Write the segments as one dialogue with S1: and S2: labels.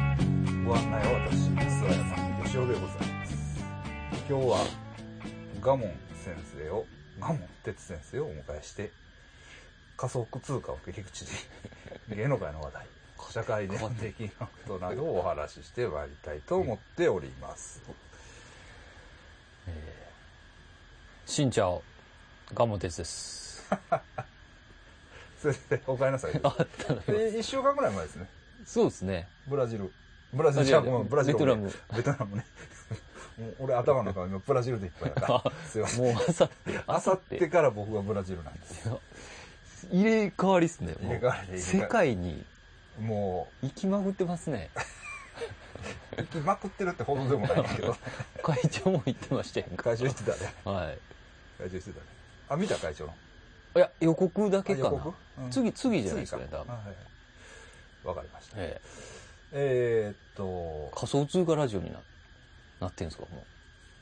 S1: ご案内を私、諏訪山義雄でございます。今日は、ガモン先生を、ガモン哲先生をお迎えして、仮想通貨を切り口 に、芸能界の話題、社会年齢的なことなどをお話ししてまいりたいと思っております。
S2: しんちゃお、ガモテツです。
S1: それで、おかえりなさい。
S2: あったのよ。
S1: で、一週間ぐらい前ですね。
S2: そうですね。
S1: ブラジル。ブラジル、じゃあごめんブラジル。
S2: ベトナム。
S1: ベトナムね。 もう俺頭の中今ブラジルでいっぱいだか
S2: あ
S1: ら。すいません。
S2: もうあさって、
S1: あさ
S2: あさ
S1: っ
S2: って
S1: て。から僕がブラジルなんですよ。
S2: 入れ替わりっすね。も
S1: 入
S2: う
S1: れ替わりで
S2: 世界に
S1: も
S2: 行きまぐってますね。
S1: う、行きまくってるってほどでもないんだけ ど。
S2: 会長も行ってましたやんか。
S1: 会場してたね。
S2: はい。
S1: 会場してたね。あ、見た会長の。
S2: いや、予告だけか
S1: あ予
S2: な
S1: 告う。ん
S2: 次、次じゃないですかね、
S1: 次
S2: 多分。
S1: はいわかりました。
S2: え
S1: えーっ
S2: え
S1: と、
S2: 仮想通貨ラジオにな、なってんすか、も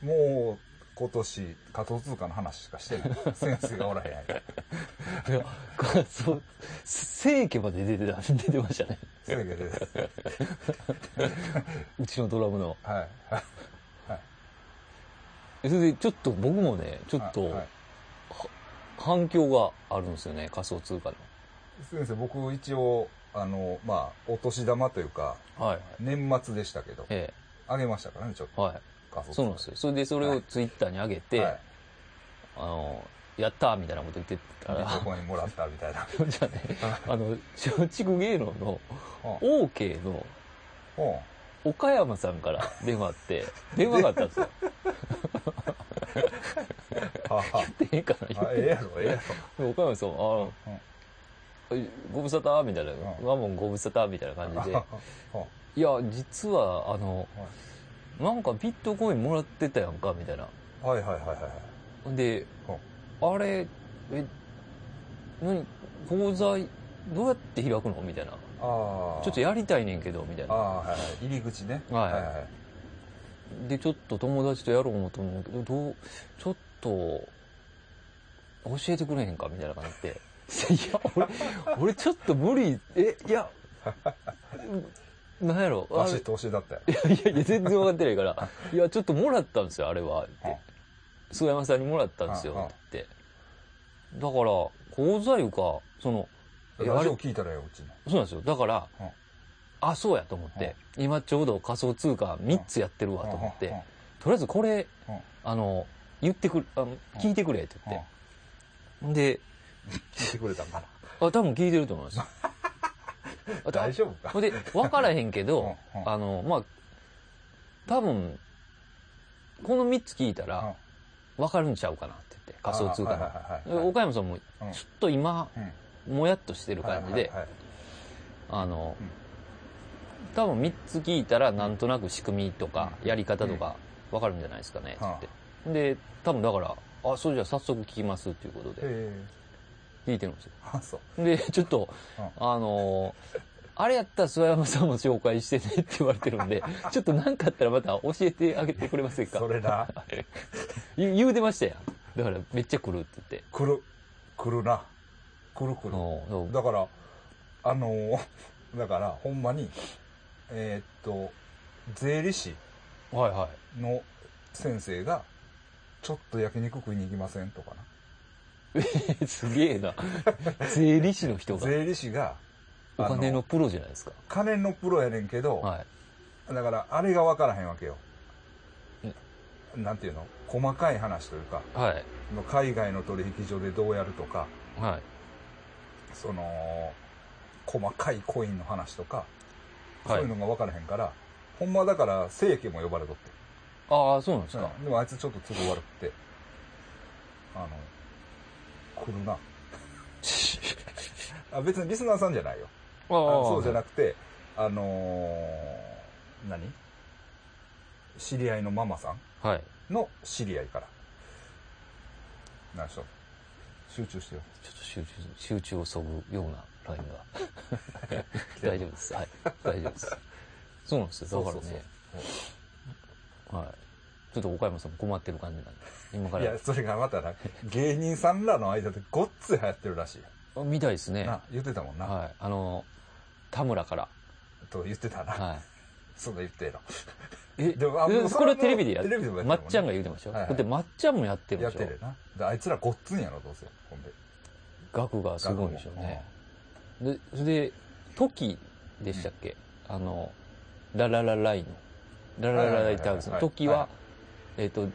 S2: う。
S1: もう、今年、仮想通貨の話しかして ない。先生がおらへんやんか。
S2: いや、仮想、正家まで出てた、出てましたね。
S1: 正解です。
S2: うちのドラムの。
S1: はい。はい。
S2: それで、ちょっと僕もね、ちょっと、
S1: はい
S2: 反響があるんですよね、仮想通貨の。
S1: 先生、僕一応、あの、まあ、お年玉というか、
S2: はい。
S1: 年末でしたけど、
S2: え
S1: あげましたからね、ちょっ
S2: え、
S1: と。
S2: はい。
S1: 仮想
S2: そうなんですよ。それでそれ
S1: は
S2: を
S1: い
S2: ツイッターに上げて、
S1: はい
S2: あの、やったーみたいなこと言ってた
S1: ビット
S2: ら、
S1: コインもらったみたいな。
S2: じゃあね、あの、松竹芸能の
S1: うん
S2: OK の
S1: うん
S2: 岡山さんから電話あって、 電話があったんですよ。
S1: はは
S2: でええかな言
S1: あええやろ、ええや
S2: って岡山さん、あの、ご無沙汰みたいな、
S1: ん
S2: ワモンご無沙汰みたいな 感 じで、
S1: ろ。うん
S2: いや、実は、あの、なんかビットコインもらってたやんか、みたいな。
S1: はいはいはいはいはい。
S2: で、
S1: うん
S2: あれ、え、何、口座、どうやって開くのみたいな。
S1: ああ。
S2: ちょっとやりたいねんけど、みたい
S1: あ
S2: な。
S1: あ、はいはい。入り口ね。
S2: はい
S1: はい。
S2: で、ちょっと友達とやろう思うと思うけど、どう、ちょっと、教えてくれへんかみたいな感じで。いや、俺、俺ちょっと無理、え、いや、なんやろ、あ
S1: バシ
S2: れ
S1: ッと教えだったよ。
S2: いやいやいや、全然分かってないから、いや、ちょっともらったんですよ、あれは。って菅山さんにもらったんです
S1: うんうん
S2: よ、って。だから、口座いうか、その、いや
S1: ラ
S2: あ
S1: ジ
S2: れ
S1: オ聞いたらよ、うちの。
S2: そうなんですよ。だから、
S1: うん
S2: あ、そうやと思って、今ちょうど仮想通貨3つやってるわと思って、
S1: うんうん
S2: とりあえずこれ、
S1: うん
S2: あの、言ってくる、あの聞いてくれって言って。で、
S1: 聞いてくれたんかな。
S2: あ、多分聞いてると思います。あ
S1: 大丈夫か
S2: ほ。んで、分からへんけど、
S1: うんうん
S2: あの、まあ、多分、この3つ聞いた
S1: うん
S2: ら、分かるんちゃうかなって言って、仮想通
S1: あーは
S2: 貨
S1: いはいはいは
S2: の。
S1: い
S2: 岡山さんも、ちょっと今、
S1: うん。
S2: もやっとしてる感じ
S1: は
S2: で
S1: い、はいはい
S2: あの
S1: うん、
S2: 多分3つ聞いたら、なんとなく仕組みとか、
S1: うん
S2: やり方とか、分かるんじゃないですかね、
S1: はあ
S2: って言って。で、多分だから、あ、それじゃあ早速聞きますっていうことで、
S1: え
S2: 聞いてるんですよ。
S1: え。あ、そう。
S2: で、 ちょっと、
S1: うん
S2: あのーあれやったら諏訪山さんも紹介してねって言われてる んで、ちょっと何かあったらまた教えてあげてくれませんか
S1: それな。
S2: 言う言うてましたやん。だからめっちゃ来るって言って。
S1: 来る。来るな。来る来
S2: あ
S1: る。
S2: のー
S1: だから、あの ーだから、ほんまに、えーっと、税理士
S2: はいはい。
S1: の先生が、ちょっと焼肉食いに行きませんとかな。
S2: すげえな。税理士の人が。
S1: 税理士が、
S2: お金
S1: あ
S2: のプロじゃないですか。
S1: 金のプロやねんけど、
S2: はい。
S1: だから、あれが分からへんわけよ。なんていうの細かい話というか、
S2: はい。
S1: 海外の取引所でどうやるとか、
S2: はい。
S1: その、細かいコインの話とか、
S2: はい
S1: そういうのが分からへんから、ほんまだから、正家も呼ばれとって。
S2: ああ、そうなんですか。
S1: うんでもあいつちょっと都合悪くて、あの、来るな。あ別にリスナーさんじゃないよ。
S2: ああ
S1: あそうじゃな
S2: く
S1: くて、あのー何知り合いのママさん
S2: て。はい。
S1: の知り合いから。何しょ集中してよ。
S2: ちょっと集中、集中をそぐようなラインが。 大丈夫です。はい。大丈夫です。そうなんですよ。だからね。
S1: そうそう
S2: はい。ちょっと岡山さんも困ってる感じなんで、今か
S1: いや、
S2: ら。
S1: それがまたな、芸人さんらの間でごっつい流行ってるらしいよ。
S2: みたいですね。は
S1: な、言ってたもんな。
S2: い。あの、田村から。
S1: と言ってたな。
S2: はい。
S1: そんな言ってえな。
S2: え、
S1: でもあもうそ
S2: こ
S1: れはも
S2: れ
S1: う
S2: テレビでやっ
S1: テレビでもやってるもんね
S2: まっちゃんが言うてましたよ。
S1: はいはい
S2: だってまっちゃんもやってる
S1: や
S2: で
S1: っ
S2: してょ
S1: るよ。な。であいつらごっつんやろ、どうせ。ほんで。
S2: 額がすごいんでしょうね。で、それで、トキでしたっけ、あの、ラララライの。ラララライタ
S1: はいはいは
S2: ーズの
S1: いはい
S2: トキは、えっ、と、
S1: うん。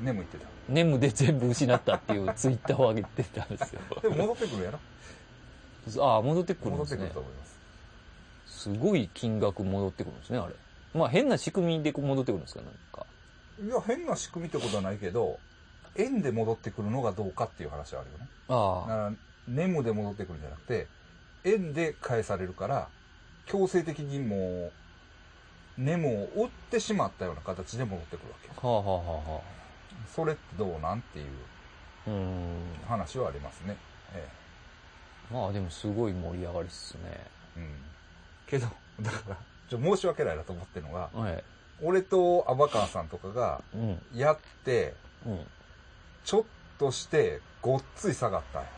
S1: 眠いってた。
S2: ネムで全部失ったっていうツイッターを上げてたんですよ。
S1: でも戻ってくるやろ。
S2: ああ、戻ってくるん
S1: 戻
S2: で
S1: って
S2: す
S1: くる
S2: ね
S1: と。思います。
S2: すごい金額戻ってくるんですね、あれ。まあ変な仕組みでこう戻ってくるんですか、なんか。
S1: いや、変な仕組みってことはないけど、円で戻ってくるのがどうかっていう話はあるよね。だか
S2: ああ。
S1: ら、ネムで戻ってくるんじゃなくて、円で返されるから、強制的にもう、ネムを売ってしまったような形で戻ってくるわけよ。
S2: はあはあはあは
S1: それってどうなんっていう
S2: あ。うーん。
S1: 話はありますね。え
S2: まあでもすごい盛り上がりっすね。
S1: え。うん。けど、だから、ちょ申し訳ないなと思ってるのが、
S2: はい。
S1: 俺とアバカンさんとかが、
S2: うん。
S1: やって、
S2: う
S1: ちょっとして、ごっつい下がったんよ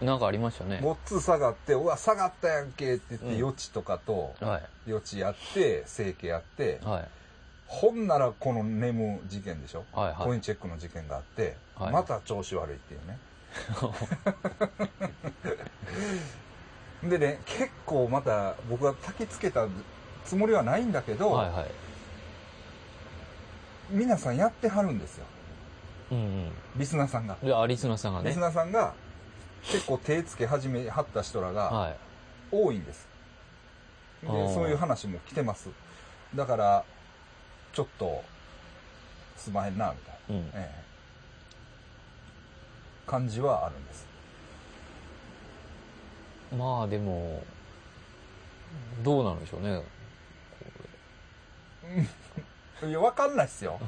S2: ん。なんかありましたね。
S1: ごっつ下がって、うわ、下がったやんけって言って、
S2: うん
S1: 余地とかと、
S2: は
S1: 余地やって、整形やって
S2: い。、はい。
S1: ほんならこのネム事件でしょ
S2: はいはい
S1: コインチェックの事件があって、
S2: はい
S1: また調子悪いっていう ね。でね、結構また僕は焚きつけたつもりはないんだけど、
S2: はいはい。
S1: 皆さんやってはるんですよ。
S2: うん
S1: リスナーさんが
S2: う。ん。で、アリスナさんが
S1: リ
S2: ね
S1: ス。ナーさんが結構手つけ始めはった人らが
S2: はい。
S1: 多いんです。で
S2: あー
S1: そういう話も来てます。だから、ちょっと、すまへんな、みたいな。
S2: うん。
S1: ええ感じはあるんです。
S2: まあでも、どうなんでしょうね。
S1: いや、わかんないっすよ。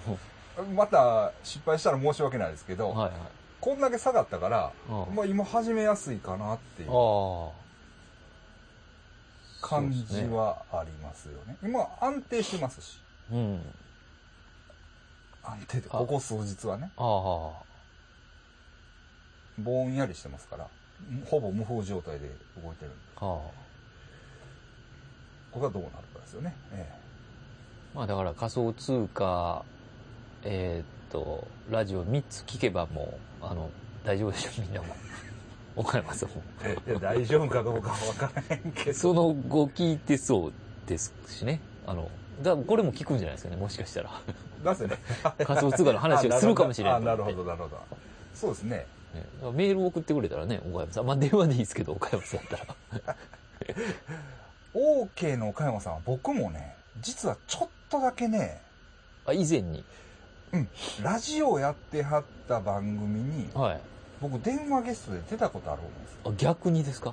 S1: また失敗したら申し訳ないですけど、
S2: はいはい。
S1: こんだけ下がったから、
S2: うん
S1: まあ今始めやすいかなっていう
S2: ああ。
S1: 感
S2: そうで
S1: じ
S2: すね。
S1: はありますよね。今安定してますし、
S2: うん。
S1: 安定で、
S2: あ
S1: ここ数日はね、
S2: あ
S1: ぼんやりしてますから、ほぼ無風状態で動いてるんで、
S2: あ。ああ。
S1: ここがどうなるかですよね。え
S2: まあだから仮想通貨、えーっと、ラジオ3つ聞けばもう、あの、大丈夫でしょ、みんなも。 お金はそう。
S1: え、いや大丈夫かどうかはわからへんけど、
S2: その後聞いてそうですしね。あの、だこれも聞くんじゃないですかね、もしかしたら。
S1: だってね、
S2: 仮想通貨の話をするかもしれな い
S1: あ、なるほど、なるほど。そうですね。
S2: ねだからメールを送ってくれたらね、岡山さん。まあ、電話でいいですけど、岡山さんだったら。
S1: OK の岡山さんは僕もね、実はちょっとだけね、
S2: あ、以前に。
S1: ラジオやってはった番組に、
S2: はい。
S1: 僕電話ゲストで出たことあるんですよ。
S2: あ、逆にですか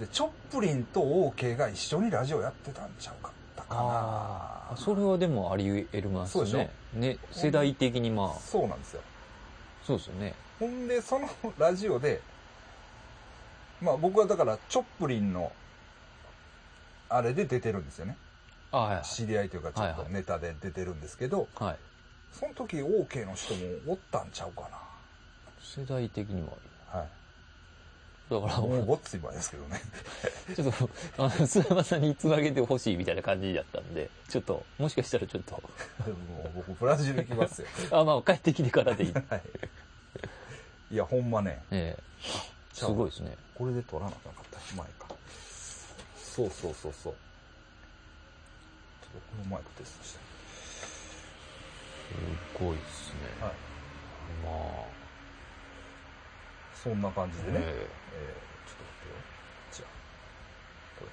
S1: で、チョップリンと OK が一緒にラジオやってたんでしょうかったか
S2: あ
S1: な
S2: それはでもあり得るます
S1: そう
S2: よ
S1: でしょ
S2: ね。ね、世代的にまあ、
S1: そうなんですよ。
S2: そうですよね。
S1: ほんで、その ラジオで、まあ僕はだからチョップリンの、あれで出てるんですよね。
S2: あはい
S1: 知り合いというか、ちょっ
S2: はい
S1: と
S2: はい
S1: ネタで出てるんですけど、
S2: はい。はい。
S1: その時 OK の人もおったんちゃうか
S2: 世代的には
S1: な。はい。
S2: あり。だから、
S1: もうごっつい前ですけどね。
S2: ちょっと、あの、菅山さんにつなげてほしいみたいな感じだったんで、ちょっと、もしかしたらちょっと、
S1: もう僕ブラジル行きます よ。
S2: あ、まあ、帰ってきてからでいい。
S1: はい。いや、ほんまね。
S2: ええすごいですね。
S1: これで取らなきゃなかった。前か。そうそうそうそう。ちょっとこのマイクテストし
S2: すごいですね。
S1: たい。はい。
S2: まあ、
S1: そんな感じでね。え
S2: え
S1: ー、ちょっと待ってよ。じゃあ、これ。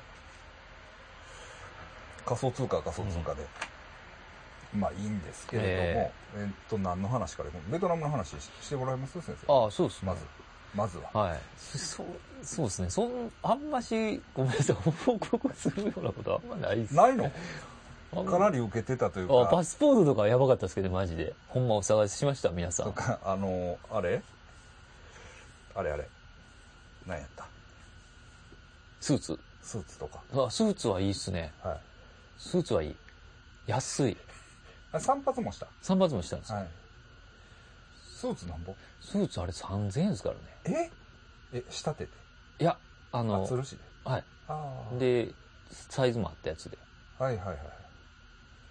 S1: 仮想通貨は仮想通貨で。まあいいんですけれども、え
S2: え
S1: ーっと、何の話からいこうベトナムの話ししてもらえます先生。
S2: ああ、そうですね。
S1: まず、まずは。
S2: はい。そ、そうですね。そん、あんまし、ごめんなさい、 報告するようなことあんまないです。
S1: ないの
S2: あんま
S1: かなり受けてたという
S2: あ、
S1: か、
S2: パスポートとかやばかったですけど、マジで。ほんまお探ししました、皆さ
S1: と
S2: ん。
S1: か、あの、あれあれあれ。何やった
S2: スーツ。
S1: スーツとか。
S2: あ、スーツはいいっすね。
S1: はい。
S2: スーツはいい。安い。
S1: あ散髪もした。
S2: 散髪もしたんですよ
S1: はい。スーツなんぼ
S2: スーツあれ3000円ですからね。
S1: ええ、仕立てて。
S2: いや、あ
S1: あ、
S2: の
S1: 吊、るしで。
S2: はい。
S1: ああ。
S2: で、サイズもあったやつで。
S1: はいはいはい。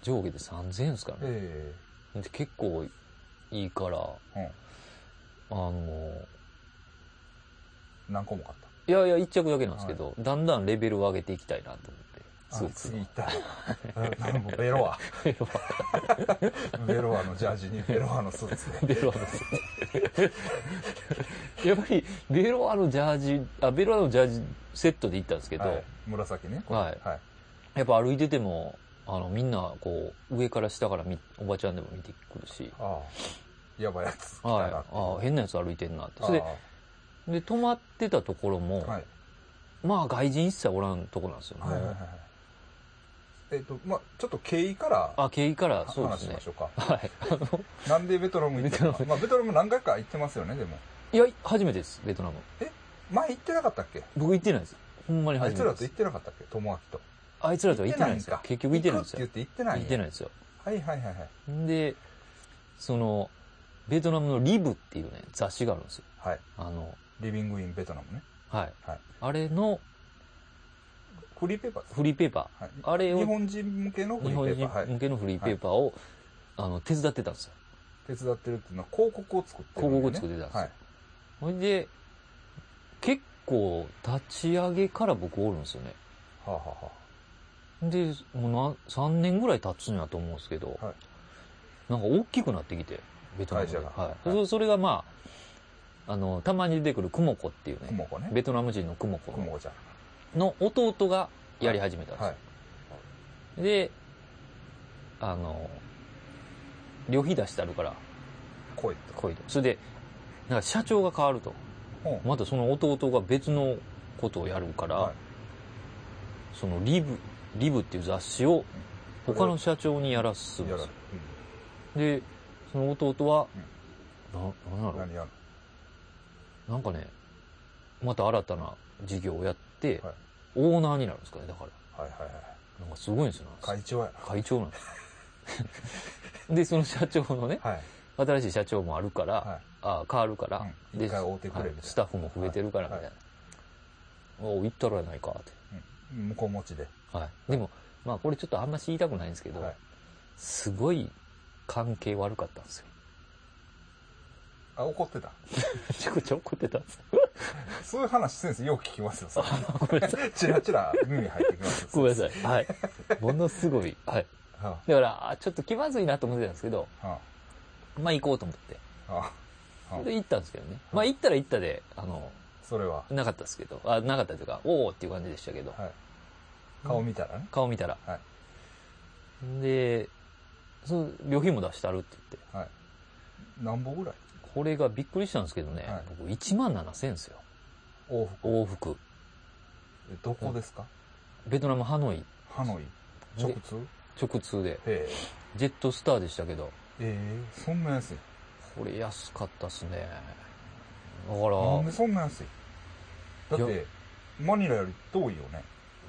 S2: 上下で3000円ですからね。
S1: え
S2: で結構いいから、
S1: え
S2: あの、
S1: うん。何個も買っ
S2: いやいや、一着だけなんですけど、だんだんレベルを上げていきたいなと思っ
S1: た。
S2: て。スー
S1: あ
S2: ツ
S1: 次
S2: の
S1: 行った。 うんベロア。
S2: ベロ
S1: ベロアのジャージにベロアのスーツ
S2: ア、ベロアのス ーツ。やっぱり、ベロアのジャージ、あ、ベロアのジャージセットで行ったんですけ
S1: で。
S2: ど、
S1: はい紫ね。
S2: はい
S1: はい。
S2: やっぱ歩いてても、あの、みんな、こう、上から下からみおばちゃんでも見てくるし、
S1: ああ。やばいやつ来た
S2: はい。
S1: な
S2: あ
S1: って。
S2: あ、変なやつ歩いてんなって。それで、で、止まってたところも、
S1: ああはい。
S2: まあ、外人一切おらんとこなんですよね。
S1: はいはいはいはい。えっと、まあちょっと経緯から
S2: あ、経緯から、そうで
S1: 話
S2: す
S1: し
S2: ね
S1: まし。ょうか。
S2: はい。あの、
S1: なんでベトナム行ったの
S2: ベト
S1: かまあベトナム何回か行ってますよね、でも。
S2: いや、初めてです、ベトナム。
S1: 前行ってなかったっけ
S2: 僕行ってないです。ほんまに
S1: あ
S2: 初
S1: い
S2: め
S1: つ
S2: て
S1: ら
S2: で
S1: と行
S2: す
S1: っ。てなかったっけ友明と。
S2: あいつらとは行ってないんですよ。
S1: か
S2: 結局行ってないんです
S1: 行
S2: よ
S1: く。って言って行ってないん
S2: 行
S1: や
S2: ってないんですよ。
S1: はいはいはいはい。
S2: んで、その、ベトナムのリブっていうね、雑誌があるんですよ。
S1: はい。
S2: あの、
S1: リビングインベトナムね。
S2: はい。
S1: はい
S2: あれの
S1: フリーペーパーです
S2: フリーペーパ
S1: はい。
S2: ー。あれを
S1: 日、本人向けのフリ
S2: 日
S1: ー
S2: 本
S1: ペー
S2: 人
S1: パー。はい。
S2: 向けのフリーペーパーを、あの、手伝ってたんですよ。
S1: 手伝ってるっていうのは広告を作ってるんだよね、
S2: 広告を作ってたんです
S1: は
S2: よ
S1: い。
S2: ほいで、結構、立ち上げから僕おるんですよね。
S1: はあ、はあは
S2: で、もうな3年ぐらい経つんやと思うんですけど、
S1: は
S2: なんか大きくなってきて、ベトナムで。
S1: 会社が
S2: はい
S1: はい
S2: そ。それがまあ、あの、たまに出てくるクモコっていう
S1: あ、
S2: ね
S1: ク、モコね。
S2: ベトナム人のクモコ
S1: クモコちゃん。
S2: の弟がやり始めたんですよ
S1: はい。
S2: で、あの、旅費出してあるから
S1: 来いって。
S2: 来いと。それで、なんか社長が変わると。
S1: うん
S2: またその弟が別のことをやるから、
S1: はい
S2: そのリブ、リブっていう雑誌を他の社長にやらすん
S1: や
S2: で
S1: ら
S2: す
S1: れ
S2: よ
S1: る。
S2: で、その弟は、な、なん
S1: うん
S2: やろ
S1: 何やる
S2: う、なんかね、また新たな事業をやって、
S1: はい
S2: オーナーになるんですかね、だから。
S1: はいはいはい。
S2: なんかすごいんですよ、なんか
S1: 会長やな。
S2: 会長なんですよ で、その社長のね、
S1: はい。
S2: 新しい社長もあるから、
S1: は
S2: あ変わるから、
S1: うん
S2: で
S1: 一回会うてくれみたいな
S2: スタッフも増えてるからみ
S1: は
S2: た
S1: い
S2: いな、お行ったらやないかって、
S1: い。向こう持ちで。
S2: はい、でもまあこれちょっとあんま知りたくないんですけど、
S1: はい。
S2: すごい関係悪かったんですよ
S1: あ、怒ってた。
S2: めちゃくちゃ怒ってたんですよ
S1: そういう話先生よく聞きますよ、それ
S2: ごめんなさい
S1: チラチラ耳に入ってきますよ。
S2: ごめんなさいはいものすごいはい
S1: は
S2: だからあちょっと気まずいなと思ってたんですけど
S1: あ、は
S2: まあ行こうと思って
S1: あ、はあ、は
S2: で行ったんですけどねまあ行ったら行ったであの
S1: あ、それは。
S2: なかったですけどあなかったというかおおっていう感じでしたけど
S1: はい。顔見たらね。
S2: 顔見たら、
S1: は
S2: でその旅費も出してあるって言って
S1: はい。何本ぐらい
S2: これがびっくりしたんですけどね、
S1: はい
S2: 僕1万7000円ですよ
S1: 往復。
S2: 往復
S1: えどこですか
S2: ベトナムハノイ
S1: ハノイ。
S2: で
S1: 直通
S2: 直通で
S1: へ
S2: ジェットスターでしたけど
S1: え。ええ、そんな安い。
S2: これ安かったっすねだから
S1: なんでそんな安いだっ
S2: い
S1: て、マニラより遠いよね。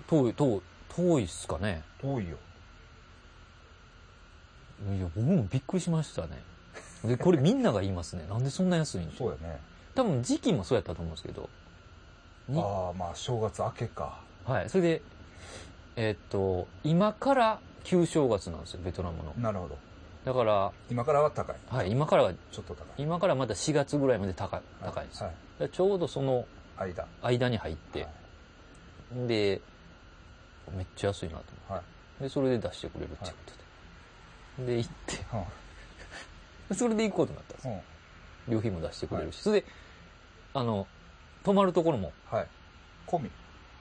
S2: 遠い遠い遠いっすかね
S1: 遠いよ。
S2: いや僕もびっくりしましたねでこれみんなが言いますねなんでそんな安いん
S1: そうやね。
S2: 多分時期もそうやったと思うんですけどに
S1: ああ、まあ正月明けか。
S2: はい、それで、えーっと、今から旧正月なんですよ、ベトナムの。
S1: なるほど。
S2: だから、
S1: 今からは高い。
S2: はい、今からは、
S1: ちょっと高い。
S2: 今からまだ4月ぐらいまで高い、高いんですよ。
S1: はい。
S2: だからちょうどその
S1: はい間。
S2: 間に入って
S1: は、
S2: で、めっちゃ安いなと思
S1: い。はい
S2: って。で、それで出してくれるっていうことで。で、行って、
S1: は
S2: それで行くことになったんです
S1: あ。う
S2: よ。
S1: ん。
S2: 旅費も出してくれるし。それで、あの、泊まるところも、
S1: はい。込み。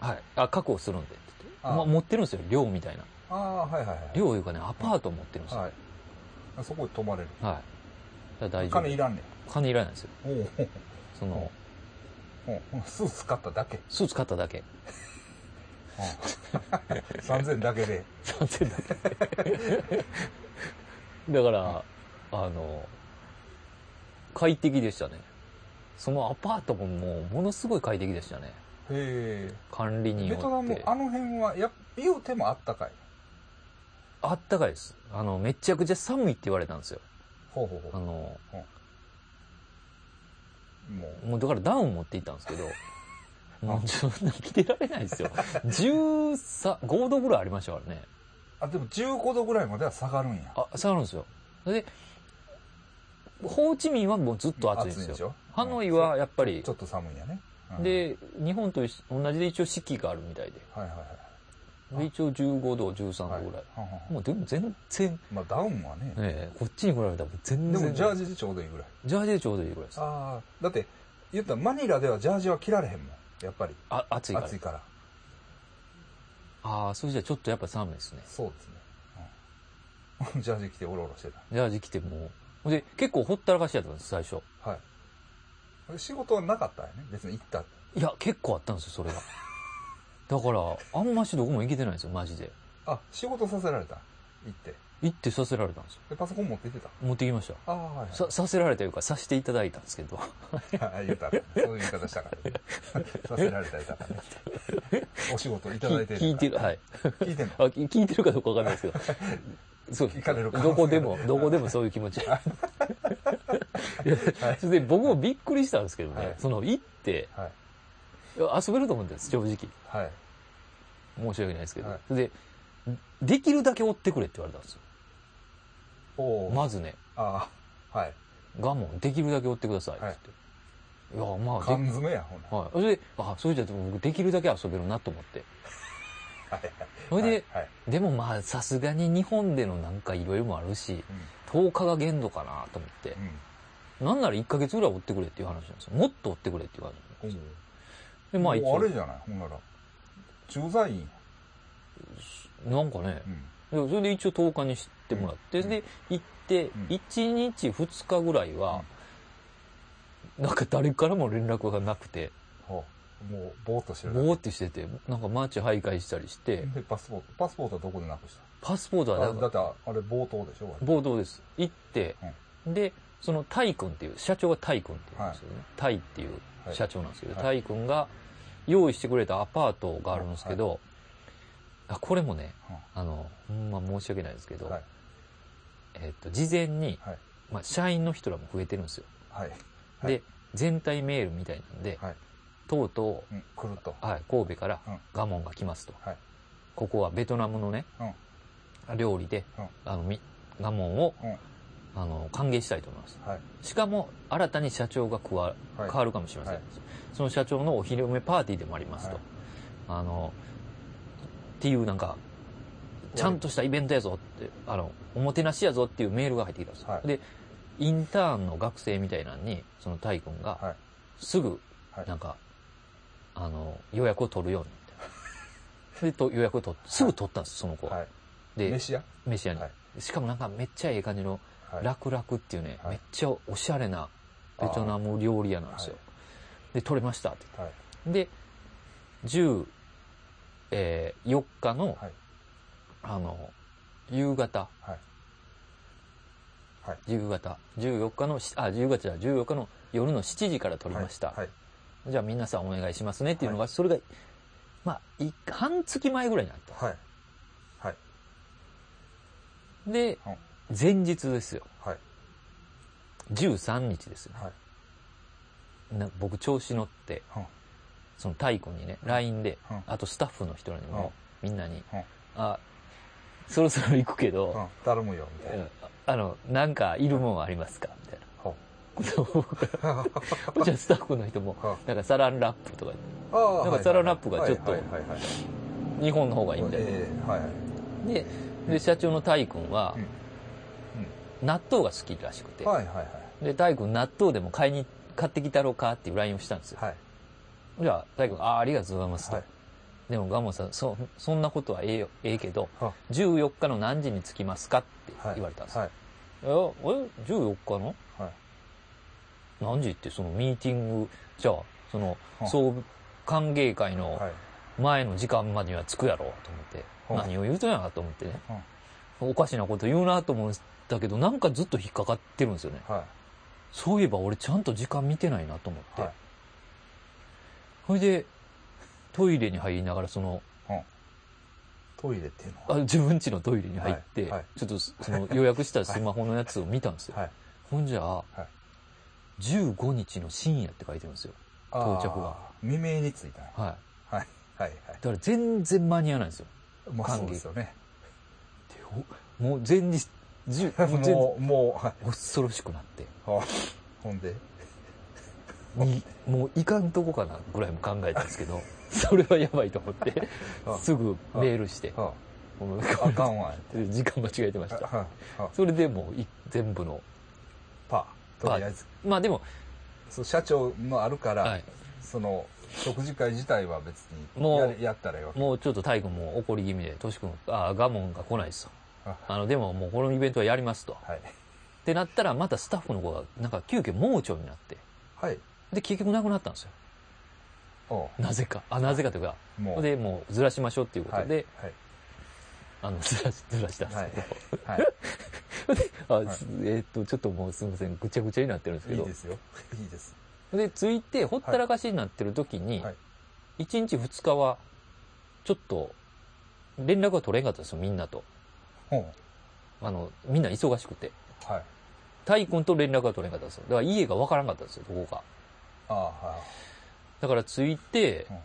S2: はい、あ、確保するんでって言って。
S1: あー
S2: まあ、持ってるんですよ、寮みたいな。
S1: ああ、はいはいはい。
S2: 寮いうかね、アパート持ってるんですよ。
S1: はい。あそこで泊まれる。
S2: はい。だから大丈夫。
S1: 金いらんね
S2: 金いらないんですよ。
S1: ん。おうおう
S2: その、
S1: おうおうスーツ買っただけ。
S2: スーツ買った だけ。
S1: 3000だけで。
S2: 3000だけ。だから、あの、快適でしたね。そのアパートももう、ものすごい快適でしたね。
S1: へ
S2: 管理
S1: え。
S2: 人
S1: ベトナ
S2: をっ
S1: ム
S2: て、。
S1: あの辺は、やっ言うてもあったかい。
S2: あったかいです。あの、めちゃくちゃ寒いって言われたんですよ。
S1: ほうほう
S2: あ
S1: ほ
S2: の、
S1: う。もう、
S2: もうだからダウン持って行ったんですけ ど、もうそんな着てられないですよ。13、5度ぐらいありましたからね。
S1: あ、でも15度ぐらいまでは下がるんや。
S2: あ、下がるんですよ。で、ホーチミンはもうずっと暑いんですよ。
S1: ょ
S2: ハノイはやっぱ
S1: う
S2: り
S1: んちょっと寒いんやね。うん、
S2: で、日本と一緒同じで一応四季があるみたいで。
S1: はいはいはい。
S2: で一応15度、13
S1: はい
S2: 度ぐらい。
S1: はんはんはん
S2: もうでも全然、
S1: まあダウンはね。
S2: ええこっちに比べたらもう全
S1: で
S2: 然。
S1: もジャージでちょうどいいぐらい。
S2: ジャージでちょうどいいぐらいです。あ、
S1: ああ、だって、言ったらマニラではジャージは着られへんもん。やっぱり。
S2: 暑いから。
S1: 暑いから。
S2: ああ、それじゃちょっとやっぱ寒いですね。
S1: そうですね。うん ジャージ着てオロオロして
S2: ジャージ着てもう。で、結構ほったらかしやったんです、最初。
S1: た。はい。仕事はなかったんやね。別に行った。
S2: いや、結構あったんですよ、それが。だから、あんましどこも行けてないんですよ、マジで。
S1: あ、仕事させられた。行って。
S2: 行ってさせられたんですよ。
S1: で、パソコン持って行って
S2: 持ってきました。
S1: た。ああ、はい、はい。
S2: さ、させられたというか、させていただいたんですけど。
S1: あ 言うたら、そういう言い方したから、 ね、させられたりとかね。お仕事いただいてるから。
S2: 聞いてる、はい。
S1: 聞いてんの
S2: あ、き聞いてるかどうかわかんないです けど。そう
S1: 聞かれる可能性
S2: どこでも、どこでもそういう 気持ち。いやそれで僕もびっくりしたんですけどね、
S1: はい
S2: その行って
S1: はい。
S2: いや遊べると思ってたんです、正直。
S1: はい。
S2: 申し訳ないですけど。
S1: はい
S2: それで、できるだけ追ってくれって言われたんですよ。
S1: おお、
S2: まずね、
S1: ああ、はい。
S2: 我慢、できるだけ追ってくださいって言って。い、や、まあ、で
S1: 缶詰や、ほな。
S2: はい。それで、あ、それじゃでも僕できるだけ遊べるなと思って。
S1: はい。
S2: それで、
S1: はい、はい。
S2: でもまあ、さすがに日本でのなんかいろいろもあるし、10日が限度かなと思って
S1: う。ん。
S2: なんなら1ヶ月ぐらい追ってくれっていう話なんですよ。もっと追ってくれっていう話
S1: うん。
S2: で、まあ一
S1: もう
S2: 応
S1: あ、れじゃない、ほんなら。駐在員。
S2: なんかね
S1: う、ん。
S2: でそれで一応10日にしてもらって、
S1: うん
S2: で、行って
S1: ん、
S2: 1日2日ぐらいは、なんか誰からも連絡がなくて、
S1: ほう。もう、ぼーっとしてるだけ。
S2: ぼーってしてて、なんかマーチ徘徊したりして、
S1: で、パスポート。パスポートはどこでなくした
S2: パスポートは
S1: あ
S2: なん
S1: だ
S2: か
S1: って、あれ、冒頭でしょあれ
S2: 暴動です。行って、で、そのタイ君っていう、社長がタイ君っていうんですよね。タイっていう社長なんですけど、
S1: はい
S2: タイ君が用意してくれたアパートがあるんですけど、あこれもね、あの、ほんま申し訳ないですけど、
S1: はい
S2: えっと、事前に、
S1: はい
S2: まあ、社員の人らも増えてるんですよ。
S1: はい。はい
S2: で、全体メールみたいなんで、
S1: はい
S2: とうと
S1: うん。来ると。
S2: う、はい、神戸から
S1: うん
S2: ガモンが来ますと。
S1: はい
S2: ここはベトナムのね、料理で、
S1: うん
S2: あのみガモンを、
S1: うん
S2: あの歓迎したいと思います。
S1: はい。
S2: しかも、新たに社長が加わ
S1: はい。
S2: 変わるかもしれません。
S1: はい
S2: その社長のお披露目パーティーでもありますと。
S1: はい
S2: あの、っていうなんか、ちゃんとしたイベントやぞって、あの、おもてなしやぞっていうメールが入ってきたんですよ。
S1: はい
S2: で、インターンの学生みたいなのに、そのタイ君
S1: は
S2: が
S1: い、
S2: すぐ
S1: はい、
S2: なんか、あの、予約を取 るようにみたいな。で、と予約を取っすぐ取ったんです、その子は。
S1: はい。
S2: で、
S1: 飯屋
S2: 飯屋に
S1: は。
S2: しかもなんかめっちゃええ感じの、
S1: はい。
S2: 楽々っていうね、
S1: はい
S2: めっちゃおしゃれなベトナム料理屋なんですよ。で、取れましたって。
S1: はい。
S2: で、14、えー4日の、
S1: はい
S2: あの、夕方、
S1: はい。はい
S2: 夕方、14日のし、あ、夕方じゃない14日の夜の7時から取りました。
S1: はい。
S2: じゃあ皆さんお願いしますねっていうのが、
S1: は
S2: それが、まあ、い半月前ぐらいにあった。
S1: はい。はい。
S2: で、前日ですよ。
S1: はい。
S2: 13日ですよ。
S1: はい。
S2: な僕調子乗って、
S1: うん
S2: その太鼓にね、LINE で、
S1: うん
S2: あとスタッフの人らにも、みんなに、
S1: うん
S2: あ、そろそろ行くけ
S1: う
S2: ど、
S1: ん。頼むよ、みた
S2: う
S1: いな。
S2: んあの、なんかいるもんはありますかみたいな
S1: ほう。
S2: ことを僕が。 じゃあスタッフの人も、
S1: は
S2: なんかサランラップとか、
S1: ああ
S2: な
S1: あ
S2: んかサランラップがちょっと
S1: はいはいはいはい
S2: 日本の方がいいみたいな。
S1: ええはいはい
S2: で、で社長の太君は、納豆が好きらしくて、
S1: はいはい
S2: で、太君納豆でも買いに、買ってきたろうかっていう LINE をしたんですよ。
S1: はいはい
S2: じゃあ、太君、ああ、ありがとうございますと。
S1: はい
S2: でもガモンさん、そ、そんなことはええよ、ええけど、
S1: は
S2: 14日の何時に着きますかって
S1: はい
S2: 言われたんですよ。
S1: はい
S2: え、え ?14 日の
S1: はい
S2: 何時ってそのミーティング、じゃあ、その、
S1: は
S2: 総歓迎会の
S1: はい
S2: 前の時間までには着くやろうと思って、
S1: は
S2: 何を言うとんやなと思ってね、おかしなこと言うなと思うんだけど、なんかずっと引っかかってるんですよね。
S1: はい
S2: そういえば俺ちゃんと時間見てないなと思って、
S1: はい
S2: それで、トイレに入りながらその、
S1: トイレっていうの
S2: あ自分家のトイレに入って、
S1: はいはい
S2: ちょっとその予約したスマホのやつを見たんですよ。
S1: はい
S2: ほんじゃあ、
S1: い
S2: 15日の深夜って書いてるんですよ。
S1: ああ
S2: 到着が
S1: 未明に着いたね
S2: はい。
S1: はいはいはい
S2: だから全然間に合わないんですよ。
S1: まあそうですよね
S2: おもう前日、じ ゅもう前日
S1: もう、もう、はい
S2: 恐ろしくなって。
S1: はほんで、
S2: にもういかんとこかなぐらいも考えたんです けど、それはやばいと思って、
S1: は
S2: すぐメールして、
S1: は
S2: もう
S1: あかん わ、
S2: 時間間違えてまし
S1: は
S2: た。
S1: はは
S2: それでもうい全部の、
S1: パー、とりあえず。
S2: まあでも、
S1: そう社長もあるから、
S2: はい
S1: その、食事会自体は別に
S2: もう
S1: やれやったらよ。
S2: もうちょっと大君も怒り気味で、トシ君、ああ、我慢が来ないですと。
S1: あ
S2: あの、でももうこのイベントはやりますと。っ
S1: はい。
S2: てなったら、またスタッフの子が、なんか急遽盲腸になって、
S1: はい。
S2: で、結局なくなったんですよ。
S1: おう
S2: なぜか。あ、なぜかというか、
S1: もう。
S2: で、もうずらしましょうっていうこ
S1: は
S2: と
S1: い、
S2: で、
S1: はい。
S2: あの、ずらし、ずらしたんです
S1: はい
S2: けど。。
S1: はい。
S2: あ、
S1: い
S2: すえーっと、ちょっともうすみません、ぐちゃぐちゃになってるんですけ
S1: いい
S2: ど
S1: で。すよ。いいです。
S2: で、ついて、ほったらかしになってる時に、
S1: はい
S2: 1日2日は、ちょっと、連絡が取れんかったんですよ、みんなと。
S1: ほう。
S2: あの、みんな忙しくて。
S1: はい。
S2: タイ君と連絡が取れんかったんですよ。だから家がわからんかったんですよ、どこか。
S1: ああ、は
S2: だからついて
S1: うん、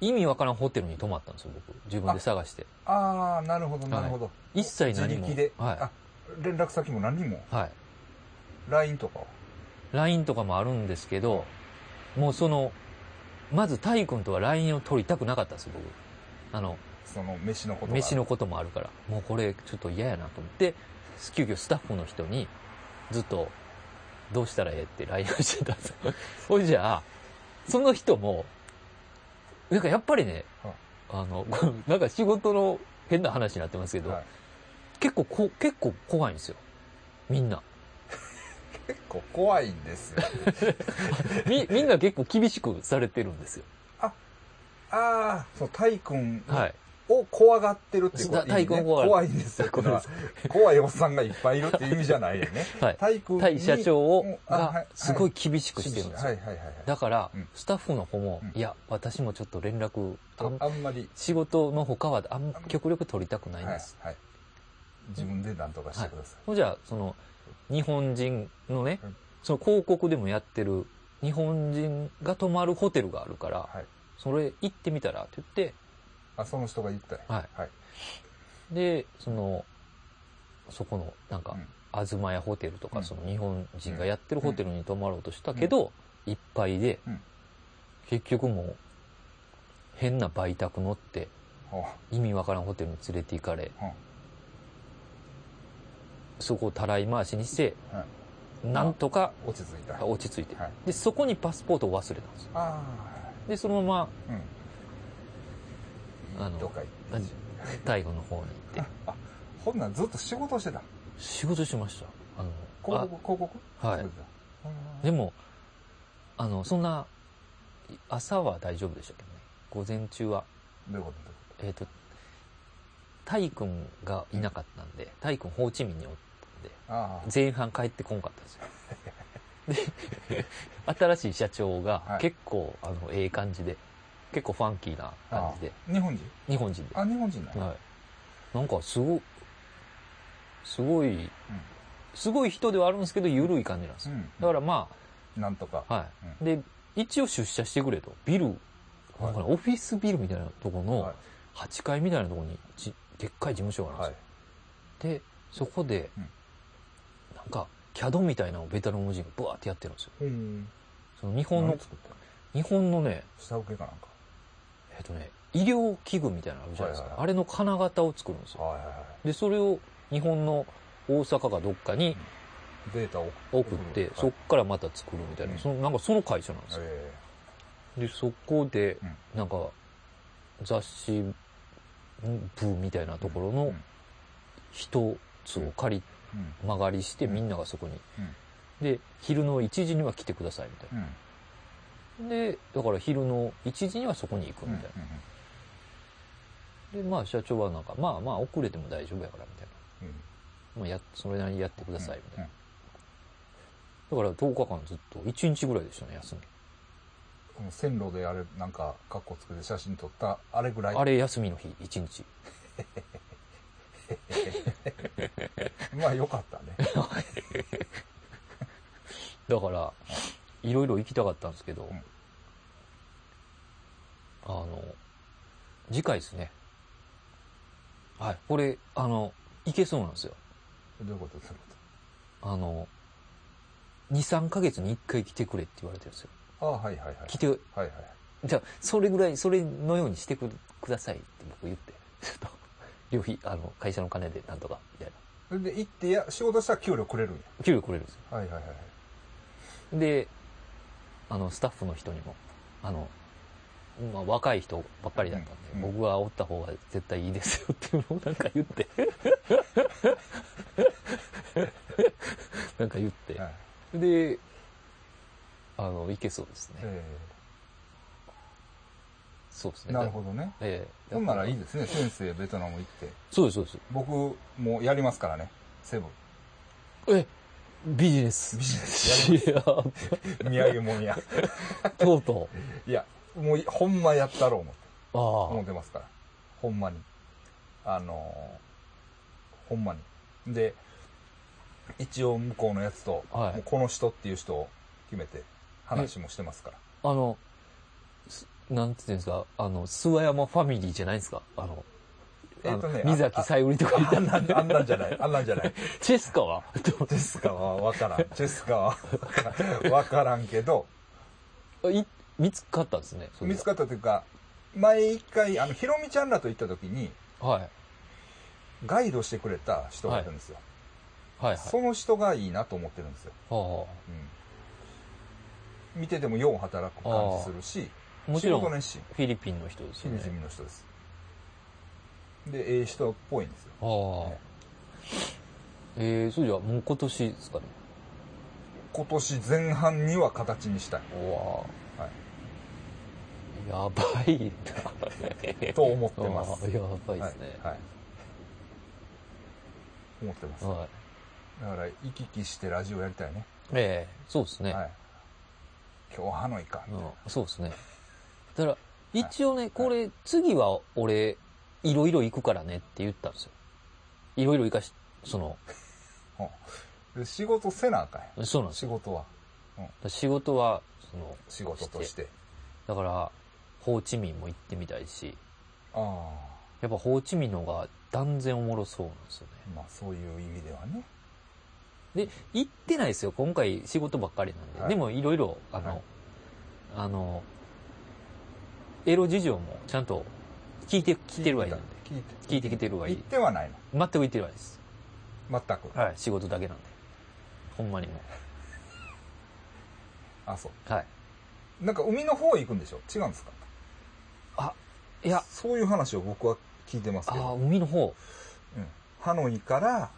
S2: 意味わからんホテルに泊まったんですよ、僕。自分で探して。
S1: い。ああ、なるほど、なるほど。
S2: 一切何も。
S1: 自力で。
S2: は
S1: あ、連絡先も何も。
S2: い。はい。
S1: LINE とかは。
S2: LINE とかもあるんですけど、もうその、まずタイ君とは LINE を取りたくなかったんですよ、僕。あの、
S1: その、飯のことが
S2: 飯のこともあるから。もうこれちょっと嫌やなと思って、急遽スタッフの人にずっとどうしたらええって LINE をしてたんです よ。ほいじゃあ、その人も、なんかやっぱりね
S1: はい、
S2: あの、 こうなんか仕事の変な話になってますけど、
S1: はい
S2: 結構こ、結構怖いんですよ。みんな。
S1: 結構怖いんですよ。
S2: み、みんな結構厳しくされてるんですよ。
S1: ああ、そう、タイ君
S2: はい。を
S1: を怖がってるっていうこと
S2: そうタイ君を怖がる
S1: 怖いんですよ。これは怖いおっさんがいっぱいいるっていう意味じゃないよ ね。
S2: はい。
S1: タイ君に
S2: 対社長
S1: うん
S2: を、
S1: あは
S2: が、すごい厳しく
S1: はい
S2: してるんです
S1: は
S2: よ
S1: い。はいはいはい。
S2: だから
S1: うん、
S2: スタッフの方も
S1: うん、
S2: いや、私もちょっと連絡、あん
S1: ああんまり、
S2: 仕事の他は、あん、極力取りたくな
S1: はいい
S2: んです。
S1: はい。自分で何とかしてくださ
S2: ほんじゃあ、その、日本人のね
S1: うん、
S2: その広告でもやってる、日本人が泊まるホテルがあるから
S1: はい、
S2: それ行ってみたらって言っ
S1: い。
S2: て、
S1: あ、その人が言ったよ。
S2: はい。
S1: はい。
S2: で、その、そこの、なんか
S1: うん、
S2: あずまやホテルと
S1: う
S2: か、
S1: ん
S2: その日本人がやってるホテルに泊まろうとしたけど、いっぱいで
S1: うん、
S2: 結局もう、変な売宅乗って、
S1: ほう
S2: 意味わからんホテルに連れて行かれ、
S1: うん
S2: そこをたらい回しにして、
S1: は
S2: なんとか
S1: 落ち着いた。
S2: 落ち着いて、
S1: はい
S2: で、そこにパスポートを忘れたんですよ。
S1: あ
S2: で、そのま
S1: あ、うん。
S2: あの
S1: どっか行っ
S2: ま、大悟の方に行って、
S1: ほんなんずっと仕事してた。
S2: 仕事しました。あの、
S1: 広告、広告
S2: あはい。でも、あの、そんな、い朝は大丈夫でしたけどね。午前中は。
S1: どういうこ
S2: えっ、と、タイ君がいなかったんで、タイ君ホーチミンにおったんで、
S1: とああ。
S2: 前半帰ってこんかったんですよ。で、新しい社長
S1: は
S2: が
S1: い
S2: 結構、あの、ええ感じで、結構ファンキーな感じで、
S1: ああ日本人
S2: 日本人で。
S1: あ、日本人なの
S2: はい。なんか、すご、すごい、すごい人ではあるんですけど、緩い感じなんです
S1: う
S2: よ。
S1: ん。
S2: だからま
S1: ら、なんとか。
S2: あ、はい。で、一応出社してくれと。ビル、なんかねオフィスビルみたいなとこ
S1: は
S2: の
S1: い、
S2: 8階みたいなとこにじ、でっかい事務所があるんです
S1: は
S2: よ
S1: い。。
S2: で、そこで
S1: うん、
S2: なんか、キャドみたいなのをベトナム人がブワーってやってるんですよ。
S1: うん。
S2: その日本の
S1: 何、作ったの
S2: 日本のね、
S1: 下請けかなんか。
S2: えっとね、医療器具みたいなのあるじゃないです
S1: はいはいは
S2: か。
S1: い
S2: あれの金型を作るんですよ。
S1: はいはいは
S2: で、それを日本の大阪かどっかに
S1: い。データを
S2: 送って、そっからまた作るみたい
S1: うん
S2: な、そのなんかその会社なんですよ。
S1: え
S2: で、そこで
S1: うん、
S2: なんか、雑誌部みたいなところ
S1: え
S2: の一つを借り、
S1: うん。
S2: 曲がりして
S1: うん
S2: みんながそこに。で、昼の1時には来てくださいみたい
S1: うん。うん。
S2: な。で、だから昼の1時にはそこに行く
S1: うん。う
S2: み
S1: ん
S2: たいな。で、まあ社長はなんか、まあまあ遅れても大丈夫やからみたいな。
S1: うん。
S2: まあや、それなりにやってくださいみたいな。
S1: うん
S2: だから10日間ずっと、1日ぐらいでしたね、休み。
S1: この線路であれ、なんか、カッコつけて写真撮った、あれぐらい。
S2: あれ休みの日、1日。
S1: まあよかったね。
S2: だから、いろいろ行きたかったんですけど、
S1: ん
S2: あの、次回ですね。
S1: はい。
S2: これ、あの、いけそうなんですよ。
S1: どういうことどういうこ
S2: あの、2、3ヶ月に1回来てくれって言われてるんですよ。
S1: とああ、はいはいはい。
S2: 来て、
S1: はいはい。
S2: じゃあ、それぐらい、それのようにしてくくださいって僕言って、ちょっと、旅費、あの、会社の金でなんとか、みたいな。
S1: それで行ってや、仕事したら給料くれるんや。
S2: 給料くれるんですよ。
S1: はいはいはいはい。
S2: で、あの、スタッフの人にも、あの、まあ、若い人ばっかりだったんで、
S1: うんうん
S2: 僕はおった方が絶対いいですよって いうのをなんか言って、なんか言って、
S1: はい、
S2: で、あの、いけそうですね。
S1: え
S2: そうです
S1: え
S2: ね。
S1: なるほどね。
S2: ど。ええ
S1: ほんならいい
S2: す。
S1: ですね。先生、ベトナム行って。
S2: そうです、そうです。
S1: 僕もやりますからね。セ ブン。
S2: えビジネス。
S1: ビジネス
S2: いや、と
S1: 土産物や。
S2: うとう。
S1: いや、もうほんまやったろ う思って。思
S2: あ
S1: ってますから。ほんまに。あのーほんまに。で、一応向こうのやつと、
S2: はい
S1: もうこの人っていう人を決めて話もしてますから。
S2: あ。あの、すなんていうんですか、あの、諏訪山ファミリーじゃないですか。あの、
S1: え
S2: あ
S1: っ
S2: の
S1: とね
S2: 水崎さゆりとかい
S1: あ
S2: た
S1: んなん、あんなんじゃない。あんなんじゃない。
S2: チェスカは
S1: チェスカはわからん。チェスカはわからんわからんけど、
S2: い見つかったんですね。
S1: 見つかっ
S2: か
S1: たというか、前一回、あの、ひろみちゃんらと行った時に、
S2: はい。はい
S1: ガイドしてくれた人がいるんですよ。
S2: はい。
S1: その人がいいなと思ってるんですよ。う
S2: は
S1: ん見ててもよう働く感じするし、
S2: あ、もちろん、
S1: 仕事
S2: フ
S1: 熱心。
S2: ィリピンの人です
S1: し
S2: よ
S1: み
S2: ね
S1: じ。みの人です。で、ええ人っぽいんですよ。
S2: はあ。えー、それじゃあもう今年ですかね。
S1: 今年前半には形にしたい。
S2: うわ
S1: は
S2: やばい
S1: い。
S2: な。
S1: と思ってます。
S2: あーやばい
S1: は
S2: で
S1: い
S2: すね。
S1: はい。思ってます。
S2: はい。
S1: だから、行き来してラジオやりたいね。
S2: ええそうですね。
S1: はい。今日ハノイか。みたいな
S2: うんそうですね。だから、一応ね、これ、次は俺、いろいろ行くからねって言ったんですよ。いろいろ行かし、その、
S1: うんで仕事せなあかんや
S2: そうなん
S1: ん。
S2: です
S1: 仕
S2: よ。
S1: 事は。
S2: 仕事は、その、
S1: 仕事として。
S2: だから、ホーチミンも行ってみたいし、
S1: ああ。
S2: やっぱホーチミンの方が断然おもろそうなんですよね。
S1: まあ、そういう意味ではね。
S2: で、行ってないですよ。今回仕事ばっかりなんで。
S1: はい
S2: でもいろいろ、あの、
S1: はい
S2: あの、エロ事情もちゃんと聞いてきてるわけなんで。
S1: 聞いて
S2: 聞いてきてるわいい
S1: 行ってはないの。
S2: 全く行ってるわけです。
S1: 全く。
S2: はい。仕事だけなんで。ほんまにも。
S1: あ、そう
S2: はい。
S1: う。なんか海の方へ行くんでしょ違うんですか
S2: あ、いや、
S1: そういう話を僕は聞いてます
S2: あ
S1: け
S2: ー
S1: ど。
S2: 海の方。
S1: うんハノイから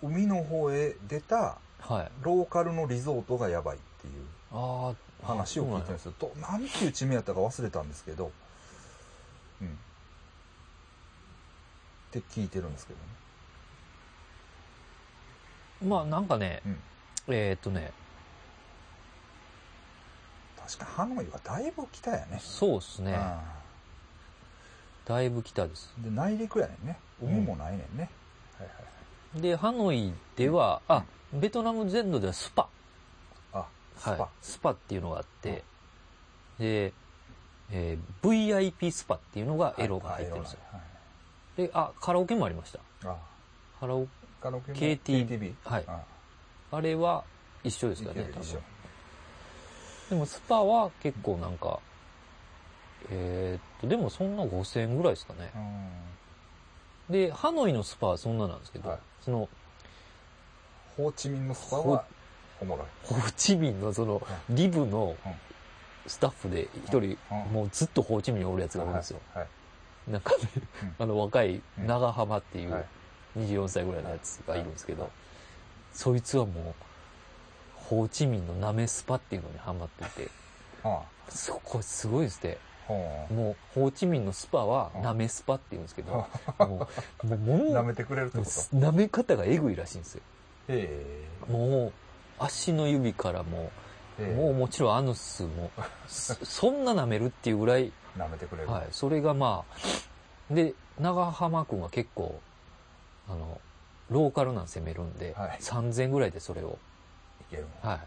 S1: 海の方へ出た
S2: はい。
S1: ローカルのリゾートがやばいっていう
S2: ああ、
S1: 話を聞いてるん
S2: ま。
S1: ですすよ。と、なんていう地名やったか忘れたんですけど。うん。って聞いてるんですけどね。
S2: まあなんかね、
S1: うん
S2: えーっとね、
S1: 確かハノイはだいぶ北やね。
S2: そうっすね。
S1: あ
S2: だいぶ北です。
S1: あで、内陸やねんね。海もないねんね。はいはい
S2: で、ハノイでは、あ、ベトナム全土ではスパ。
S1: あ、スパ。
S2: はい、スパっていうのがあって、で、えー VIP スパっていうのがエロが入ってるんですよ。
S1: はい
S2: で、あ、カラオケもありました。
S1: あ
S2: カラオケ、
S1: カラオケも
S2: KT
S1: KTV。
S2: はい。
S1: あ
S2: あれは一緒ですかね、多分。でもスパは結構なんか、えーっと、でもそんな5000円ぐらいですかね。
S1: うん
S2: で、ハノイのスパはそんななんですけど、
S1: はい
S2: その、
S1: ホーチミンのスパはおもろい。
S2: ホーチミンのその
S1: は、
S2: リブの
S1: うん
S2: スタッフで一人
S1: うん、
S2: もうずっとホーチミンにおるやつがおるんですよ。
S1: はい。
S2: なんかね
S1: うん、
S2: あの若い
S1: うん
S2: 長浜ってい
S1: は
S2: う
S1: い
S2: 24歳ぐらいのやつがいるんですけ
S1: は
S2: ど
S1: い、
S2: そいつはもう、ホーチミンのナメスパっていうのにハマってて、
S1: あ
S2: すごい、これすごいですね。
S1: あ、ほ
S2: もう、ホーチミンのスパは
S1: うん
S2: ナメスパっていうんですけど、も
S1: う
S2: う、もう、もう
S1: 舐めてくれるって
S2: も
S1: こ
S2: う
S1: と
S2: す舐め方がエグいらしいんですよ。
S1: へ
S2: もう、足の指からもう、もうもちろんアヌスも、そ そんな舐めるっていうぐらい、
S1: う舐めてくれる。
S2: はい、それがまあ、で、長浜くんは結構、あの、ローカルなん攻めるんで、
S1: はい
S2: 3000ぐらいでそれを、
S1: いけるの。
S2: はい。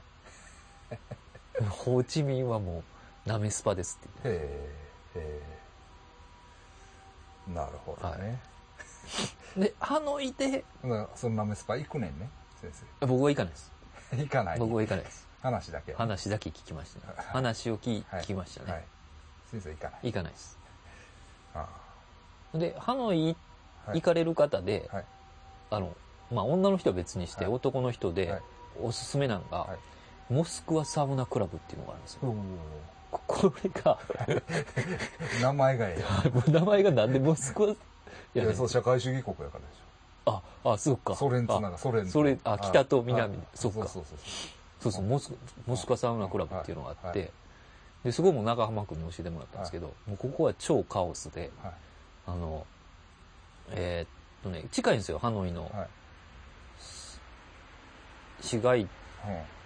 S2: ホーチミンはもう、ナメスパですって
S1: へえ、へえ。なるほどね。
S2: で、歯のいて、
S1: なそのラメスパ行くねんね、先
S2: 僕は行かないです。
S1: 生。 行かない。
S2: 僕は行かないです。
S1: 話だけ。
S2: 話だけ聞きましたね。話を聞,、
S1: はい
S2: 聞きましたね、
S1: はい。先生行かない。
S2: 行かないです。
S1: あ
S2: で、歯のい
S1: あはい
S2: 行かれる方で、
S1: はい
S2: あの、まあ、女の人は別にして、
S1: はい
S2: 男の人で
S1: はい、
S2: おすすめなのが、
S1: は
S2: モスクワサウナクラブっていうのがあるんですよ。
S1: お
S2: ここれが、
S1: ー名前がえ
S2: 名前がなんでモスクワ、い
S1: えやん。い
S2: ね
S1: や、そう、社会主義国やからでし
S2: あ、あ、そうか。
S1: ょ。ソ連つなが、ソ連と
S2: それあ北と南
S1: はい
S2: そっか
S1: そうそう
S2: そうそう、モスモスクワサウナクラブっていうのがあっ
S1: はいは
S2: て、で、そこも長浜君に教えてもらったんですけど、もうここは超カオスで、
S1: はい
S2: あの、えーっとね、近いんですよ、ハノイの
S1: そう。はい。
S2: 市街
S1: うん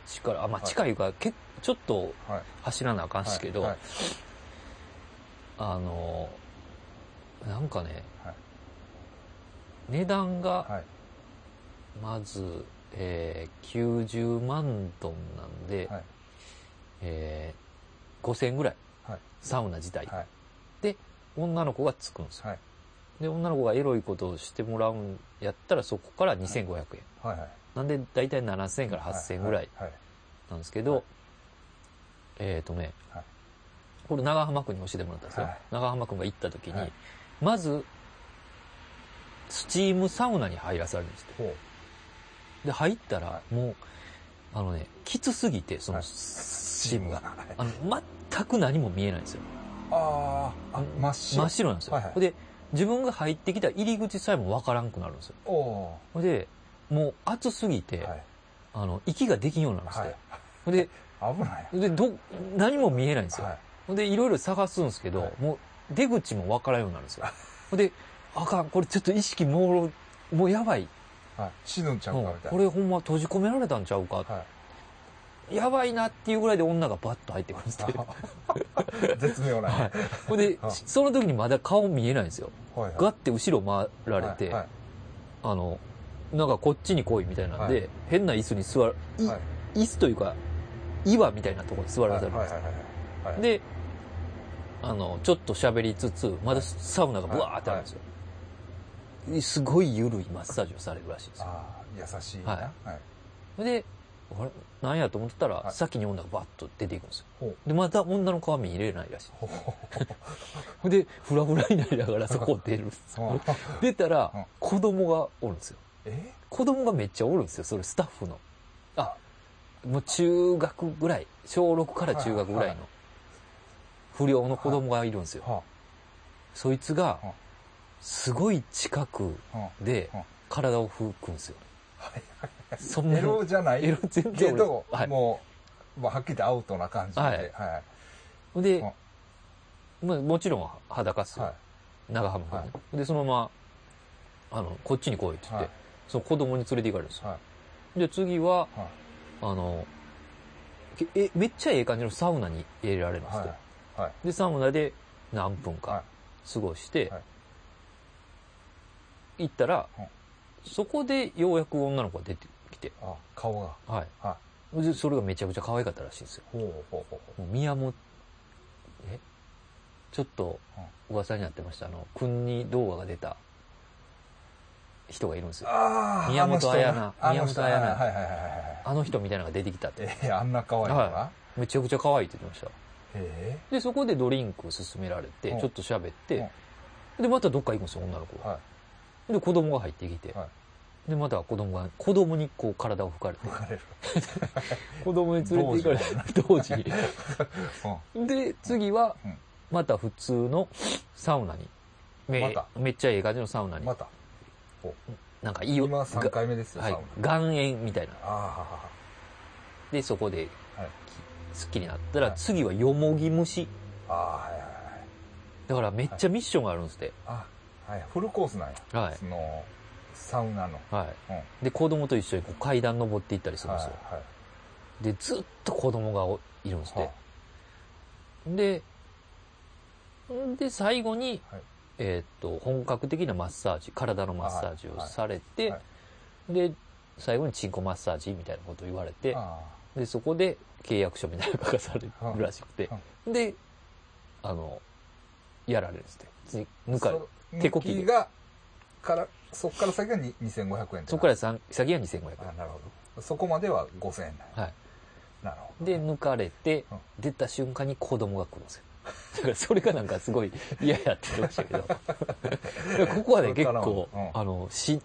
S2: 地から、あ、まあ
S1: はい
S2: 近いから、けちょっと
S1: はい。
S2: 走らなあかんですけど、
S1: はい
S2: あの、なんかね、
S1: はい
S2: 値段が、
S1: はい。
S2: まず、えー90万ドンなんで、
S1: はい
S2: えー5000円ぐらい、
S1: はい
S2: サウナ自体、
S1: はい
S2: で、女の子がつくんですよ。
S1: はい。
S2: で、女の子がエロいことをしてもらうんやったら、そこから2500円。
S1: はいはい。
S2: なんで、だいたい7000円から8000円ぐらい
S1: はい。はい
S2: なんですけど、
S1: はい
S2: えっ、とね、
S1: はい
S2: これ長浜君に教えてもらったんですよ。
S1: はい
S2: 長浜君が行った時に、
S1: はい
S2: まず、スチームサウナに入らされるんですって。
S1: ほう。
S2: で、入ったら、もう、あのね、きつすぎて、そ
S1: は
S2: の
S1: い
S2: スチームが。
S1: はい
S2: あの、全く何も見えないんですよ。
S1: あーあ、真っ白。
S2: 真っ白なんですよ。
S1: はいはい
S2: で、自分が入ってきた入り口さえもわからんくなるんですよ。
S1: おお
S2: ほんで、もう暑すぎて、
S1: ー。はい。
S2: あの、息ができんようになるんですよ。
S1: はい。
S2: ほんで、
S1: 危ない。
S2: で、ど、何も見えないんですよ。
S1: はい。
S2: ほんで、いろいろ探すんですけど、
S1: はい
S2: もう出口もわからんようになるんですよ。 ほんで、あかん、これちょっと意識朦朧、もうやばい。
S1: はい。死ぬんちゃう
S2: も
S1: か
S2: う
S1: みたい
S2: これほんま閉じ込められたんちゃうか。
S1: な。はい。
S2: やばいなっていうぐらいで女がバッと入ってくるんですって。は。
S1: あ絶妙な。はい
S2: ほんで
S1: はい、
S2: その時にまだ顔見えないんですよ。
S1: いはい。
S2: ガッて後ろ回られて、
S1: はい
S2: あの、なんかこっちに来いみたいなんで、
S1: はい
S2: 変な椅子に座る、い
S1: はい。
S2: 椅子というか、岩みたいなところに座
S1: は
S2: ら
S1: い
S2: さ
S1: は
S2: れ
S1: い
S2: るんで
S1: はい
S2: す、
S1: はい。はい、
S2: で、あの、ちょっと喋りつつ、まだサウナがブワーってあるんですよ。すごい緩いマッサージをされるらしいんですよ。
S1: ああ、優しいな。
S2: はい
S1: はい。
S2: で、あれなんやと思ってたら、
S1: はい
S2: 先に女がバッと出ていくんですよ。
S1: ほう。
S2: で、また女の顔は見れないらしい。
S1: ほうほ
S2: ほ んで、フラフラになりながらそこを出るんです
S1: うほう
S2: よ。出た
S1: う
S2: ら
S1: ん、
S2: 子供がおるんですよ。
S1: え
S2: 子供がめっちゃおるんですよ、それスタッフの。あ、もう中学ぐらい、小6から中学ぐらい
S1: はい
S2: の不良の子供がいるんですよ。
S1: は
S2: そいつが
S1: はい、
S2: すごい近く
S1: あ、うん。
S2: で
S1: はい
S2: 体を拭くんですよ。そん な
S1: エロじゃない
S2: エロ全
S1: け
S2: 然
S1: ど、
S2: 俺は
S1: もう、まあ、はっきり言ってアウトな感じで。
S2: はい。
S1: はい。はいう
S2: で、まあもちろん裸っす
S1: い。は
S2: よ。長浜君ねで、そのまま、あの、こっちに来いって言っ
S1: はい
S2: て、その子供に連れて行かれるんです
S1: は
S2: よ。で、次は、
S1: い。はい。
S2: あの、けえ、めっちゃええ感じのサウナに入れられるんですよ
S1: は。い。はい。
S2: で、サウナで何分
S1: は
S2: か過ごして、
S1: はい
S2: 行ったら、
S1: うん
S2: そこでようやく女の子が出てきて、
S1: あ、顔が。
S2: は。
S1: はい
S2: でそれがめちゃくちゃ可愛かったらしいんですよ。
S1: い。ほうほうほうほ
S2: もう宮本、えちょっと噂になってました、あの、国に動画が出た人がいるんです
S1: う。
S2: よ。
S1: ああ、
S2: 宮本彩奈
S1: あの人
S2: 宮本彩
S1: な
S2: 奈
S1: はいはいはいはい
S2: あの人みたいなのが出てきたって。
S1: はい。えー、あんな可愛いの
S2: は
S1: が
S2: めちゃくちゃ可愛いって言ってました。
S1: え
S2: で、そこでドリンクを勧められて
S1: う、ん
S2: ちょっと喋って、で、またどっか行くんですよ、女の子
S1: え
S2: が。
S1: は
S2: で、子供が入ってきて、
S1: は
S2: で、また子供が、子供にこう体を拭かれ て
S1: い。、浮かれる。
S2: 子供に連れて行かれて、同 時に。
S1: うん。
S2: で、次は
S1: うん、
S2: また普通のサウナに。め
S1: ま
S2: めっちゃええ感じのサウナに
S1: ま。た。
S2: なんかいいよ。
S1: 今3
S2: が
S1: 回目ですよ、
S2: はい
S1: サウ。
S2: 岩塩みたいな。
S1: ナ。あ
S2: で、そこで
S1: はい、
S2: すっきりなったら、
S1: はい
S2: 次はよもぎ虫。
S1: あ、ああ、はいはいはい。
S2: だからめっちゃミッションがあるんですって。
S1: あ、はい。フルコースなんや。
S2: はい
S1: その、サウナの。
S2: は
S1: うん。はい
S2: い。で、子供と一緒にこう階段登っていったりするんですよ。
S1: はい。
S2: で、ずっと子供がおいるんですって。で、で、最後に、
S1: はい
S2: えーっと、本格的なマッサージ、体のマッサージをされて、
S1: はい
S2: で、最後にチンコマッサージみたいなことを言われて、
S1: あ
S2: で、そこで契約書みたいなのが書かされるらしくて
S1: は、
S2: で、あの、やられるんですって。つい抜
S1: あ
S2: かれ
S1: そ
S2: 手こきで
S1: 向きが、から、そっから先がに2500円
S2: そこかららさん先が2500
S1: あなるほどそこまでは5000円
S2: 円。はい。
S1: なるほど
S2: で、抜かれて
S1: うん、
S2: 出た瞬間に子供が来るんですよ。 だからそれがなんかすごい嫌やって言ってました けど。だからここはね、
S1: それ
S2: 結
S1: から
S2: 構、
S1: うん
S2: あの、し、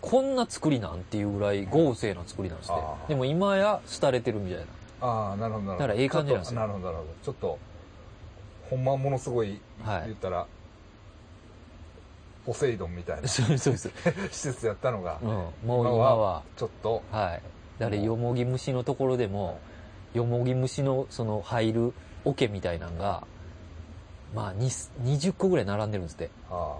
S2: こんな作りなんていうぐらい豪勢な作りなんですね
S1: あ。ー
S2: でも今や廃れてるみたいな。
S1: ああなるほどなるほど
S2: だからええ感じなんですよ
S1: ちょっとなるほどなるほどちょっとほんまものすごい
S2: はい
S1: 言ったら、ポセイドンみ たいな施
S2: そうそうそう。
S1: 設やったのが
S2: うん。もう今は、
S1: ちょっと
S2: はい。誰、よもぎ虫のところでも、よもぎ虫のその入る桶みたいなのが、まあ、に20個ぐらい並んでるんですって。
S1: あ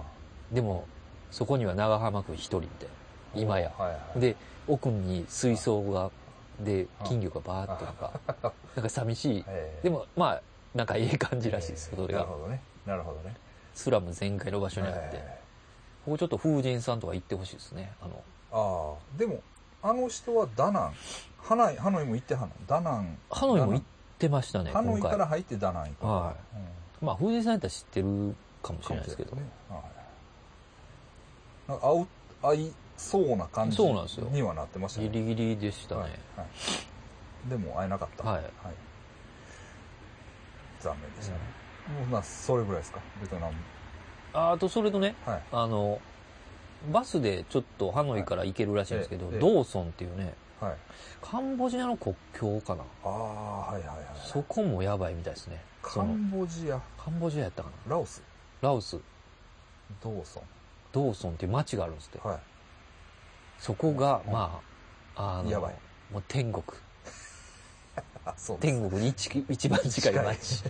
S2: でも、そこには長浜君一人みたい
S1: あ
S2: な。今や。
S1: はいはい、
S2: で、奥に水槽が、で
S1: あ、
S2: 金魚がバーってなん か、なんか寂しい。
S1: ええ
S2: でも、まあ、なんかええ感じらしいですよ、それ
S1: な
S2: が
S1: る。ほどねなるほどね
S2: スラム全開の場所にあって。
S1: え
S2: ここちょっと風神さんとか行ってほしいですね。あの、
S1: えああでもあの人はダナンハノイハノイも行ってハノイダナン
S2: ハノイも行ってましたね、
S1: ハノ
S2: 今
S1: イか
S2: 回。
S1: ら入ってダナン行く
S2: は
S1: うん
S2: い。まあ、風神さんやったら知ってるかもしれないですけど。
S1: はいなんか合う合いそうな感じ
S2: そうなんですよ
S1: にはなってました
S2: ギ
S1: ね
S2: リギリでした
S1: はい
S2: ね。
S1: はいでも会えなかった
S2: はい
S1: 残念でしたね、もうまあそれぐらいですかベトナム
S2: ああと、それとね、
S1: はい
S2: あの、バスでちょっとハノイから行けるらしいんですけど、
S1: はいええ
S2: ドーソンっていうね、
S1: はい
S2: カンボジアの国境かな。
S1: ああはいはいはい
S2: そこもやばいみたいですね。
S1: カ
S2: その
S1: ンボジア
S2: カンボジアやったかな。
S1: ラオス
S2: ラオス、
S1: ドーソ
S2: ドーソンっていう街があるんですって。
S1: ンはい
S2: そこが、
S1: うん
S2: まあ、あの、
S1: やばい
S2: もう天国。
S1: あそうです
S2: 天国 に一一番近い街。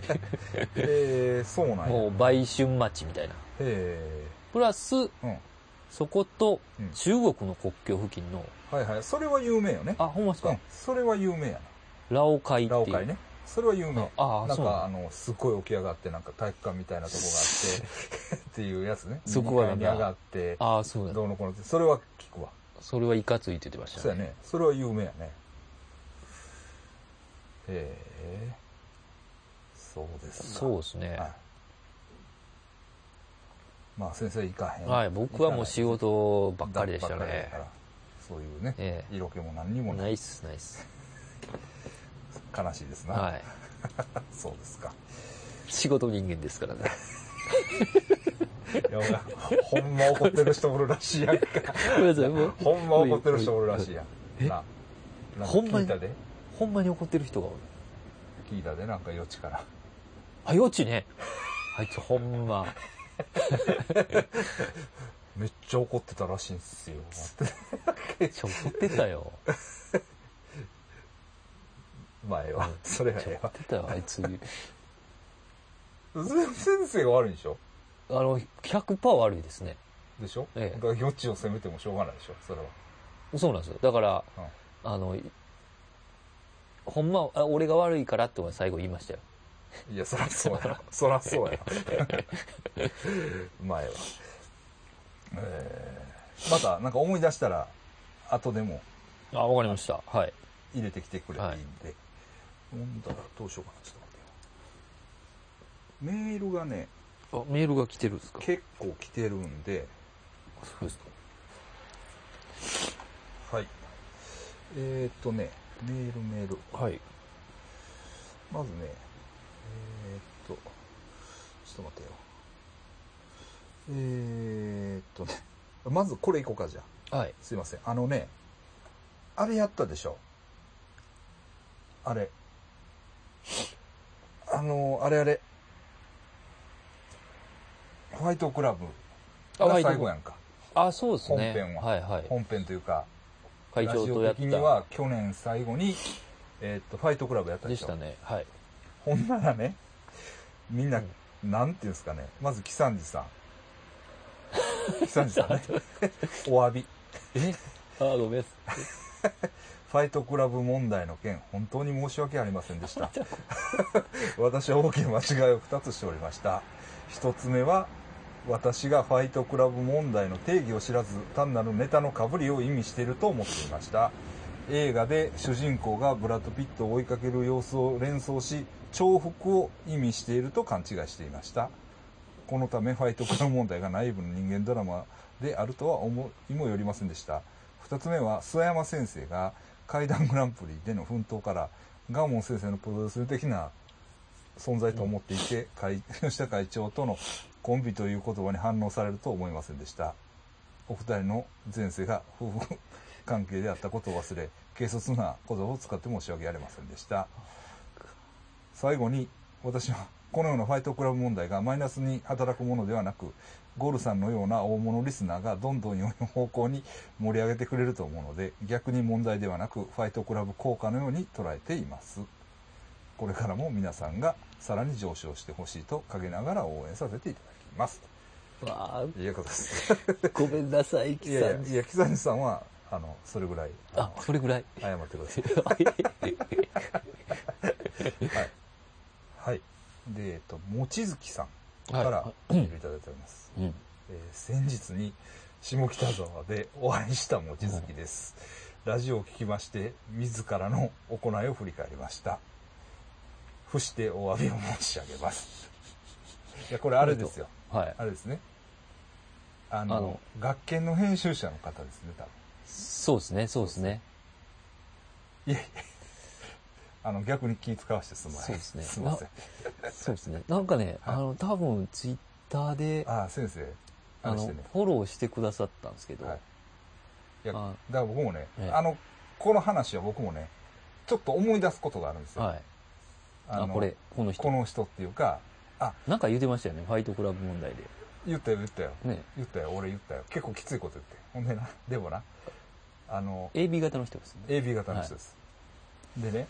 S1: えー、そうなんや
S2: もう売春街みたいな。
S1: え
S2: プラス、
S1: えうん
S2: そこと
S1: うん
S2: 中国の国境付近の、
S1: はいはいそれは有名よね
S2: あ、ほんまです
S1: う
S2: か
S1: ん、それは有名やな
S2: ラオカイってい
S1: ラ
S2: う。
S1: オカイねそれは有名
S2: ああー
S1: なん
S2: そうなん
S1: か
S2: だ
S1: あのすごい起き上がってなんか体育館みたいなとこ があってっていうやつね
S2: そこはなん
S1: 二
S2: だ
S1: 階に上がって
S2: ああ、そうだ。
S1: どうのこうのってそれは聞くわ
S2: それはいかついって言ってましたね。
S1: そうやねそれは有名やねへえそうですか
S2: そうですね。
S1: はいまあ先生行かへん
S2: はい、僕はもう仕事ばっかりでした
S1: ばっかりだ
S2: ね
S1: か。らそういうね
S2: え
S1: 色気も何に
S2: え
S1: もな
S2: ナ
S1: い
S2: イス、ナイス。
S1: 悲しいですな、
S2: はい。
S1: そうです か
S2: 仕事人間です からね。
S1: いやほんま怒ってる人おるらしいやんか
S2: ごめんなさい、もう、
S1: ほんま怒ってる人おるらしいやん。な。なんか
S2: ほんま
S1: 聞
S2: に
S1: いたで
S2: ほんまに怒ってる人がおる。
S1: 聞いたで、なんか余地から。
S2: あ、よちね。あいつほんま。
S1: めっちゃ怒ってたらしいんすよ。
S2: ちょ、怒ってたよ。
S1: 前は。それは
S2: ちょ、
S1: ええ
S2: 怒
S1: わ
S2: ってたよ、あいつ。
S1: 先生が悪いんでしょ
S2: あの、100%悪いですね。
S1: でしょだ
S2: ええ
S1: から余地を責めてもしょうがないでしょそれは。
S2: そうなんですよ。だから、あの、ほんま、あ俺が悪いからって俺は最後言いましたよ。
S1: い や、そらそうやな。そらそうやな。前は。えーまた、なんか思い出したら、後でも
S2: あ、わかりました。はい。
S1: 入れてきてくれていいんで。ほんだら、どうしようかな。ちょっと待ってよ。メールがね、
S2: あ、メールが来てるんですか
S1: 結構来てるんで、
S2: そうですか。
S1: はい。えー、っとね、メールメール。
S2: はい。
S1: まずね、えー、っと、ちょっと待ってよ。えー、っとね、まずこれいこうか、じゃあ。
S2: はい。
S1: すいません。あのね、あれやったでしょ。あれ。あの、あれあれ。ホワイトクラブ
S2: あ
S1: が
S2: ホワイト
S1: 最後やんか。
S2: あ、そうですね。
S1: 本編はい
S2: はい。
S1: 本編というか、
S2: 会長とや
S1: ラ
S2: っ
S1: ジオ的に
S2: た。
S1: は去年最後に、えーっと、ファイトクラブやったで
S2: で
S1: し
S2: し
S1: ょ。
S2: たね。はい。
S1: ほんならね、みんな、
S2: うん
S1: なんていうんですかね。まず、キサンジ さん。キサンジさんね。お詫び。
S2: えあ、ごめんなさい。
S1: ファイトクラブ問題の件、本当に申し訳ありませんでした。私は大きな間違いを2つしておりました。1つ目は、私がファイトクラブ問題の定義を知らず、単なるネタのかぶりを意味していると思っていました。映画で主人公がブラッド・ピットを追いかける様子を連想し、重複を意味していると勘違いしていました。このためファイトクラブ問題が内部の人間ドラマであるとは思いもよりませんでした2つ目は諏訪山先生が怪談グランプリでの奮闘からガーモン先生のプロデュース的な存在と思っていて、会 吉田会長とのコンビという言葉に反応されると思いませんでしたお二人の前世が夫婦関係であったことを忘れ軽率な言葉を使って申し訳ありませんでした最後に私はこのようなファイトクラブ問題がマイナスに働くものではなくゴルさんのような大物リスナーがどんどん良い方向に盛り上げてくれると思うので逆に問題ではなくファイトクラブ効果のように捉えていますこれからも皆さんがさらに上昇してほしいと陰ながら応援させていただきます
S2: わあ
S1: ということです
S2: ごめんなさい、
S1: い
S2: キさ
S1: や
S2: ん
S1: いや。いや木谷さんはあのそれぐらいあ
S2: あ、それぐら い。
S1: の謝ってくださいはい。はい。で、えっと、望月さんから
S2: は
S1: メールいただいております。
S2: うん。
S1: えー先日に下北沢でお会いした望月です。ラジオを聞きまして、自らの行いを振り返りました。伏してお詫びを申し上げます。いや、これあれですよ。
S2: はい。
S1: あれですね。あ
S2: あ
S1: の
S2: の、
S1: 学研の編集者の方ですね、多分。
S2: そうですね、そうですね。
S1: いやいや。あの、逆に気使わせてすまない。
S2: そうですね
S1: すいません。
S2: そうですね。なんかね、
S1: はい
S2: あの、多分ツイッターで、
S1: ああ、先生。あ
S2: あ
S1: れして
S2: の、
S1: ね。
S2: フォローしてくださったんですけど、
S1: はい。いや、だか
S2: あ
S1: ら僕もね、
S2: ええ
S1: あの、この話は僕もね、ちょっと思い出すことがあるんですよ。
S2: はい。
S1: あの
S2: あ、これ、この人
S1: こ。の人っていうか、あ、
S2: なんか言ってましたよね、ファイトクラブ問題で。
S1: 言ったよ言ったよ。
S2: ね。
S1: 言ったよ、俺言ったよ。結構きついこと言って。ほんでな、でもな、あの、
S2: AB 型の人ですね。
S1: AB 型の人です。でね、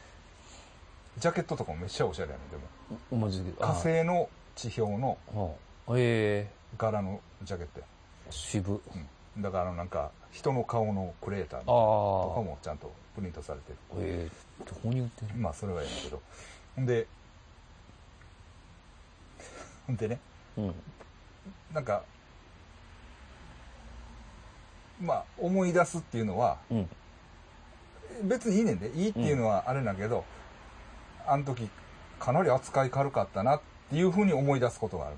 S1: ジャケットとかもめっちゃおしゃれやねんでも。
S2: 思いつく。
S1: 火
S2: あ
S1: 星の地表の
S2: はあえ
S1: 柄のジャケットや。
S2: え渋。
S1: うん。だからあのなんか、人の顔のクレーターみたい
S2: あ
S1: なとか
S2: あ。
S1: もちゃんとプリントされてる。
S2: ええどこに売ってんの
S1: まあそれはやるけど。ほんで、ほんでね、
S2: うん。
S1: なんか、まあ思い出すっていうのは、
S2: うん。
S1: 別にいいねんで、いいっていうのはあれなんだけど、あの時かなり扱い軽かったなっていうふうに思い出すことがある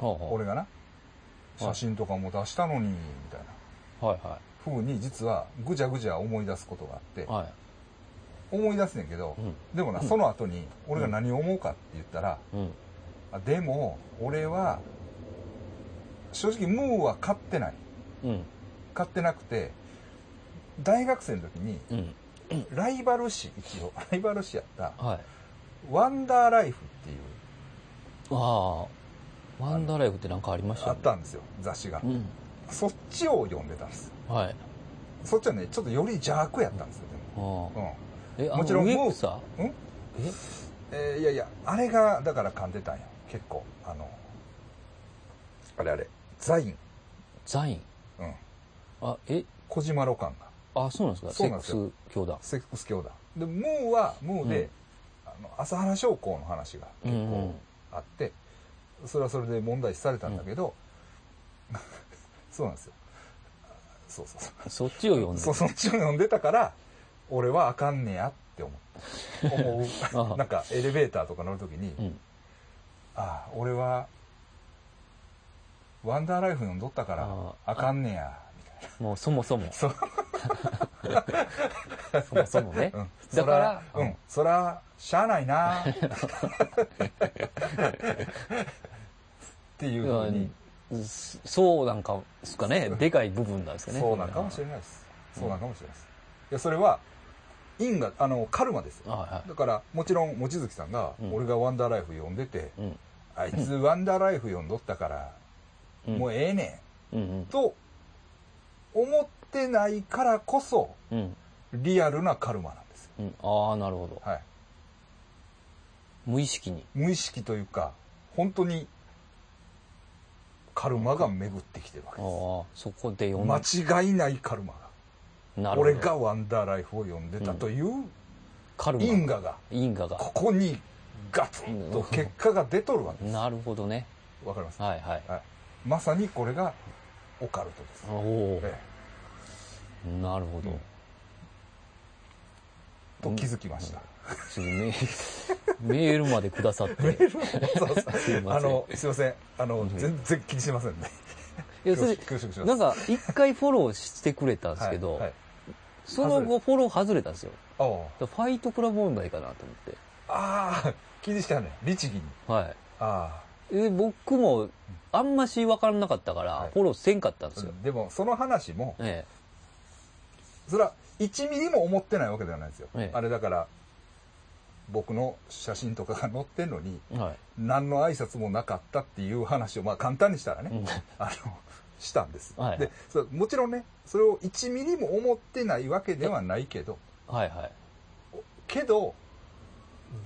S1: の
S2: はあ、は
S1: 俺がな、写真とかも出したのに、みたいな
S2: あ。はいは
S1: ふうに実はぐじゃぐじゃ思い出すことがあって
S2: い。、は
S1: 思い出すねんけど
S2: い。、
S1: でもな、その後に俺が何を思うかって言ったら、
S2: うん。うん。
S1: あでも俺は正直ムーは買ってない
S2: うん。
S1: 買ってなくて大学生の時に
S2: うん。
S1: ライバル誌一応ライバル誌やった
S2: はい。
S1: 「ワンダーライフ」っていう
S2: ああ。ワンダーライフってなんかありました
S1: あったんですよ雑誌が
S2: うん。
S1: そっちを読んでたんです
S2: はい。あ
S1: そっちはねちょっとより邪悪やったんですよで
S2: あ。
S1: も
S2: え、あ
S1: もちろ
S2: の、
S1: ん
S2: 植
S1: もう
S2: 草
S1: うん、うん
S2: え
S1: えーいやいやあれがだから噛んでたんよ結構あのあれあれザイン、
S2: ザイン
S1: うん、
S2: あ、え
S1: 小島露館が
S2: あ、そうなんですか
S1: そ
S2: セ
S1: うな
S2: ッ
S1: んで
S2: ク
S1: す
S2: ス
S1: よ
S2: 教団。
S1: セックス教団。で、ムーはムーで、
S2: うん
S1: あの朝原将校の話が結
S2: うんう
S1: 構
S2: ん
S1: あって、それはそれで問題視されたんだけど、 そうなんですよ。そうそうそう。
S2: そっちを読んで。
S1: そうそっちを読んでたから、俺はあかんねやって思う。思
S2: あ
S1: う。なんかエレベーターとか乗るときに、
S2: うん。
S1: ああ、俺は、ワンダーライフ読んどったから
S2: あ、あ
S1: あかんねや、みたいな。
S2: もうそもそも、
S1: そう。
S2: そもそもね
S1: うん。
S2: だから、
S1: そらうん、そら、しゃあない なっていうふうに、
S2: うんそそうなんか、すかね。でかい部分なんですかね。
S1: そうなんかもしれないです。そうなんかもしれないです。いや、それは、因果、あの、カルマですよ。
S2: はいは
S1: だから、もちろん、望月さんが
S2: う、ん
S1: 俺がワンダーライフ読んでて、
S2: い。うん。
S1: あいつワンダーライフ読んどったから、
S2: うん
S1: もうええね
S2: うんうん
S1: ん、と、思ってないからこそ、
S2: うん。
S1: リアルなカルマなんですよ。
S2: うん。ああ、なるほど。
S1: はい。
S2: 無意識に。
S1: 無意識というか本当にカルマが巡ってきてるわ
S2: あ
S1: け
S2: あ、そこで読んで。
S1: です間違いないカルマ
S2: な
S1: が
S2: るほど
S1: 俺がワンダーライフを読んでたという
S2: カルマ。
S1: 因果が
S2: 因果が。
S1: ここにガツンと結果が出とるわけです
S2: なるほどね。
S1: わかります、
S2: はいはい。
S1: はい、まさにこれがオカルトです、
S2: おおー、
S1: え
S2: なるほ
S1: え
S2: ど。
S1: と気づきました、
S2: ちょっとね、メールま でくださっ
S1: メ
S2: て。
S1: ールをわざわざ
S2: すいま
S1: あ
S2: せん
S1: の、すいません。あの、
S2: ん
S1: 全然気にしませんね。
S2: いや、それ、
S1: 恐縮恐縮します。
S2: なんか、一回フォローしてくれたんですけど、
S1: はいはい
S2: その後フォロー外れたんですよ。
S1: あ
S2: だからファイトクラブ問題かなと思って。
S1: ああ、気にしてはんねん。律儀に。
S2: はい。
S1: あ
S2: で僕も、あんまし分からなかったから
S1: はい、
S2: フォローせんかったんで
S1: あ
S2: すよ。。
S1: でも、その話も、
S2: え
S1: それは1ミリも思ってないわけではないですよ。
S2: ええ
S1: あれだから、僕の写真とかが載ってんのに、
S2: え。はい。
S1: 何の挨拶もなかったっていう話を、まあ簡単にしたらね、
S2: うん
S1: あの、したんです。
S2: はい
S1: でそれもちろんね、それを1ミリも思ってないわけではないけど、
S2: はいはい。
S1: けど、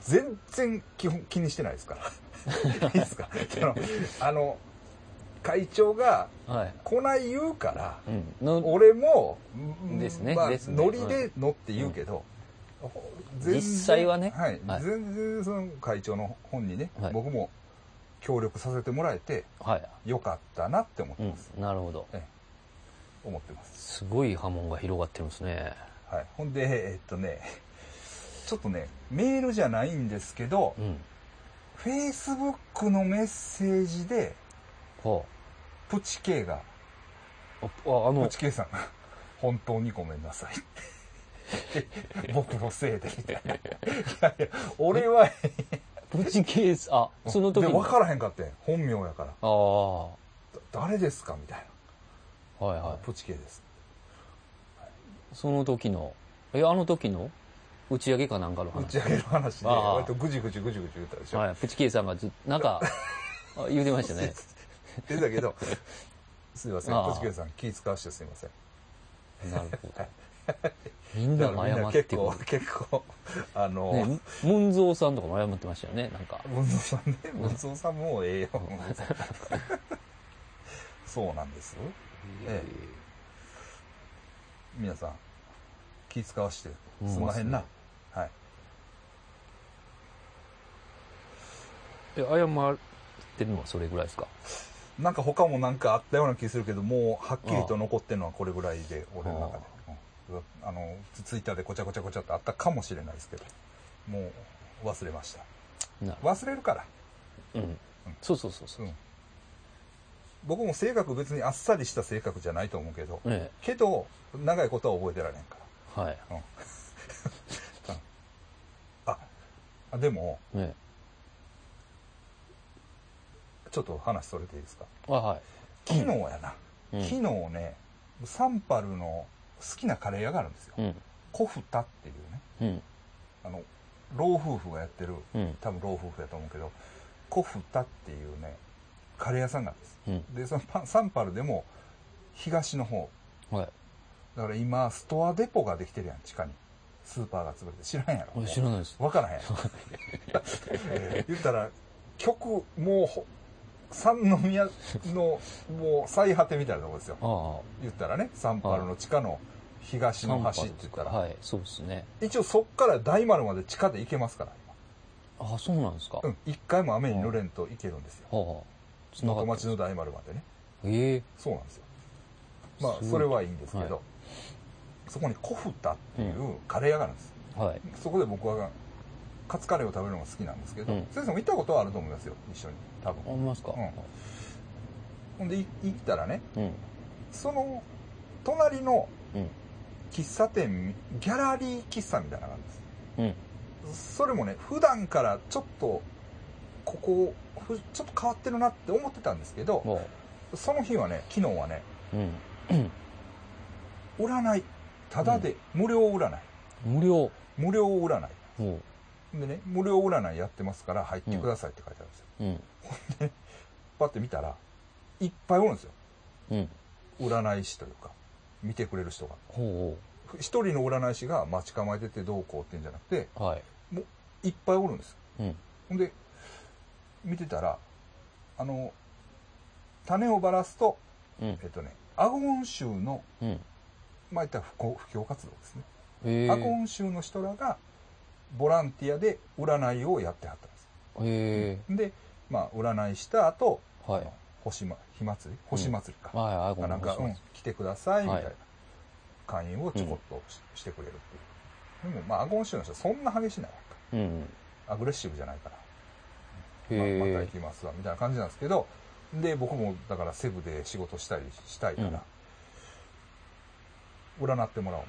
S1: 全然基本気にしてないです から。いいですかあの、あの、会長が
S2: はい。
S1: 来ない言うから、
S2: うん。の
S1: 俺も、
S2: ですね
S1: まあ
S2: ですね
S1: ノリで乗って言うけど、全然
S2: 実際はね
S1: はい。
S2: はい
S1: 全然その会長の本にね、
S2: はい
S1: 僕も協力させてもらえて、
S2: はい。
S1: よかったなって思ってます。
S2: うん。なるほど。
S1: ええ思ってます。
S2: すごい波紋が広がってるんですね。
S1: はい。ほんで、えっとね、ちょっとね、メールじゃないんですけど、
S2: うん。
S1: フェイスブックのメッセージで、
S2: は
S1: プチ K が、
S2: あ。ああ
S1: プ
S2: の
S1: チ、K さん が、本当にごめんなさい。僕のせい で、みたいな。いやいや、俺は、
S2: プチケース、あ、その時
S1: で
S2: に。
S1: 分
S2: あ
S1: からへんかって、本名やから。
S2: あー。
S1: だ誰ですかみたい
S2: はい
S1: な。
S2: は
S1: プチ K です。
S2: い。その時の、え、あの時の打ち上げかなんかの
S1: 打
S2: 話。
S1: ち上げの話で、
S2: ああ
S1: 割とぐじぐじぐじぐじ言ったでしょ。
S2: はい。プチケースさんがず、なんか、あ言うてました ね。
S1: 出たけど、すいません、
S2: ああ
S1: プチ K さん気使わしてすいません。
S2: なるほど。みんなが
S1: みん
S2: 謝
S1: な
S2: って
S1: 結
S2: くる
S1: 構、結構、あの、
S2: ね、文蔵さんとかも謝ってましたよね、なんか。
S1: 文蔵さんね文蔵さんもうええよ 文蔵さんそうなんですえ皆さん気使わしてすまへんな、はい
S2: え謝ってるのはそれぐらいですか。
S1: なんか他もなんかあったような気するけどもうはっきりと残ってるのはこれぐらいで俺の中でうんあのツツイッターでごちゃごちゃごちゃってあったかもしれないですけどもう忘れました
S2: なる
S1: 忘れるから、
S2: うん。そうそうそうそうう。
S1: ん、僕も性格別にあっさりした性格じゃないと思うけど、
S2: え
S1: けど長いことは覚えてられへんから
S2: え、はい。
S1: ああでも
S2: え
S1: ちょっと話それていいですか
S2: え、あ、はい。
S1: 昨日やな、
S2: うん
S1: 昨日ねサンパルの好きなカレー屋があるんですよ、
S2: うん。
S1: コフタっていうね
S2: う
S1: あ
S2: ん。
S1: の老夫婦がやってる
S2: うん。
S1: 多分老夫婦やと思うけどコフタっていうねカレー屋さんなんです
S2: うん。
S1: でそのパンサンパルでも東の方
S2: はい。
S1: だから今ストアデポができてるやん地下にスーパーが潰れて知らんやろ
S2: 俺知らないです。
S1: 分からへん言ったら曲もうほ三宮のもう最果てみたいなとこですよ
S2: あ
S1: 言ったらねサンパルの地下の東
S2: あ。
S1: の端って言ったら、
S2: はい、そうですね。
S1: 一応そっから大丸まで地下で行けますから
S2: ああ、そうなんですか。
S1: 今うん一回も雨に濡れんと行けるんですよ
S2: はあ。つなが
S1: 元
S2: って
S1: 町の大丸までね
S2: ええ
S1: そうなんですよまあ
S2: すごい
S1: それはいいんですけど、
S2: は
S1: そこにコフタっていうカレー屋があるんです、
S2: はい。
S1: そこで僕はカツカレーを食べるのが好きなんですけど、
S2: うん
S1: 先生も行ったことはあると思いますよ一緒に多分
S2: ありますか。
S1: ほんでい行ったらね
S2: うん。
S1: その隣の
S2: うん。
S1: 喫茶店ギャラリー喫茶みたいなのがあるんです
S2: うん。
S1: それもね普段からちょっとここふちょっと変わってるなって思ってたんですけど
S2: も
S1: その日はね昨日はね
S2: う。うん。
S1: 占いただで無料占い、
S2: 無料。
S1: 無料占
S2: もう。
S1: いでね無料占いやってますから入ってくださいって書いてあるんですよ、
S2: うん。
S1: パッて見たらいっぱいおるんですよ
S2: うん。
S1: 占い師というか見てくれる人が
S2: ほ
S1: 一人の占い師が待ち構えててどうこうってんじゃなくて
S2: うほう。はい。
S1: いっぱいおるんですよ
S2: うん。
S1: ほんで見てたらあの種をばらすと
S2: うん
S1: え。っとねアゴン州の
S2: うん。
S1: まあいったら不幸布教活動ですね、
S2: ええ
S1: アゴン州の人らがボランティアで占いをやってはったんです
S2: え
S1: でまあ占いした後
S2: えはい。
S1: 星、ま、火祭り星祭りか、
S2: はい、アイコン
S1: なんか、
S2: う
S1: うんん、来てください、みたいな
S2: はい。
S1: 会員をちょこっとし,、てくれるっていう。でも、まあ、アゴン州の人はそんな激しないわけ。
S2: うん。
S1: アグレッシブじゃないから。ま
S2: へ
S1: また行
S2: え
S1: きますわみたいな感じなんですけどで僕もだからセブで仕事したりしたいから、占ってもらおうっ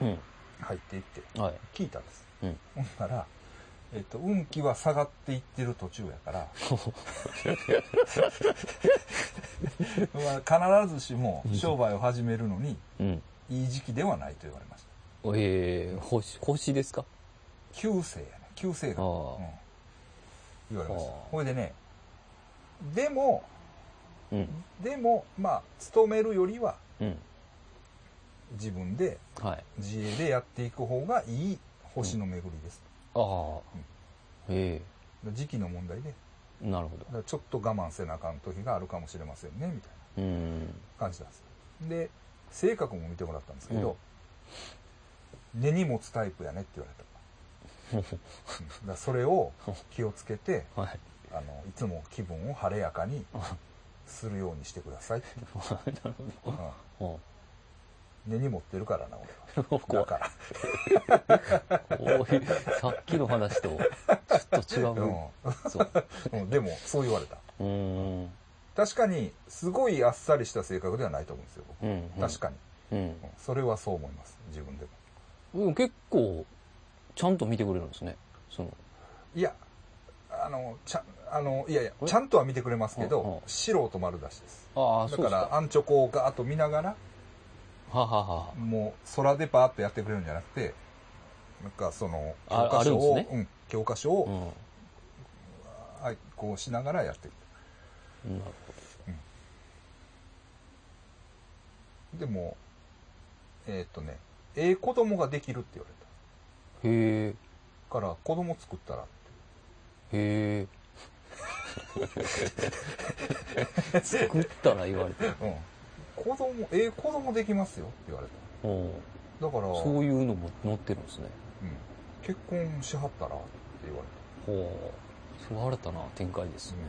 S1: て
S2: うん
S1: 入っていって
S2: はい
S1: 聞いたんです
S2: うん
S1: ほんなら、えっと、運気は下がっていってる途中やから まあ必ずしも商売を始めるのに
S2: うん
S1: いい時期ではないと言われました
S2: ええ星星ですか
S1: 旧世やね旧世
S2: あ
S1: が、うん、
S2: あ
S1: 言われました
S2: ああ
S1: ほいでねでも
S2: うん
S1: でもまあ勤めるよりは
S2: うん
S1: 自分で
S2: はい
S1: 自営でやっていく方がいい星の巡りです、
S2: ああえ
S1: 時期の問題でだ
S2: えなるほど
S1: からちょっと我慢せなあかん時があるかもしれませんねみたい
S2: うん
S1: な感じなんですで性格も見てもらったんですけど、根に持つタイプやねって言われ た、うんだからそれを気をつけて
S2: はい
S1: あのいつも気分を晴れやかにするようにしてくだ さいって、
S2: なる
S1: う
S2: ほ
S1: ん
S2: ど
S1: 根に持ってるからな
S2: うん
S1: 俺は
S2: 怖
S1: だから
S2: い怖いさっきの話とちょっと違うそう
S1: うんうんでもそう言われた
S2: うーん
S1: 確かにすごいあっさりした性格ではないと思うんですよ、僕
S2: うん
S1: 確かに、
S2: うん
S1: うんそれはそう思います自分でも
S2: でも結構ちゃんと見てくれるんですねその
S1: いやあのちゃんあのいやいや
S2: え
S1: ちゃんとは見てくれますけど、
S2: うんうん
S1: 素人丸出しです
S2: ああ
S1: だ
S2: そう
S1: か
S2: ですから
S1: アンチョコをガーッと見ながら
S2: ははは
S1: もう空でパーッとやってくれるんじゃなくてなんかその教
S2: あ
S1: 科書を、
S2: あるんです
S1: うん、教科書を、
S2: うん
S1: はいこうしながらやってく
S2: なるほ
S1: るでもえーっとねええ子供ができるって言われ
S2: どへえ
S1: たから子供作 ったらって
S2: へえ作ったら言われて
S1: うん、子供ええ子供できますよって言われた
S2: うん
S1: だから
S2: そういうのも載ってるんですね
S1: うん、結婚しはったらって言われ
S2: ほうそれ新たな展開です
S1: た、
S2: ね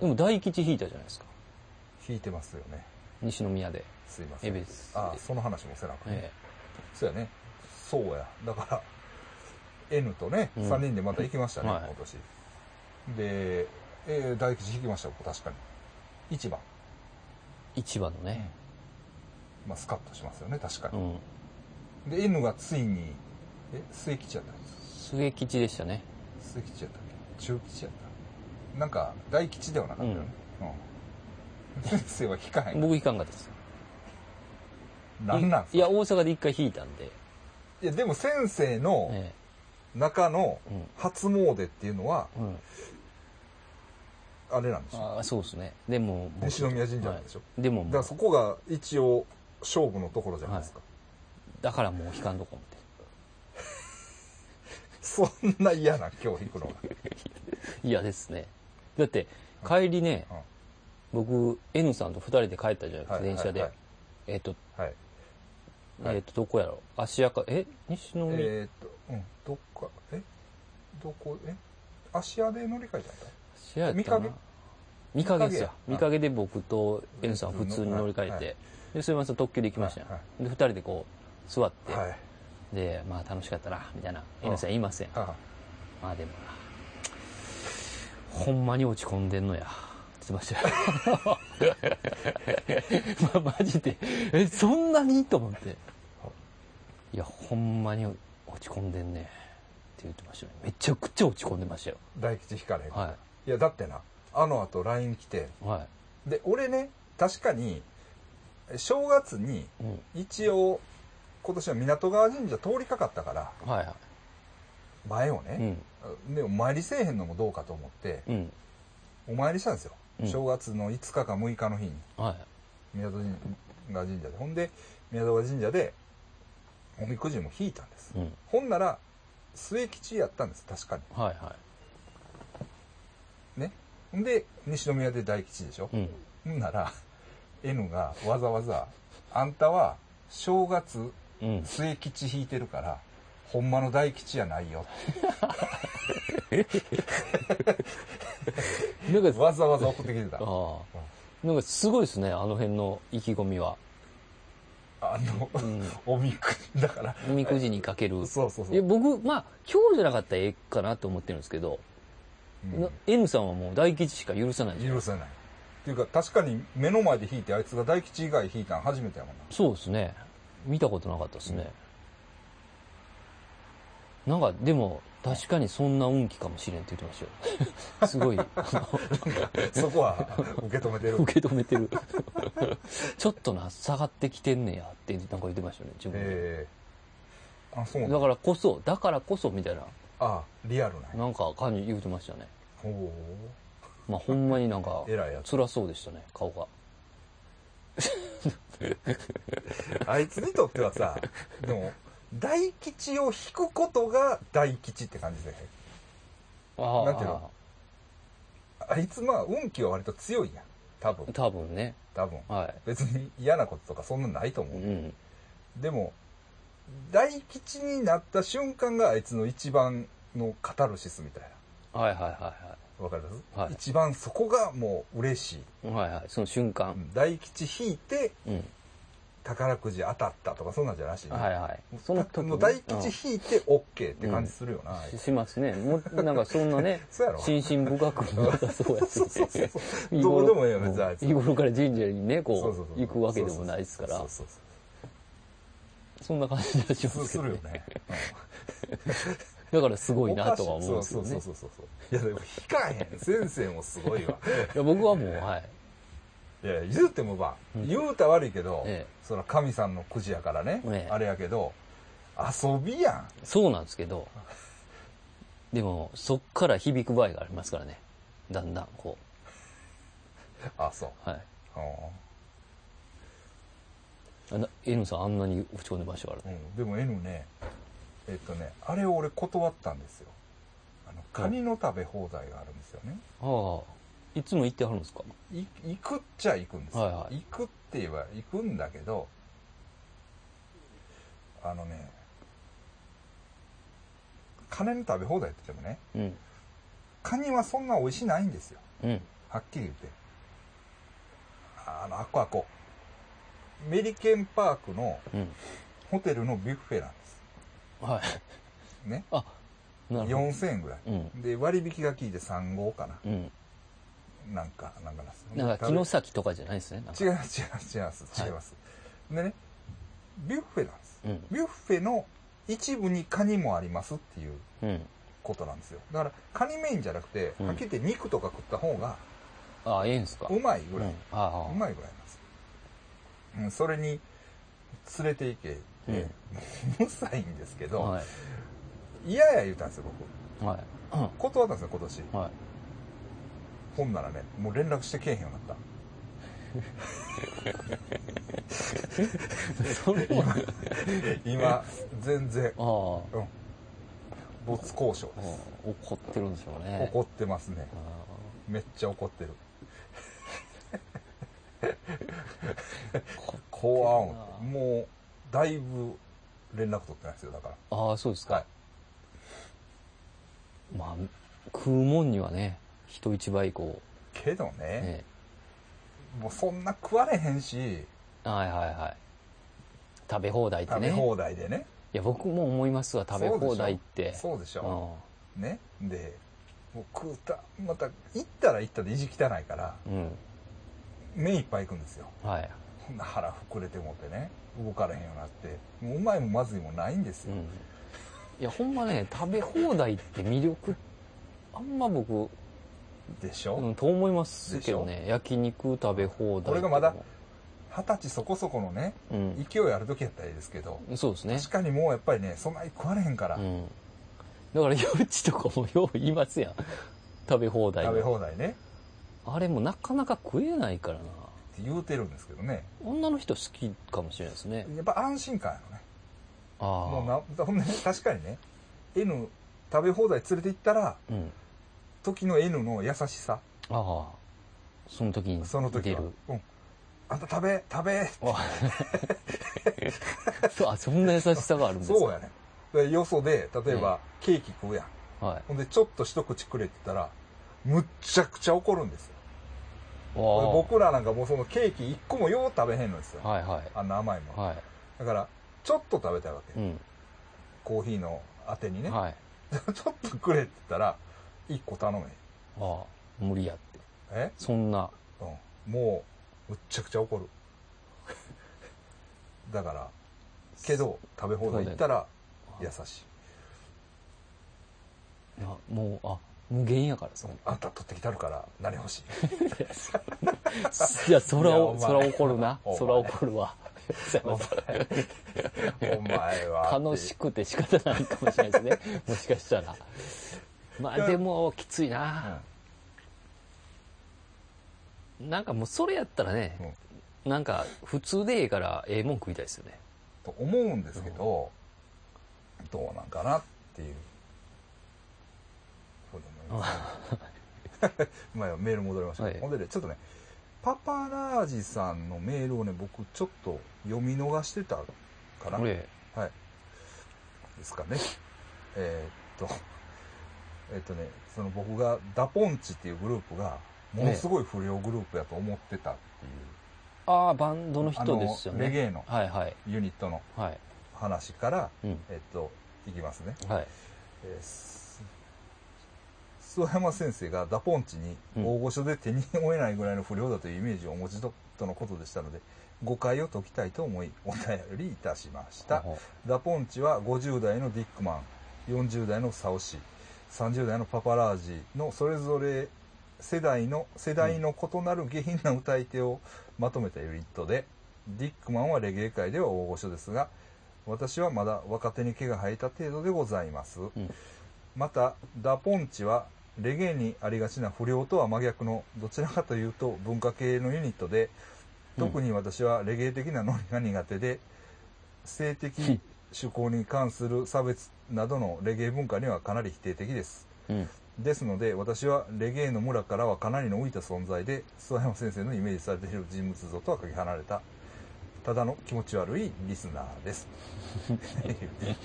S1: うん、
S2: でも大吉引いたじゃないですか
S1: 引いてますよね
S2: 西宮です
S1: いませ
S2: 恵
S1: ん
S2: 比寿
S1: ああその話もせなあかん、
S2: え
S1: そうやねそうやだから N とね、
S2: うん
S1: 3人でまた行きましたね、
S2: はい
S1: 今年で、えー大吉引きましたよ確かに1番、
S2: え一番のね
S1: まあ、スカッとしますよね確か
S2: う
S1: に、
S2: ん
S1: で N がついにえ末吉やったっけ
S2: 末吉でしたね
S1: 末吉やったっけ中吉やったなんか大吉ではなかったよね、うん先生は引かへん
S2: 僕引かんかったです
S1: なんなんすか
S2: いや大阪で一回引いたんで
S1: いやでも先生の
S2: え
S1: 中の
S2: え
S1: 初詣っていうのは
S2: うんうん
S1: あれなんでしょ
S2: ああそうですねでも僕
S1: 西宮神社なんでしょ
S2: はいでもも
S1: だ
S2: う
S1: からそこが一応勝負のところじゃないですか、
S2: だからもう引かんとこみたい
S1: そんな嫌な今日引くのが、
S2: ないやですねだって帰りね僕 N さんと2人で帰ったじゃないですか
S1: はい
S2: 電車
S1: は
S2: で
S1: い
S2: えっと
S1: はい、はい、はい
S2: えっとどこやろ芦屋かえ西宮
S1: えーっとうんどっかえどこえ芦屋で乗り換えちゃった
S2: 芦屋やったかな
S1: 見
S2: 見
S1: か
S2: か
S1: け
S2: けですよ
S1: 見
S2: 見
S1: か
S2: かけで僕と N さん普通に乗り換
S1: は
S2: え
S1: いは
S2: てでそれまで特急で行きましたよ
S1: はいは
S2: で2人でこう座って
S1: はい
S2: でまあ楽しかったなみたいな
S1: うん
S2: N さん言いません
S1: は
S2: まあでもなほんまに落ち込んでんのやって 言ってましたよまあマジでえそんなにと思っていやほんまに落ち込んでんねって言ってましたよめちゃくちゃ落ち込んでましたよ
S1: 大吉引かれへん、、
S2: はい
S1: やだってなあのあと LINE 来て
S2: いは
S1: で俺ね確かに正月に
S2: い、うん、
S1: 一応今年は港川神社通りかかったから
S2: はいは
S1: 前を
S2: い、う
S1: ね、
S2: ん
S1: でお参りせえへんのもどうかと思って
S2: うん
S1: お参りしたんですよ、
S2: うん
S1: 正月の5日か6日の日に
S2: はい
S1: 港川神社でほんで港川神社でおみくじも引いたんです、
S2: うん
S1: ほんなら末吉やったんです確かに
S2: はいは
S1: ねほんで西宮で大吉でしょ、
S2: いうん
S1: ほんなら N がわざわざ「あんたは正月
S2: うん
S1: 末吉引いてるから、ほんまの大吉やないよ。
S2: なんか
S1: わざわざ送ってきてた。
S2: ああなんかすごいですねあの辺の意気込みは
S1: ああの、
S2: うん
S1: おみくだから、
S2: おみくじにかける。
S1: そうそうそ
S2: いや
S1: う。
S2: 僕、まあ、今日じゃなかったらええかなと思ってるんですけど、
S1: うん
S2: な N さんはもう大吉しか許さないじゃん
S1: 許せない。っていうか、確かに目の前で引いて、あいつが大吉以外引いたん初めてやもん な。
S2: そうですね。見たことなかったですね。なんか、でも、確かにそんな運気かもしれんって言ってま したよ。すごい、あ
S1: そこは受け止めてる
S2: の。受け止めてる。 ちょっとな、下がってきてんねやって、なんか言ってましたね、自分で。
S1: ええあ、そうなん
S2: だからこそ、だからこそ、みたいな、
S1: あ、リアルなんや。
S2: なんか感じ言ってましたね。
S1: おお
S2: まあ、ほんまになんか
S1: ー、、偉いやつ。
S2: 辛そうでしたね、顔が。
S1: あいつにとってはさ、でも、大吉を引くことが大吉って感じで。
S2: ああ
S1: なんていうのあいつまあ、運気は割と強いやん。多分、
S2: 多分ね。
S1: 多分。
S2: は
S1: 別に嫌なこととかそんなないと思
S2: い。う
S1: う。
S2: ん。
S1: でも、大吉になった瞬間があいつの一番のカタルシスみたい
S2: はいはいは
S1: な。わかります、
S2: はい
S1: 一番そこがもう嬉しい。
S2: いはい。はいはい。その瞬
S1: う
S2: 間。
S1: ん大吉引いて
S2: うん。
S1: 宝くじ当たったとかそんなんじゃなし、
S2: はいはい。その時
S1: もう
S2: に
S1: 大
S2: う
S1: 吉引いて OK って感じするよな。あい
S2: ん
S1: つ、
S2: しますね。もう、なんかそんなね
S1: そうやろ
S2: 心身深くもなさ そうやし。
S1: そうそうそうそう。
S2: 日
S1: ど
S2: 頃
S1: うでもええよ、別にあいつ。
S2: 日頃から神社にね、
S1: そう
S2: こ
S1: そうそう
S2: う、行くわけでもないですか
S1: そ
S2: ら
S1: う、そうそう
S2: そんな感じがし
S1: そう
S2: ます
S1: す
S2: けど
S1: るよ
S2: ね。
S1: ね。
S2: だからすごいなとは思うんです
S1: そ
S2: よ
S1: う
S2: ね。
S1: そうそうそうそう。いや、でも引かへん。先生もすごい わ。
S2: いや僕はもう、はい。
S1: いやいや言うてもまあ、
S2: うん
S1: 言うたら悪いけど、
S2: ええ
S1: そら神さんのくじやからね、
S2: ええ
S1: あれやけど、遊びやん。
S2: そうなんですけど、でも、そっから響く場合がありますからね。だんだん、こ
S1: あ、そう。
S2: う。はい。
S1: う
S2: あな N さんあんなに落ち込んでましたからね。
S1: んうん、でも N ね、えっとね、あれを俺断ったんですよ。あの、カニの食べ放題があるんですよね。
S2: ああ。いつも行ってはるんですか
S1: い行くっちゃ行くんですよ、
S2: はいはい
S1: 行くって言えば行くんだけどあのねカニの食べ放題って言ってもね
S2: うん。
S1: カニはそんな美味しないんですよ
S2: うん。
S1: はっきり言ってあのあっこあっこメリケンパークの
S2: うん。
S1: ホテルのビュッフェなんです
S2: はい。
S1: ね
S2: あ、なるほ
S1: 4000円ぐらい、
S2: ど。うん。
S1: で割引が効いて3号かな
S2: うん。
S1: なんかなんかです
S2: なんか、
S1: 食べ
S2: 城崎とかじゃないですね。なんか
S1: 違います違います違います違います、でねビュッフェなんです
S2: うん。
S1: ビュッフェの一部にカニもありますっていう
S2: うん。
S1: ことなんですよだからカニメインじゃなくて、
S2: うん
S1: はっきり言って肉とか食った方が
S2: ああ、ええんすか
S1: うまいうぐ
S2: ん
S1: らい、。
S2: あ
S1: う
S2: あ。
S1: まいぐらいなんですよ、うん、それに連れて行けって、
S2: うん
S1: もううるさいんですけど、
S2: はい。
S1: 嫌や言うたんですよ僕
S2: はい。う
S1: 断ったんですよ今年
S2: ん。はい。
S1: ほんならねもう連絡してけえへんようになった
S2: それは、
S1: 今全然
S2: ああ。うん
S1: うん没交渉です
S2: 怒ってるんでしょうね。
S1: 怒ってますね
S2: あ
S1: めっちゃ怒 ってる
S2: あこ
S1: 怖
S2: な
S1: っもうだいぶ連絡取ってないですよだから
S2: ああ、そうですか。
S1: はい
S2: まあ、食うもんにはね、人一倍こ
S1: けどね
S2: う、ね。
S1: もうそんな食われへんし
S2: はいはいはい。食べ放題って
S1: 食べ
S2: ね。
S1: 放題でね
S2: いや、僕も思いますわ、食べ放題って。
S1: そうでし
S2: う
S1: ょ、ねでもう食うたまた行ったら行ったで意地汚いから
S2: ん。
S1: 目いっぱい行くんですよ
S2: うん。はい。
S1: ほんな腹膨れてもってね動かれへんようになってもううまいもまずいもないんです
S2: う
S1: よ、
S2: ん。いや、ほんまね、食べ放題って魅力、あんま僕、
S1: でしょ
S2: う
S1: 二十
S2: ん、と思いますけどね。焼肉食べ放題。
S1: これがまだ、歳そこそこのね
S2: うん。
S1: 勢いある時やったらいいですけど
S2: そうですね
S1: 確。かにもうやっぱりねそんなに食われへんから、
S2: うん。だから、夜市とかもよう言いますやん。食べ放題の。
S1: 食べ放題ね
S2: あれもなかなか食えないからな。
S1: って言うてるんですけどね
S2: 女の人好きかもしれないですね。
S1: やっぱ安心感やろね
S2: ああ。
S1: もうなだほんでね確かにね N 食べ放題連れて行ったら
S2: うん。
S1: 時の N の優しさ
S2: ああ。その時に出る。
S1: その時は、うん、あんた食べ食べ
S2: あ そうあ、そんな優しさがあるんですか
S1: そうやねでよそで例えば、ケーキ食うやん
S2: はい。
S1: ほんでちょっと一口くれって言ったらむっちゃくちゃ怒るんですよ
S2: わあ
S1: 僕らなんかもうそのケーキ一個もよう食べへんのですよ
S2: はいはい。
S1: あんな甘いもん
S2: はい。
S1: だからちょっと食べたいわけ、
S2: うん。
S1: コーヒーのあてにね、
S2: はい。
S1: ちょっとくれって言ったら1個頼め
S2: ああ、無理やって。
S1: え、
S2: そんな、
S1: うん、もうむっちゃくちゃ怒る だからけど食べ放題行ったら優しい
S2: なもう、あ、無限やから、そんな。
S1: あんた取ってきたるから何欲し い
S2: いやそいや、そら
S1: いやお
S2: お、
S1: 前
S2: そら怒るな
S1: お。前
S2: そら怒るわ。すい
S1: お
S2: ません
S1: 前お前は
S2: 楽しくて仕方ないかもしれないですね。もしかしたら。まあでも、きついな。なんかもうそれやったらね、なんか普通でええからええもん食いたいですよね。
S1: と思うんですけど、どうなんかなっていうふうに思い ます、ね、まあメール戻りました、
S2: はい
S1: ほんでねちょっとねパパラージさんのメールをね僕ちょっと読み逃してたかな
S2: これ、
S1: はい。ですかね。えーっと、えーっとね、その僕がダポンチっていうグループが、ものすごい不良グループやと思ってたっていう
S2: ああ、バンドの人ですよね。
S1: あのレゲエの
S2: はいはい。
S1: ユニットの
S2: はい。
S1: 話から、
S2: うん。
S1: えーっと、いきますね。
S2: はい。
S1: えーす諏訪山先生がダポンチに大御所で手に負えないぐらいの不良だというイメージをお持ちととのことでしたので、誤解を解きたいと思い、お便りいたしました。
S2: ほう
S1: ダポンチは50代のディックマン、40代のサオシ、30代のパパラージのそれぞれ世代の、世代の異なる下品な歌い手をまとめたユニットで、ディックマンはレゲエ界では大御所ですが、私はまだ若手に毛が生えた程度でございます。
S2: ん
S1: また、ダポンチはレゲエにありがちな不良とは真逆の、どちらかというと文化系のユニットで、特に私はレゲエ的なノリが苦手で、性的趣向に関する差別などのレゲエ文化にはかなり否定的です。
S2: うん。
S1: ですので、私はレゲエの村からはかなりの浮いた存在で、諏訪山先生のイメージされている人物像とはかけ離れた、ただの気持ち悪いリスナーです。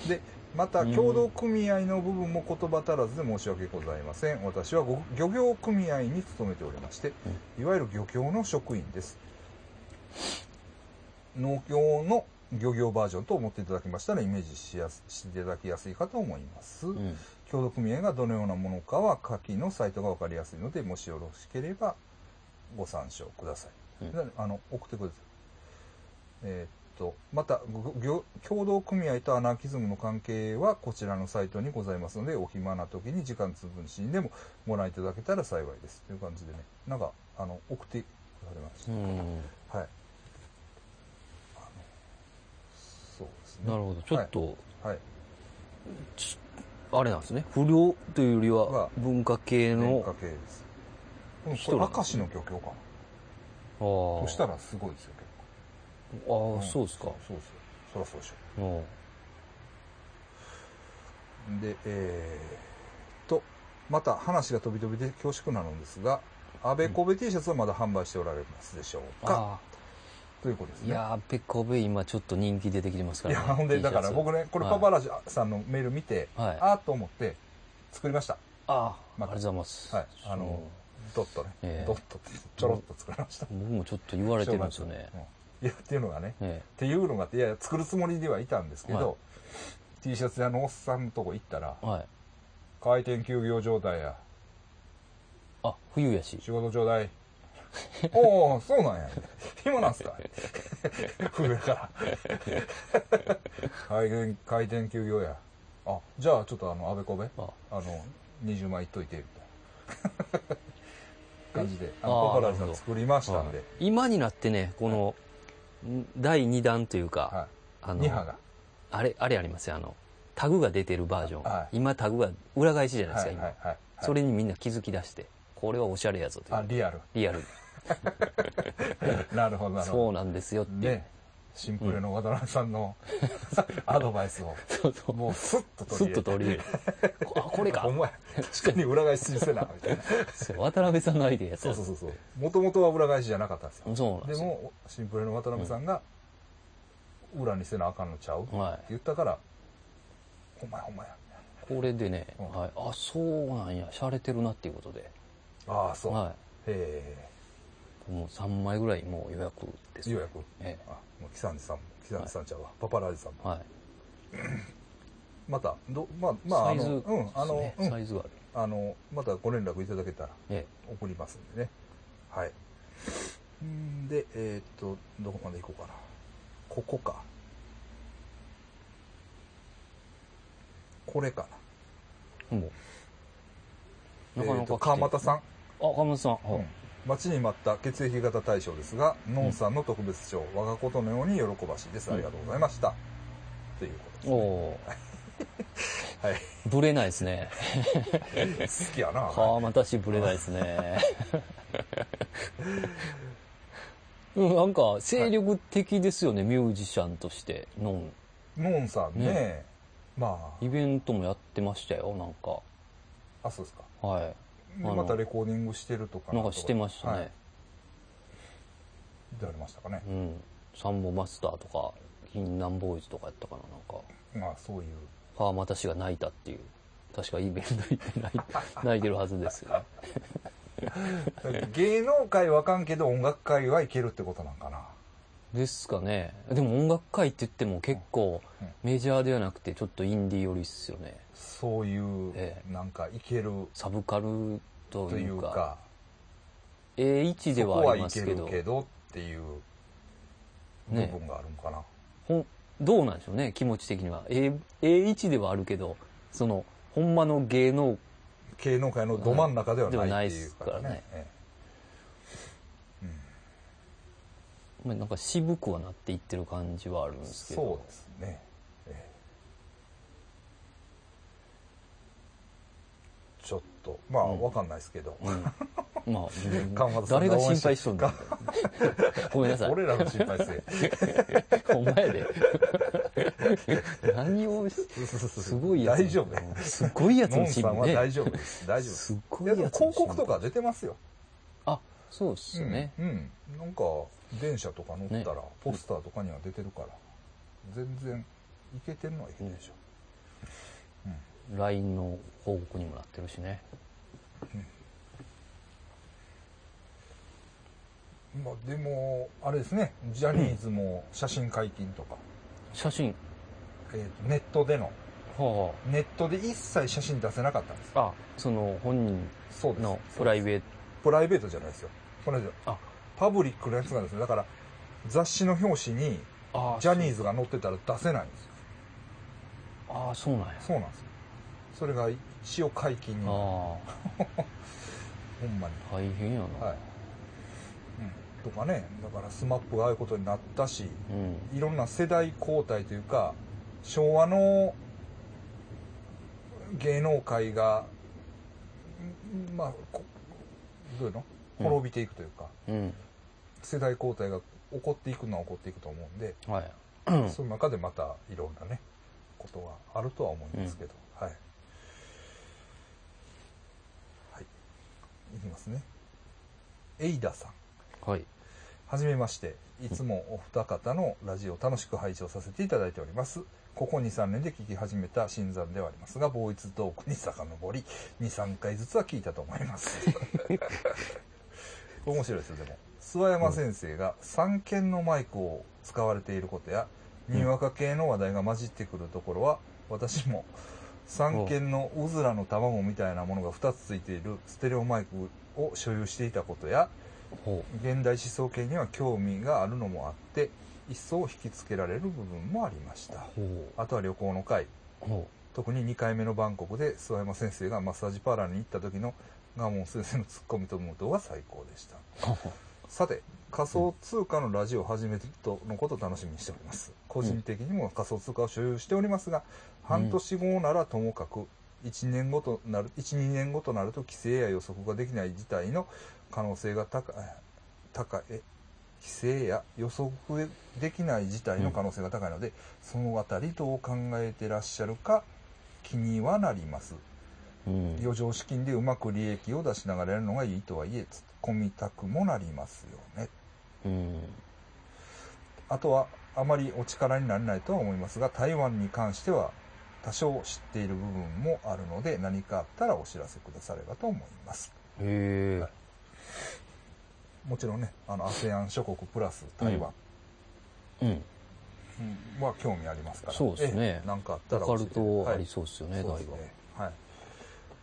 S1: で、また、共同組合の部分も言葉足らずで申し訳ございません。私はご漁業組合に勤めておりまして、いわゆる漁協の職員です。農協の漁業バージョンと思っていただきましたらイメージしやすしていただきやすいかと思います。
S2: うん。
S1: 協同組合がどのようなものかは下記のサイトが分かりやすいのでもしよろしければご参照ください、
S2: うん
S1: なあの送ってくださいえーっとまたごご共同組合とアナーキズムの関係はこちらのサイトにございますのでお暇な時に時間つぶしにでもご覧いただけたら幸いですという感じでねなんかあの送ってくださりました、
S2: うん
S1: はいあのそうですね
S2: なるほど。ちょっと、
S1: はい、はい
S2: あれなんですね。不良というより
S1: は
S2: は、文化系
S1: 演
S2: の、
S1: 歌系です。うん
S2: 人
S1: こ
S2: な
S1: れ
S2: んだ
S1: 明石の漁協かな。
S2: あー
S1: そしたらすごいですよ、結
S2: あ
S1: 構。ん
S2: ーそうですか。
S1: そうですよ。そりゃそうでし
S2: うん
S1: ょ。で、えー、と、また話が飛び飛びで恐縮なのですが、安倍神戸 T シャツはまだ販売しておられますでしょうか、
S2: あ
S1: ということです
S2: ー
S1: ね。
S2: いやー、ペコベ今ちょっと人気出てきてますか
S1: い
S2: ら
S1: や、
S2: ね。
S1: ほんで、
S2: T シャ
S1: だ
S2: ツ
S1: から僕ね、これ
S2: はい
S1: パパラジさんのメール見て、
S2: はい
S1: あーと思って作りました。
S2: ああ、
S1: まあ
S2: ありがとうございます。
S1: はい。あの、ドットね、
S2: ええ
S1: ドット、ちょろっと作りました。
S2: そう僕もちょっと言われてるんですよね。
S1: うんいや、っていうのがね、
S2: え
S1: っていうのがあっていや作るつもりではいたんですけど、
S2: は
S1: T シャツ屋のおっさんのとこ行ったら
S2: えはい。
S1: 「開店休業状態や
S2: あ、冬やし。
S1: 仕事ちょう だい」「おおそうなんや暇なんす か」冬やから 開店「開店休業や」あ「じゃあちょっとあのあべこべあ
S2: あ
S1: の20枚いっといて」みたい な感じであ
S2: あ
S1: の
S2: ー
S1: ポパラジさ
S2: なるほ
S1: ん
S2: ど
S1: 作りましたんで、
S2: はい今になってね、この、ん第2弾という
S1: は
S2: か、
S1: い
S2: あ
S1: 二波
S2: の、
S1: が
S2: あれ、あれありますよ、あの、タグが出てるバージョン。
S1: はい
S2: 今タグが裏返しじゃないです
S1: は
S2: か、
S1: い
S2: 今。
S1: はいはい
S2: それにみんな気づき出して、これはおしゃれやぞとい
S1: あ
S2: う。
S1: リアル
S2: リアル。
S1: なるほどなるほど
S2: そうなんですよっていう。
S1: ね、シンプルの渡辺さんのアドバイスを、
S2: そうそう。
S1: もうスッと
S2: ス
S1: 取
S2: ッ
S1: り
S2: と
S1: 入れて。
S2: 取り入れる。 あ、これか
S1: お。前、確かに裏返しにせな、みたいな。
S2: そう渡辺さんのアイデアやった
S1: そ
S2: や
S1: う
S2: つ
S1: そうそうそう。もともとは裏返しじゃなかったんですよ。
S2: そうなんで
S1: です
S2: よ。
S1: も、シンプルの渡辺さんが、裏にせなあかんのちゃう、って
S2: はい。
S1: 言ったから、ほんまやほんまや。
S2: これでね、
S1: うん
S2: はい、あそうなんや洒落てるなっていうことで、
S1: ああ、そう。
S2: は
S1: へえ。
S2: い、もう3枚ぐらいもう予約です。
S1: ようやく。
S2: え
S1: あ、もう、キサンジさんも、キサンジさんちゃうわ、パパラージさんも。
S2: え。はい。
S1: また、ど、まあ、まあ、
S2: サ
S1: あ
S2: イズ、
S1: の、うん、あの、
S2: です
S1: う
S2: ね
S1: ん
S2: サイズがある。
S1: あの、またご連絡いただけたら
S2: え
S1: 送りますんでね。はい。んで、えーっと、どこまで行こうかな。ここか。これか
S2: え。もう。
S1: な。
S2: な
S1: えー
S2: かな
S1: っと
S2: か。
S1: 川又さん。
S2: あ、川本さん。はい。
S1: 待ちに待った血液型大賞ですが、ノンさんの特別賞、我がことのように喜ばしいです。ありがとうございました。ということです、
S2: お
S1: ね。
S2: お
S1: はい。
S2: ー。ぶれないですね。
S1: 好きやな。
S2: 川又氏ぶれないです ね。うん、なんか、精力的ですよね、ミュージシャンとして。のん
S1: ノンさんね、
S2: ね
S1: ま
S2: イベントもやってましたよ、なんか。
S1: あ、あ、そうですか。
S2: はい。
S1: で
S2: あの
S1: またレコーディングしてるとか
S2: なんかしてましたね。
S1: はいでありましたかね。
S2: うん。サンボマスターとか、銀南ボーイズとかやったかな、なんか。
S1: まあ、そういう。
S2: 川又氏が泣いたっていう。確かイベント行っ て泣い泣いてるはずですよね。
S1: 芸能界わかんけど音楽界はいけるってことなんかな。
S2: ですかね。でも音楽界って言っても結構
S1: うん
S2: メジャーではなくてちょっとインディー寄りっすよね。
S1: そういう、
S2: え
S1: なんかいける
S2: サブカルと
S1: と
S2: い
S1: いうう
S2: か、
S1: か、
S2: A1 で
S1: そこ
S2: はあ
S1: は
S2: り
S1: い
S2: ま
S1: け
S2: すけ
S1: る
S2: ど、
S1: けどっていう部
S2: ね
S1: 分があるんかな。
S2: ほんどうなんでしょうね、気持ち的には。A、A1 ではあるけど、その、ほんまの芸能
S1: 芸能界のど真ん中ではないっていう
S2: ではないっすからね
S1: ええうん
S2: まあなんか渋くはなっていってる感じはあるんですけ
S1: そ
S2: ど。
S1: うですね、ええちょっとまあ、
S2: うん
S1: わかんないですけど、
S2: うん。まあ、
S1: 川
S2: う
S1: 端
S2: ん、
S1: さん
S2: 誰
S1: が応
S2: が心
S1: 援して
S2: 配しと んだごめんなさい。
S1: 俺らの心配性
S2: お前で。何をし、 すごいやつ。
S1: 大丈夫ね
S2: すごいやつ
S1: ノ
S2: の
S1: ン
S2: チ
S1: さ
S2: ー
S1: ん
S2: ム
S1: は
S2: ね。
S1: 大丈夫です大丈夫です
S2: すご
S1: い
S2: い
S1: や
S2: やつ
S1: でも
S2: のチーム
S1: 広告とか出てますよ、
S2: あ、そうっすよね。
S1: うん、うんなんか電車とか乗ったら、
S2: ね
S1: ポスターとかには出てるから全然いけてんのはいけてるでしょ、
S2: LINE の報告にもなってるしね。
S1: まあでもあれですねジャニーズも写真解禁とか、
S2: 写真。
S1: えーとネットでの
S2: は
S1: ネットで一切写真出せなかったんです
S2: あ。あ、その本人
S1: そうです
S2: のプライ
S1: ベー
S2: ベート。
S1: トプライベートじゃないですよこれ
S2: あ
S1: パブリックのやつがですねだから雑誌の表紙に
S2: あ
S1: ジャニーズが載ってたら出せないんですよ
S2: ああ、そうなんや。
S1: そうなんですよそれが一応解禁になるほ
S2: あ
S1: んまに
S2: あ、大変やな。
S1: はい、うん、とかねだから SMAP がああいうことになったし
S2: うん。
S1: いろんな世代交代というか昭和の芸能界がんまあこどういうの
S2: うん
S1: 滅びていくというか、
S2: うん。
S1: 世代交代が起こっていくのは起こっていくと思うんで、
S2: はい。
S1: その中でまたいろんなねことがあるとは思うんですけど、はいはいいきますねエイダさん
S2: はい。
S1: はじめまして。いつもお二方のラジオを楽しく拝聴させていただいております。ここ2、3年で聞き始めた新参ではありますが、ボーイズトークに遡り、2、3回ずつは聞いたと思います。 面白いですよ、でも。諏訪山先生が三軒のマイクを使われていることや、にわか系の話題が混じってくるところは、私も三軒のうずらの卵みたいなものが2つついているステレオマイクを所有していたことや、
S2: ほ
S1: 現代思想系には興味があるのもあって一層引きつけられる部分もありました
S2: う。ほ
S1: あとは旅行の会
S2: う。ほ
S1: 特に2回目のバンコクで諏訪山先生がマッサージパーラーに行った時のガモン先生のツッコミと無動が最高でした
S2: う。
S1: さて仮想通貨のラジオを始めるとのことを楽しみにしております個人的にも仮想通貨を所有しておりますが、半年後ならともかく1年後となる12年後となると規制や予測ができない事態の可能性が高い高いえ規制や予測できない事態の可能性が高いので、そのあたりどう考えてらっしゃるか気にはなります
S2: うん。
S1: 余剰資金でうまく利益を出しながらやるのがいいとはいえ突っ込みたくもなりますよね
S2: うん。
S1: あとはあまりお力になれないとは思いますが台湾に関しては多少知っている部分もあるので何かあったらお知らせくださればと思います
S2: へえ。
S1: もちろんね、あの、ASEAN 諸国プラス台湾
S2: うん。
S1: うんは興味ありますから。
S2: そうですね
S1: ええなんかあった
S2: オ
S1: ら
S2: カ
S1: 教
S2: ル
S1: えて。
S2: トあ
S1: はい
S2: りそうですよね、台
S1: そう
S2: 湾
S1: です。ね。は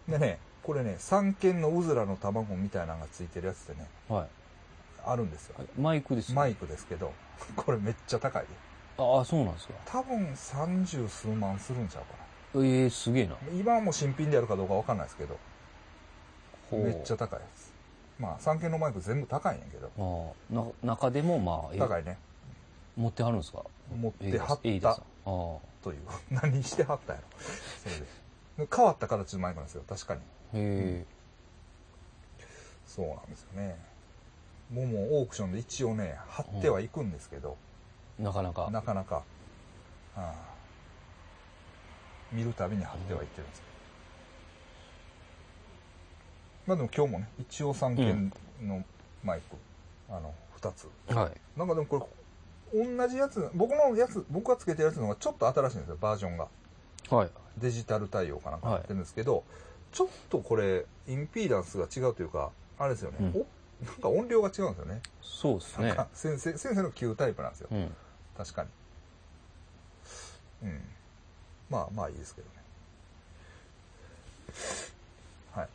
S1: い。でね、これね、三軒のうずらの卵みたいなのがついてるやつでね、
S2: は
S1: あるんですよ。
S2: い。マイクですね
S1: マイクですけど、これめっちゃ高いで。
S2: ああ、そうなんですか。
S1: 多分三十数万するんちゃうか
S2: ええすげえな。
S1: な。今はもう新品でやるかどうかわかんないですけど、
S2: ほう
S1: めっちゃ高いです。まあ、三軒のマイク全部高いんやけど、
S2: ああな中でもまあ、え
S1: 高いね。
S2: 持ってはるんですか
S1: 持ってはっ
S2: えいです
S1: た
S2: ああ
S1: という。 何してはったんやろ。それで。変わった形のマイクなんですよ、確かに。
S2: へ
S1: そうなんですよね。もうもうオークションで一応ね、貼ってはいくんですけど、
S2: えなかなか
S1: なかなか、ああ見るたびに貼ってはいってるんですけど。まあでも今日もね、一応3件のマイク、あの、2つ。
S2: はい
S1: なんかでもこれ、同じやつ、僕のやつ、僕がつけてるやつの方がちょっと新しいんですよ、バージョンが。
S2: はい
S1: デジタル対応かなんかやってるんですけど、ちょっとこれ、インピーダンスが違うというか、あれですよね、
S2: うん
S1: おなんか音量が違うんですよね。
S2: そうです
S1: な
S2: ね
S1: んか先生、先生の旧タイプなんですよ。
S2: うん
S1: 確かに。うん。まあまあいいですけどね。はい。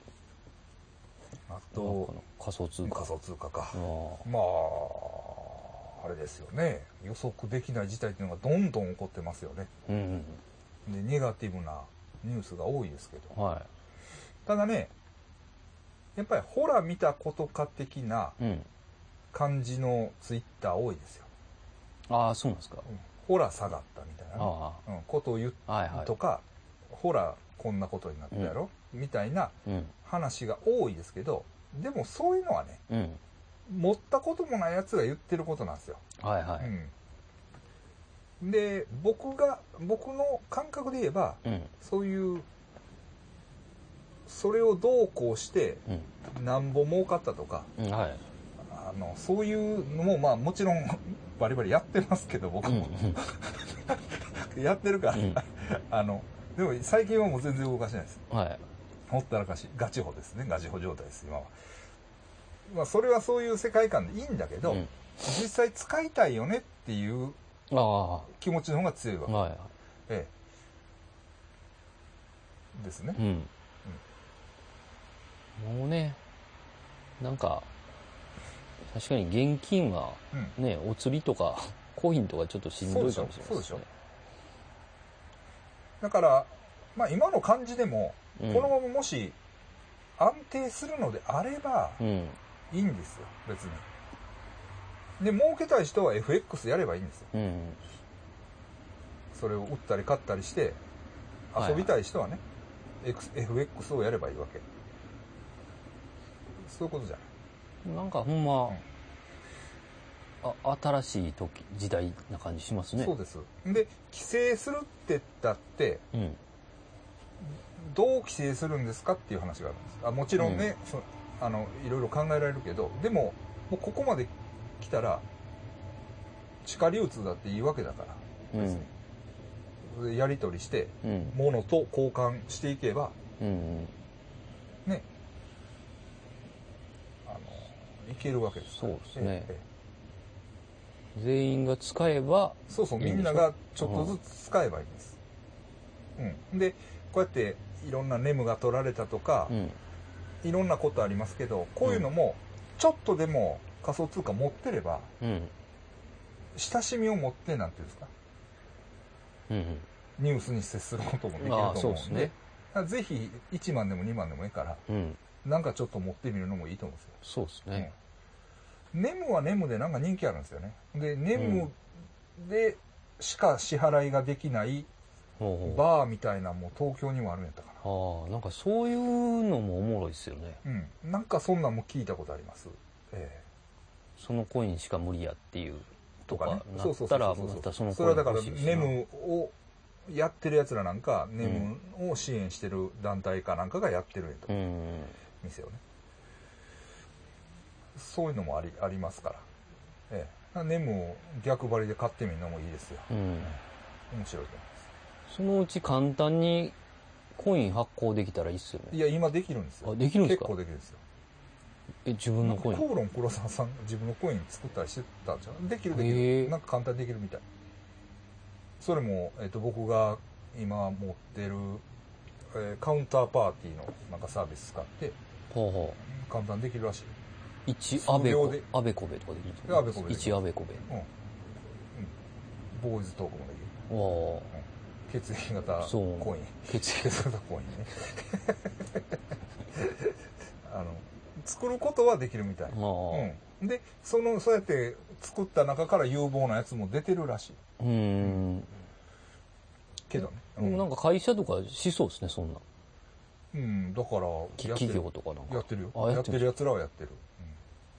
S1: あ
S2: なんか
S1: と、
S2: の仮想通貨
S1: 仮想通貨か。
S2: あ
S1: まあ、あれですよね。予測できない事態というのがどんどん起こってますよね。
S2: あうん
S1: で、ネガティブなニュースが多いですけど。
S2: は
S1: ただね、やっぱりほら見たことか的ない
S2: うん
S1: 感じのツイッター多いですよ。
S2: ああそうなんですか
S1: うんほら下がったみたいなね、
S2: あ
S1: うん、ことを言う
S2: あはいは
S1: とか、ほらこんなことになったやろ、みたいない
S2: うん
S1: 話が多いですけど、でもそういうのはね、
S2: うん
S1: 持ったこともない奴が言ってることなんですよ。
S2: はいは
S1: うん、で、僕が、僕の感覚で言えば、
S2: いうん
S1: そういう、それをどうこうして、
S2: うん
S1: なんぼ儲かったとか、
S2: うんはい
S1: あの、そういうのも、まあもちろん バリバリやってますけど、僕
S2: うんう
S1: も。
S2: ん
S1: やってるから、
S2: うん
S1: あの、でも最近はもう全然動かしてないです。
S2: はい
S1: ほったらかし、ガチホですね。ガチホ状態です、今は。まあそれはそういう世界観でいいんだけど、
S2: うん
S1: 実際使いたいよねっていう
S2: ああは
S1: 気持ちの方が強いわけ、
S2: いは
S1: ええ。ですね
S2: い。うんもうねなんか確かに現金は
S1: うん。
S2: ねお釣りとかコインとかちょっとしんどいかもしれない
S1: そうでしょだから、まあ今の感じでも、
S2: うん
S1: このままもし安定するのであれば、
S2: うん
S1: いいんですよ、別に。で、儲けたい人は FX やればいいんですよ。
S2: うん
S1: それを売ったり買ったりして、
S2: はい
S1: 遊びたい人はね、X FX をやればいいわけ。そういうことじゃない。
S2: なんかほんま、あ新しい時時代な感じしますね
S1: そうです。で、規制するって言ったって、
S2: うん
S1: どう規制するんですかっていう話があるんです。あもちろんね、そあの、いろいろ考えられるけど、でも、もうここまで来たら、地下流通だっていいわけだから、
S2: う
S1: 別
S2: ん
S1: に。それでやり取りして、
S2: うん
S1: ものと交換していけば、
S2: うん
S1: ね、あの、いけるわけですから。
S2: そうですね
S1: ええ
S2: 全員が使えば
S1: そうそう、
S2: いい
S1: み
S2: んで
S1: ん
S2: しょ
S1: ながちょっとずつ使えばいいんです。うん。で、こうやって、いろんなネムが取られたとか
S2: う、ん
S1: いろんなことありますけど、こういうのも、ちょっとでも仮想通貨持ってれば、
S2: うん
S1: 親しみを持って、なんていうんですか、
S2: うん
S1: ニュースに接することもできると
S2: ああ
S1: 思
S2: そううんです
S1: で、
S2: ね
S1: だからぜひ1万でも2万でもいいから、
S2: うん
S1: なんかちょっと持ってみるのもいいと思うんですよ。
S2: そうですね
S1: うんネムはネムでなんか人気あるんですよね。で、ネムでしか支払いができない
S2: ほうほう
S1: バーみたいなのも東京にもあるんやったか
S2: ああなんかそういうのもおもろいですよね
S1: な。うん。なんかそんなんも聞いたことあります。え
S2: そのコインしか無理やっていう
S1: え
S2: と
S1: と
S2: か
S1: かね。
S2: な
S1: そうそうそ
S2: っ
S1: う
S2: た
S1: そ
S2: ら
S1: う
S2: またその
S1: それはだから
S2: コイン欲しいしな
S1: ネムをやってる奴らなんか、ネムを支援してる団体かなんかがやってるんやと
S2: う、ん
S1: 店をね。そういうのもあり、ありますから。ええ。だからネムを逆張りで買ってみるのもいいですよ。
S2: うん
S1: 面白いと思います。
S2: そのうち簡単にコイン発行できたらいいっすよ
S1: い
S2: ね
S1: や、今できるんですよ。
S2: あできるんですか
S1: 結構できるんですよ。
S2: ええ、自分のコイン。
S1: コブロン黒沢さんが自分のコイン作ったりしてたじゃんできるでき
S2: へえ
S1: るなんか簡単にできるみたいそれも、えっと僕が今持ってる、えーカウンターパーティーのなんかサービス使って
S2: ほうほ
S1: 簡単にできるらしい、
S2: う。一アベ
S1: 無料
S2: コ
S1: で、
S2: アベコベとかできるんですか
S1: アベコベ
S2: 一アベコベ。
S1: うんうん、ボーイズトークもできる
S2: わ
S1: 血液型
S2: そう
S1: コイン
S2: あ、血
S1: 血
S2: 液。
S1: 液型コインね あの作ることはできるみたい
S2: ああ。
S1: うん、でそのそうやって作った中から有望なやつも出てるらしいう
S2: ーん。
S1: けどね、
S2: でもなんか会社とかしそうですね、そんな。
S1: うん、だから
S2: き
S1: やって
S2: 企
S1: る
S2: 業とかなん
S1: や
S2: か
S1: っ。てるよ
S2: あ
S1: や
S2: や
S1: っ
S2: ってて
S1: る
S2: る
S1: やつらはやってる、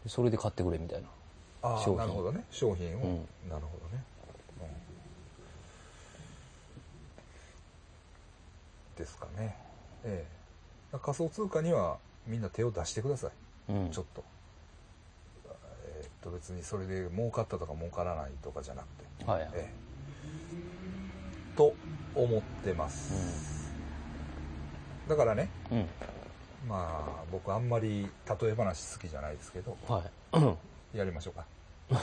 S2: それで買ってくれみたいな。
S1: うん、ああ
S2: 商品
S1: なるほどね商品を、
S2: うん
S1: なるほどね、うんですかねええ仮想通貨にはみんな手を出してください
S2: うん。
S1: ちょっと。えーっと、別にそれで儲かったとか儲からないとかじゃなくて。
S2: はい。
S1: ええと思ってます。だからね、
S2: うん。うん。
S1: まあ、僕あんまり例え話好きじゃないですけど、
S2: はい。
S1: やりましょうか。や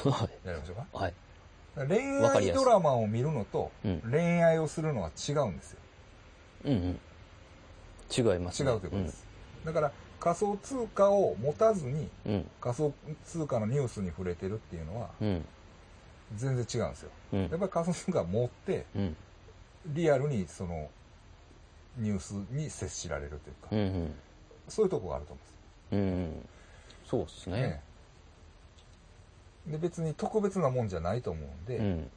S1: りましょうか。
S2: はい。
S1: 恋
S2: わか
S1: 愛
S2: りやすい
S1: ドラマを見るのと、
S2: うん
S1: 恋愛をするのは違うんですよ。
S2: うんうん。違います
S1: 違
S2: ね。
S1: うということです。だから、仮想通貨を持たずに、
S2: うん。うん。
S1: 仮想通貨のニュースに触れてるっていうのは、
S2: うん。
S1: 全然違うんですよ。
S2: うん。
S1: やっぱり仮想通貨を持って、
S2: うん。
S1: リアルにそのニュースに接しられるというか、
S2: うんうん。
S1: そういうとこがあると思
S2: うんうん。そうです
S1: うんです
S2: ね
S1: ね。。で別に特別なもんじゃないと思うんで、
S2: うん。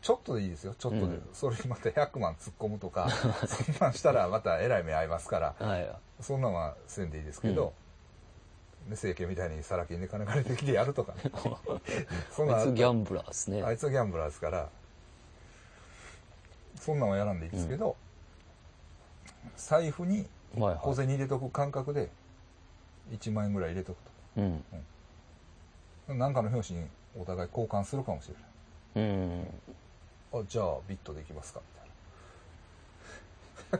S1: ちょっとでいいですよ、ちょっとで。
S2: うん
S1: それにまた100万突っ込むと か、そんなんしたらまたえらい目合いますから、
S2: はい。
S1: そんなんはせんでいいですけど、ね政権みたいにさら金で金借りてきてやるとか、 ね、そんなん
S2: あ
S1: あ
S2: い
S1: っ
S2: つギャンブラーですね。
S1: あいつはギャンブラーですから、そんなんはやらんでいいですけど、財布に
S2: はい
S1: 小
S2: は
S1: 銭入れとく感覚で、1万円ぐらい入れとく
S2: い。うん。
S1: と。なんかの表紙にお互い交換するかもしれな
S2: うん。
S1: い。あ、じゃあビットできますかみたいな。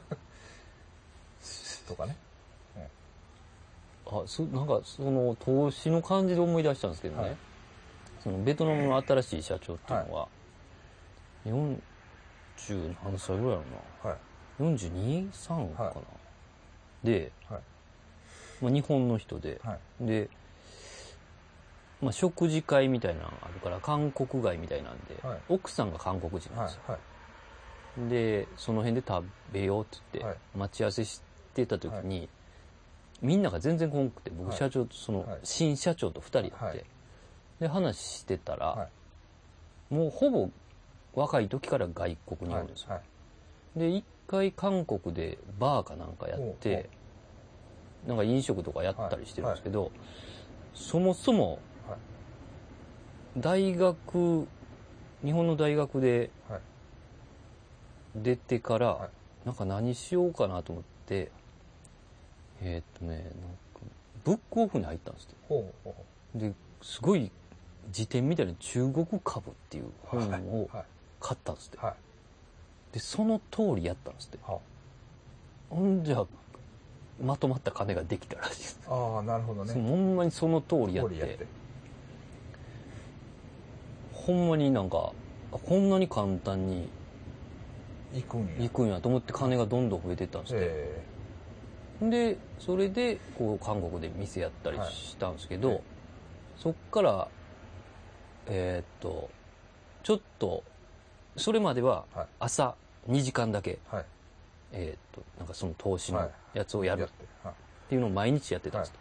S1: とかね。
S2: あ、そ、なんか、その、投資の感じで思い出したんですけどね。
S1: はい
S2: その、ベトナムの新しい社長っていうのは、40何歳ぐらいや
S1: はい。
S2: ろな。42、3かな。
S1: は
S2: で、
S1: はい。
S2: まあ、日本の人で、
S1: はい。
S2: で、まあ、食事会みたいなのあるから韓国街みたいなんで、
S1: はい
S2: 奥さんが韓国人なん
S1: はい
S2: ですよ、。でその辺で食べようって言って、
S1: はい
S2: 待ち合わせしてた時に、みんなが全然来んくて僕
S1: はい
S2: 社長とその
S1: はい
S2: 新社長と2人やって、
S1: はい
S2: で話してたら、
S1: は
S2: もうほぼ若い時から外国
S1: い。
S2: に
S1: はいは
S2: おる
S1: い
S2: んですよ、。で一回韓国でバーかなんかやっ
S1: おうおう
S2: てなんか飲食とかやったりしてるんですけど、そもそも
S1: はい
S2: 大学日本の大学で
S1: はい
S2: 出てから、
S1: はい
S2: なんか何しようかなと思ってえーっとねなんかブックオフに入ったんですよ
S1: ほうほうほ
S2: ですごい辞典みたいな中国株っていう
S1: う。
S2: 本
S1: はい。
S2: を
S1: はい。
S2: 買ったんですって、
S1: はい。
S2: でその通りやったんですって
S1: は
S2: ほんじゃまとまった金ができたらしいです、
S1: ああ、なるほど
S2: その
S1: ね。
S2: ほんまにその通りやっ
S1: こ
S2: て
S1: れやって。
S2: ほんまになんかあこんなに簡単に
S1: 行くん
S2: 行
S1: や。
S2: くんやと思って金がどんどん増えてったんですって、
S1: え
S2: でそれでこう韓国で店やったりしたんですけど、
S1: はい
S2: そっからえーっとちょっとそれまでは
S1: はい
S2: 朝2時間だけ、
S1: え。はい。
S2: えーっとなんかその投資
S1: は
S2: の
S1: い
S2: やつをや
S1: や
S2: る
S1: って。はい。
S2: っていうのを毎日やってたんです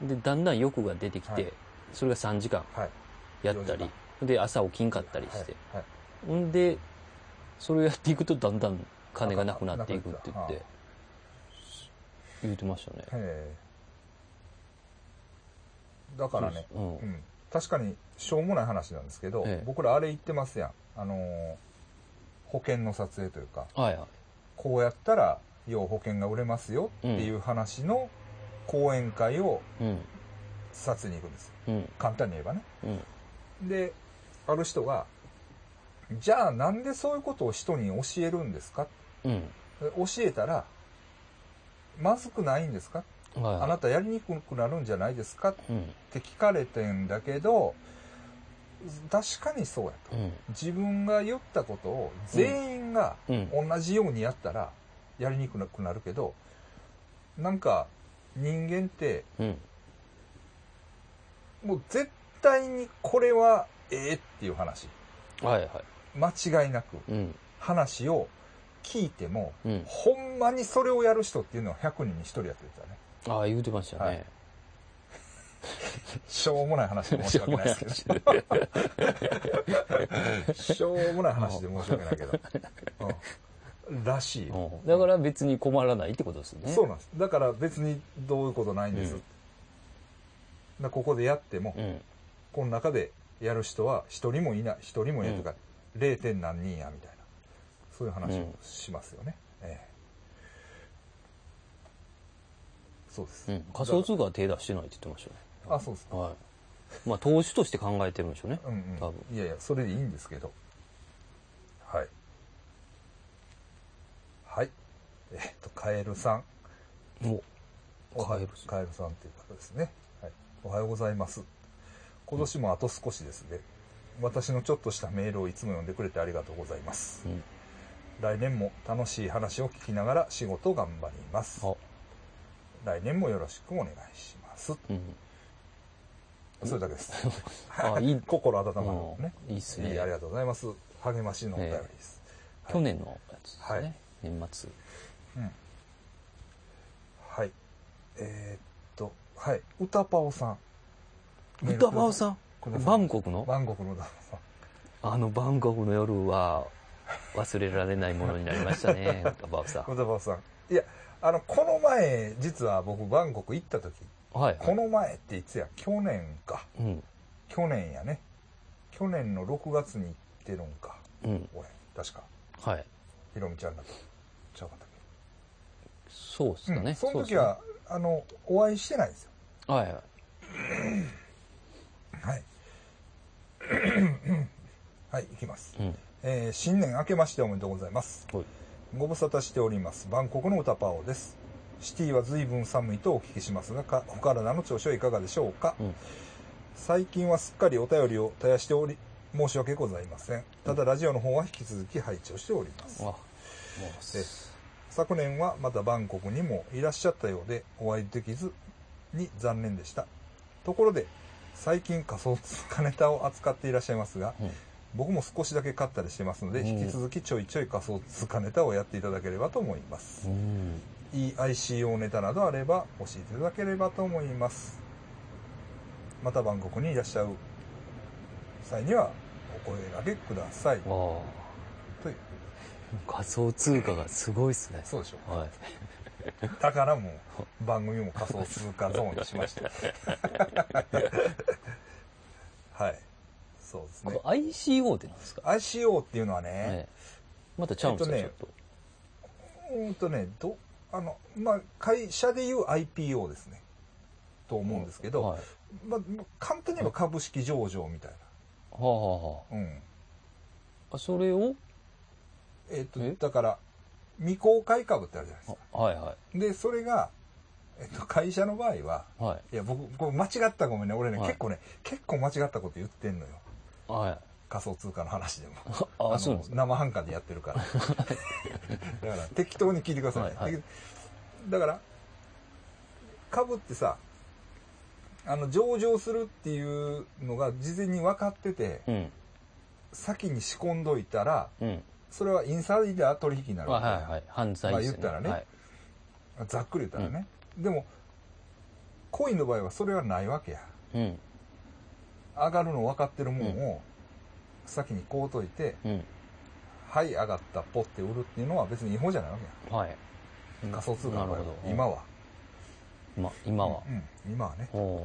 S2: と、でだんだん欲が出てきて、
S1: はい
S2: それが3時間
S1: はい。
S2: やったり
S1: 四時
S2: で朝起きんかったりして、
S1: はい。はい
S2: んでそれをやっていくとだんだん金がなくなっていくって言って
S1: なくなってきたああ
S2: 言ってましたね
S1: へえだからね、
S2: そうです
S1: うん、確かにしょうもない話なんですけど、
S2: ええ
S1: 僕らあれ言ってますやんあのー保険の撮影というか
S2: はいは
S1: こうやったら要保険が売れますよっていう話の講演会を
S2: いうん
S1: 撮影に行くんです
S2: うん
S1: 簡単に言えばね
S2: うん
S1: である人が「じゃあなんでそういうことを人に教えるんですか?」
S2: うん
S1: 教えたらまずくないんですか
S2: はい
S1: あなたやりにくくなるんじゃないですかっ
S2: うん
S1: て聞かれてんだけど、確かにそうやと。
S2: うん
S1: 自分が言ったことを全員が
S2: うん
S1: 同じようにやったらやりにくくなるけど、なんか人間って
S2: うん
S1: もう絶対にこれはええっていう話。
S2: はいは
S1: 間違いなく
S2: いうん
S1: 話を聞いても、
S2: うん
S1: ほんまにそれをやる人っていうのは100人に1人やってたね。
S2: ああ言うてましたね、
S1: はいしょうもない話で申し訳ないですけど。しょうもない話で申し訳ないけど。うん、らしい。
S2: うんだから別に困らないってことですよね
S1: そうなんです。だから別にどういうことないんです。
S2: うん
S1: だからここでやっても、
S2: うん
S1: この中でやる人は一人もいない、一人もいないとか、0. 点何人やみたいな、そういう話をしますよね。ええそうです。
S2: うん、仮想通貨は手出してないって言ってました
S1: あ、そうです。
S2: ね。はい。まあ、投資として考えてるんでしょうね。
S1: うん
S2: 多
S1: うん。いやいや、それでいいんですけど。はい。はい。えっと、カエルさん。
S2: 分。お、カエルさん。
S1: カエルさんという方ですね。はい。おはようございます。今年もあと少しですね。私のちょっとしたメールをいつも読んでくれてありがとうございます。
S2: うん
S1: 来年も楽しい話を聞きながら仕事を頑張ります。
S2: あ、
S1: 来年もよろしくお願いします。
S2: うん。
S1: それだけです。
S2: あ、いい。
S1: 心温まるのね。
S2: うんいいっすね
S1: いいありがとうございます。励ましのお便りです。はい
S2: 去年のやつですね。
S1: はい
S2: 年末。
S1: うんはい。えーっと、はい。歌パオさん。
S2: 歌バオさ
S1: くだ
S2: ん
S1: さい
S2: バンコクの
S1: バンコクの歌パオさん。
S2: あのバンコクの夜は忘れられないものになりましたね、 歌バオさん。
S1: 歌パオさん。いや、あの、この前、実は僕、バンコク行った時、
S2: はい。
S1: この前っていつや、去年か。
S2: うん。
S1: 去年やね。去年の6月に行ってるんか。
S2: うん。
S1: 俺、確か。
S2: はい。
S1: ひろみちゃんだと。ちゃうかったっけ
S2: そうっすかね。
S1: うん、その時
S2: うっ
S1: は、あの、お会いしてないんですよ。
S2: すね。はいはい。
S1: はい。 はい、行きます。
S2: うん。
S1: えー新年明けましておめでとうございます。
S2: はい。
S1: ご無沙汰しております。バンコクの歌パオです。シティは随分寒いとお聞きしますが、かお体の調子はいかがでしょうか、
S2: うん
S1: 最近はすっかりお便りを絶やしており、申し訳ございません。ただラジオの方は引き続き配置をしております
S2: あ、。も
S1: え
S2: う、
S1: 昨年はまたバンコクにもいらっしゃったようでお会いできずに残念でしたところで最近仮想通貨ネタを扱っていらっしゃいますが、
S2: うん
S1: 僕も少しだけ買ったりしてますので、
S2: うん
S1: 引き続きちょいちょい仮想通貨ネタをやっていただければと思います
S2: う、ん。
S1: EICO ネタなどあれば教えていただければと思いますまたバンコクにいらっしゃる際にはお声掛けください
S2: ああ。
S1: という
S2: 仮想通貨がすごいっすね。
S1: そうでしょう
S2: はい。
S1: だからもう番組も仮想通貨ゾーンにしました。はい。そうです
S2: こ
S1: ね
S2: れ。ICO ってなんですか
S1: ICO っていうのはね、
S2: ええまたちゃうんですか、
S1: えっ
S2: ちょ
S1: と
S2: っ
S1: ね
S2: と。
S1: うーんとね、ど、あの、まあ、会社でいう IPO ですね。と思うんですけど、
S2: はい。は
S1: まあ、簡単に言えば株式上場みたい
S2: あ、はあは
S1: な。うん。
S2: あ、あそれを
S1: えっ、と、
S2: え
S1: だから、未公開株ってあるじゃないですか。
S2: あはいは
S1: で、それが、えっ、と、会社の場合は、
S2: い。はい。
S1: いや、僕、これ間違ったらごめんね。俺ね、
S2: はい
S1: 結構ね、結構間違ったこと言ってんのよ。
S2: はい。
S1: 仮想通貨の話でも。
S2: あ
S1: の
S2: そうなんですか。
S1: 生半可でやってる から。だから、適当に聞いてくださいね。
S2: はいは
S1: だから、株ってさ、あの、上場するっていうのが事前に分かってて、
S2: うん。
S1: 先に仕込んどいたら、
S2: うん。
S1: それはインサイダー取引にな
S2: あ
S1: るわけ
S2: はいはい。犯罪ですよね。
S1: まあ言ったらね
S2: はい。
S1: ざっくり言ったらね。でも、コインの場合はそれはないわけや。
S2: うん。
S1: 上がるの分かってるもんを、先にこうといて、
S2: うん。
S1: はい、上がった、ポって売るっていうのは別に違法じゃないわけや。
S2: はい。
S1: 仮想通貨の場合は
S2: なるほど
S1: 今は。
S2: まあ、今は。
S1: うん、今はね。
S2: おー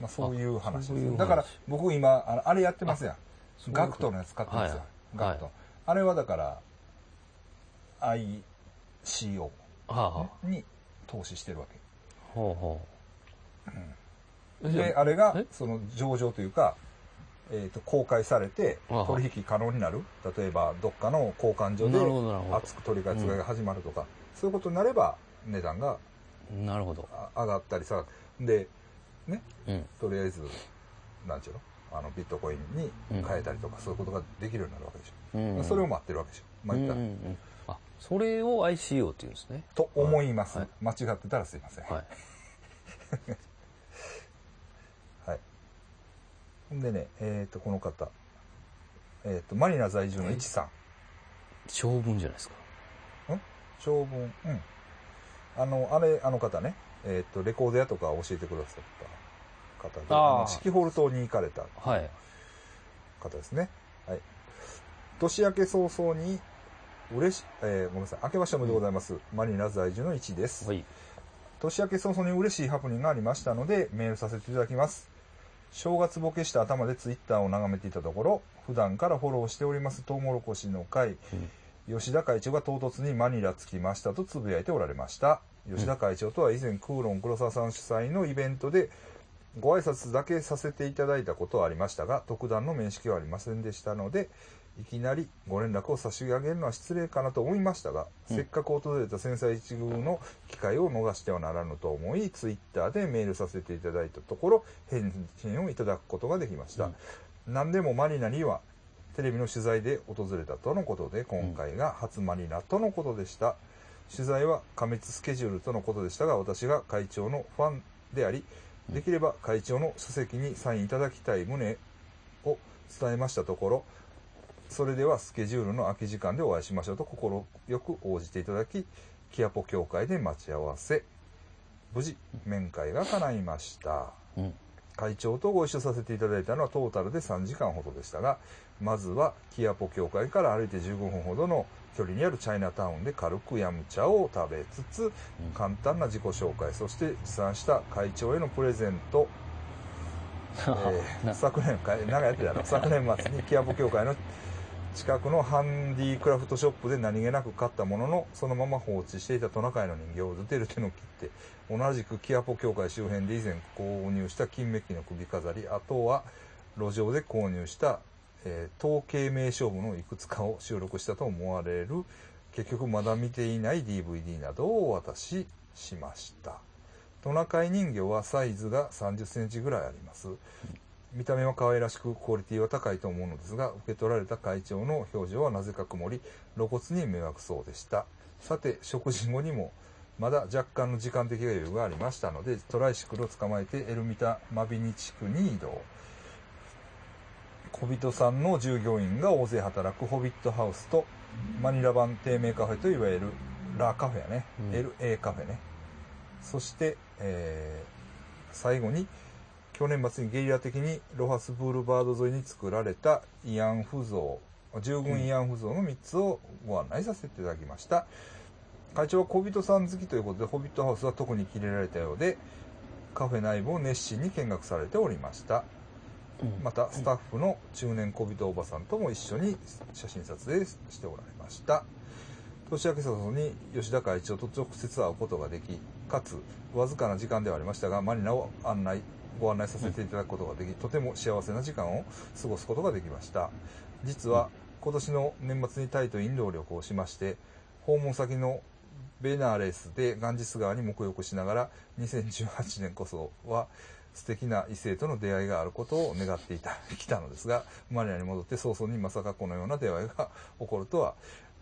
S1: まあそういう話です
S2: そういう話
S1: だから僕今、あのあれやってますやん。
S2: そういうこと
S1: ガクトのやつ買ってますよ。
S2: はいはい
S1: ガクト。あれはだから、ICO
S2: はあ、はあ、
S1: に投資してるわ
S2: ほうほ
S1: け。
S2: う。
S1: で、
S2: あ
S1: あれが
S2: え、
S1: その上場というか、えっと、公開されて、
S2: ああ
S1: 取引可能になる。例えば、どっかの交換所
S2: なるほ
S1: で、
S2: どなるほど。
S1: 熱く取り替えが始まるとか、そういうことになれば、値段が
S2: なるほど。
S1: あ上がったり下がったりでね
S2: うん。
S1: とりあえずなんちゅうのあのビットコインに変えたりとか、そういうことができるようになるわけでし
S2: うん
S1: ょ、それを待ってるわけでしょ、まあ
S2: うん
S1: 言
S2: う
S1: っ
S2: んう
S1: たら
S2: ん。あ、それを ICO っていうんですね。
S1: と思います、
S2: はい
S1: 間違ってたらすいません
S2: はい。
S1: はい。ほんでね、えっ、と、この方。えっ、と、マニラ在住のいちさん。
S2: 長文じゃないですか。
S1: 長文。うん。あの、あれ、あの方ね。えっ、と、レコード屋とか教えてくださった方で、
S2: あー
S1: あの四季ホル島に行かれた
S2: はい。
S1: 方ですね。はい。年明け早々に、嬉し、えーごめんなさい。明けましておめでとうございます。マニラ在住のいちです。
S2: はい。
S1: 年明け早々に嬉しいハプニングがありましたのでメールさせていただきます正月ボケした頭でツイッターを眺めていたところ普段からフォローしておりますトウモロコシの会、吉田会長が唐突にマニラ着きましたとつぶやいておられました吉田会長とは以前クーロン黒沢さん主催のイベントでご挨拶だけさせていただいたことはありましたが特段の面識はありませんでしたのでいきなりご連絡を差し上げるのは失礼かなと思いましたが、
S2: うん
S1: せっかく訪れた繊細一遇の機会を逃してはならぬと思いツイッターでメールさせていただいたところ返信をいただくことができました、何でもマリナにはテレビの取材で訪れたとのことで今回が初マリナとのことでした、取材は過密スケジュールとのことでしたが私が会長のファンでありできれば会長の書籍にサインいただきたい旨を伝えましたところそれではスケジュールの空き時間でお会いしましょうと心よく応じていただきキアポ協会で待ち合わせ無事面会が叶いました
S2: うん。
S1: 会長とご一緒させていただいたのはトータルで3時間ほどでしたがまずはキアポ教会から歩いて15分ほどの距離にあるチャイナタウンで軽くヤムチャを食べつつ簡単な自己紹介そして持参した会長へのプレゼント、え ー昨年か長いやってたの昨年末にキアポ教会の近くのハンディクラフトショップで何気なく買ったもののそのまま放置していたトナカイの人形をずてる手の切って同じくキアポ教会周辺で以前購入した金メッキの首飾りあとは路上で購入した、えー統計名勝負のいくつかを収録したと思われる結局まだ見ていない DVD などをお渡ししましたトナカイ人形はサイズが3 0ンチぐらいあります見た目は可愛らしくクオリティは高いと思うのですが受け取られた会長の表情はなぜか曇り露骨に迷惑そうでしたさて食事後にもまだ若干の時間的余裕がありましたのでトライシクルを捕まえてエルミタマビニ地区に移動小人さんの従業員が大勢働くホビットハウスとマニラ版低迷カフェといわゆるラカフェやね、
S2: うん
S1: LA カフェねそして、えー最後に去年末にゲリラ的にロハスブールバード沿いに作られた慰安婦像従軍慰安婦像の3つをご案内させていただきました、会長は小人さん好きということでホビットハウスは特にキレられたようでカフェ内部を熱心に見学されておりました
S2: うん
S1: またスタッフの中年小人おばさんとも一緒に写真撮影しておられました年明け早々に吉田会長と直接会うことができかつわずかな時間ではありましたがマニラを案内ご案内させていただくことができとても幸せな時間を過ごすことができました実は今年の年末にタイとインドを旅行しまして訪問先のベナーレスでガンジス川に沐浴しながら2018年こそは素敵な異性との出会いがあることを願っていたきたのですがマニラに戻って早々にまさかこのような出会いが起こるとは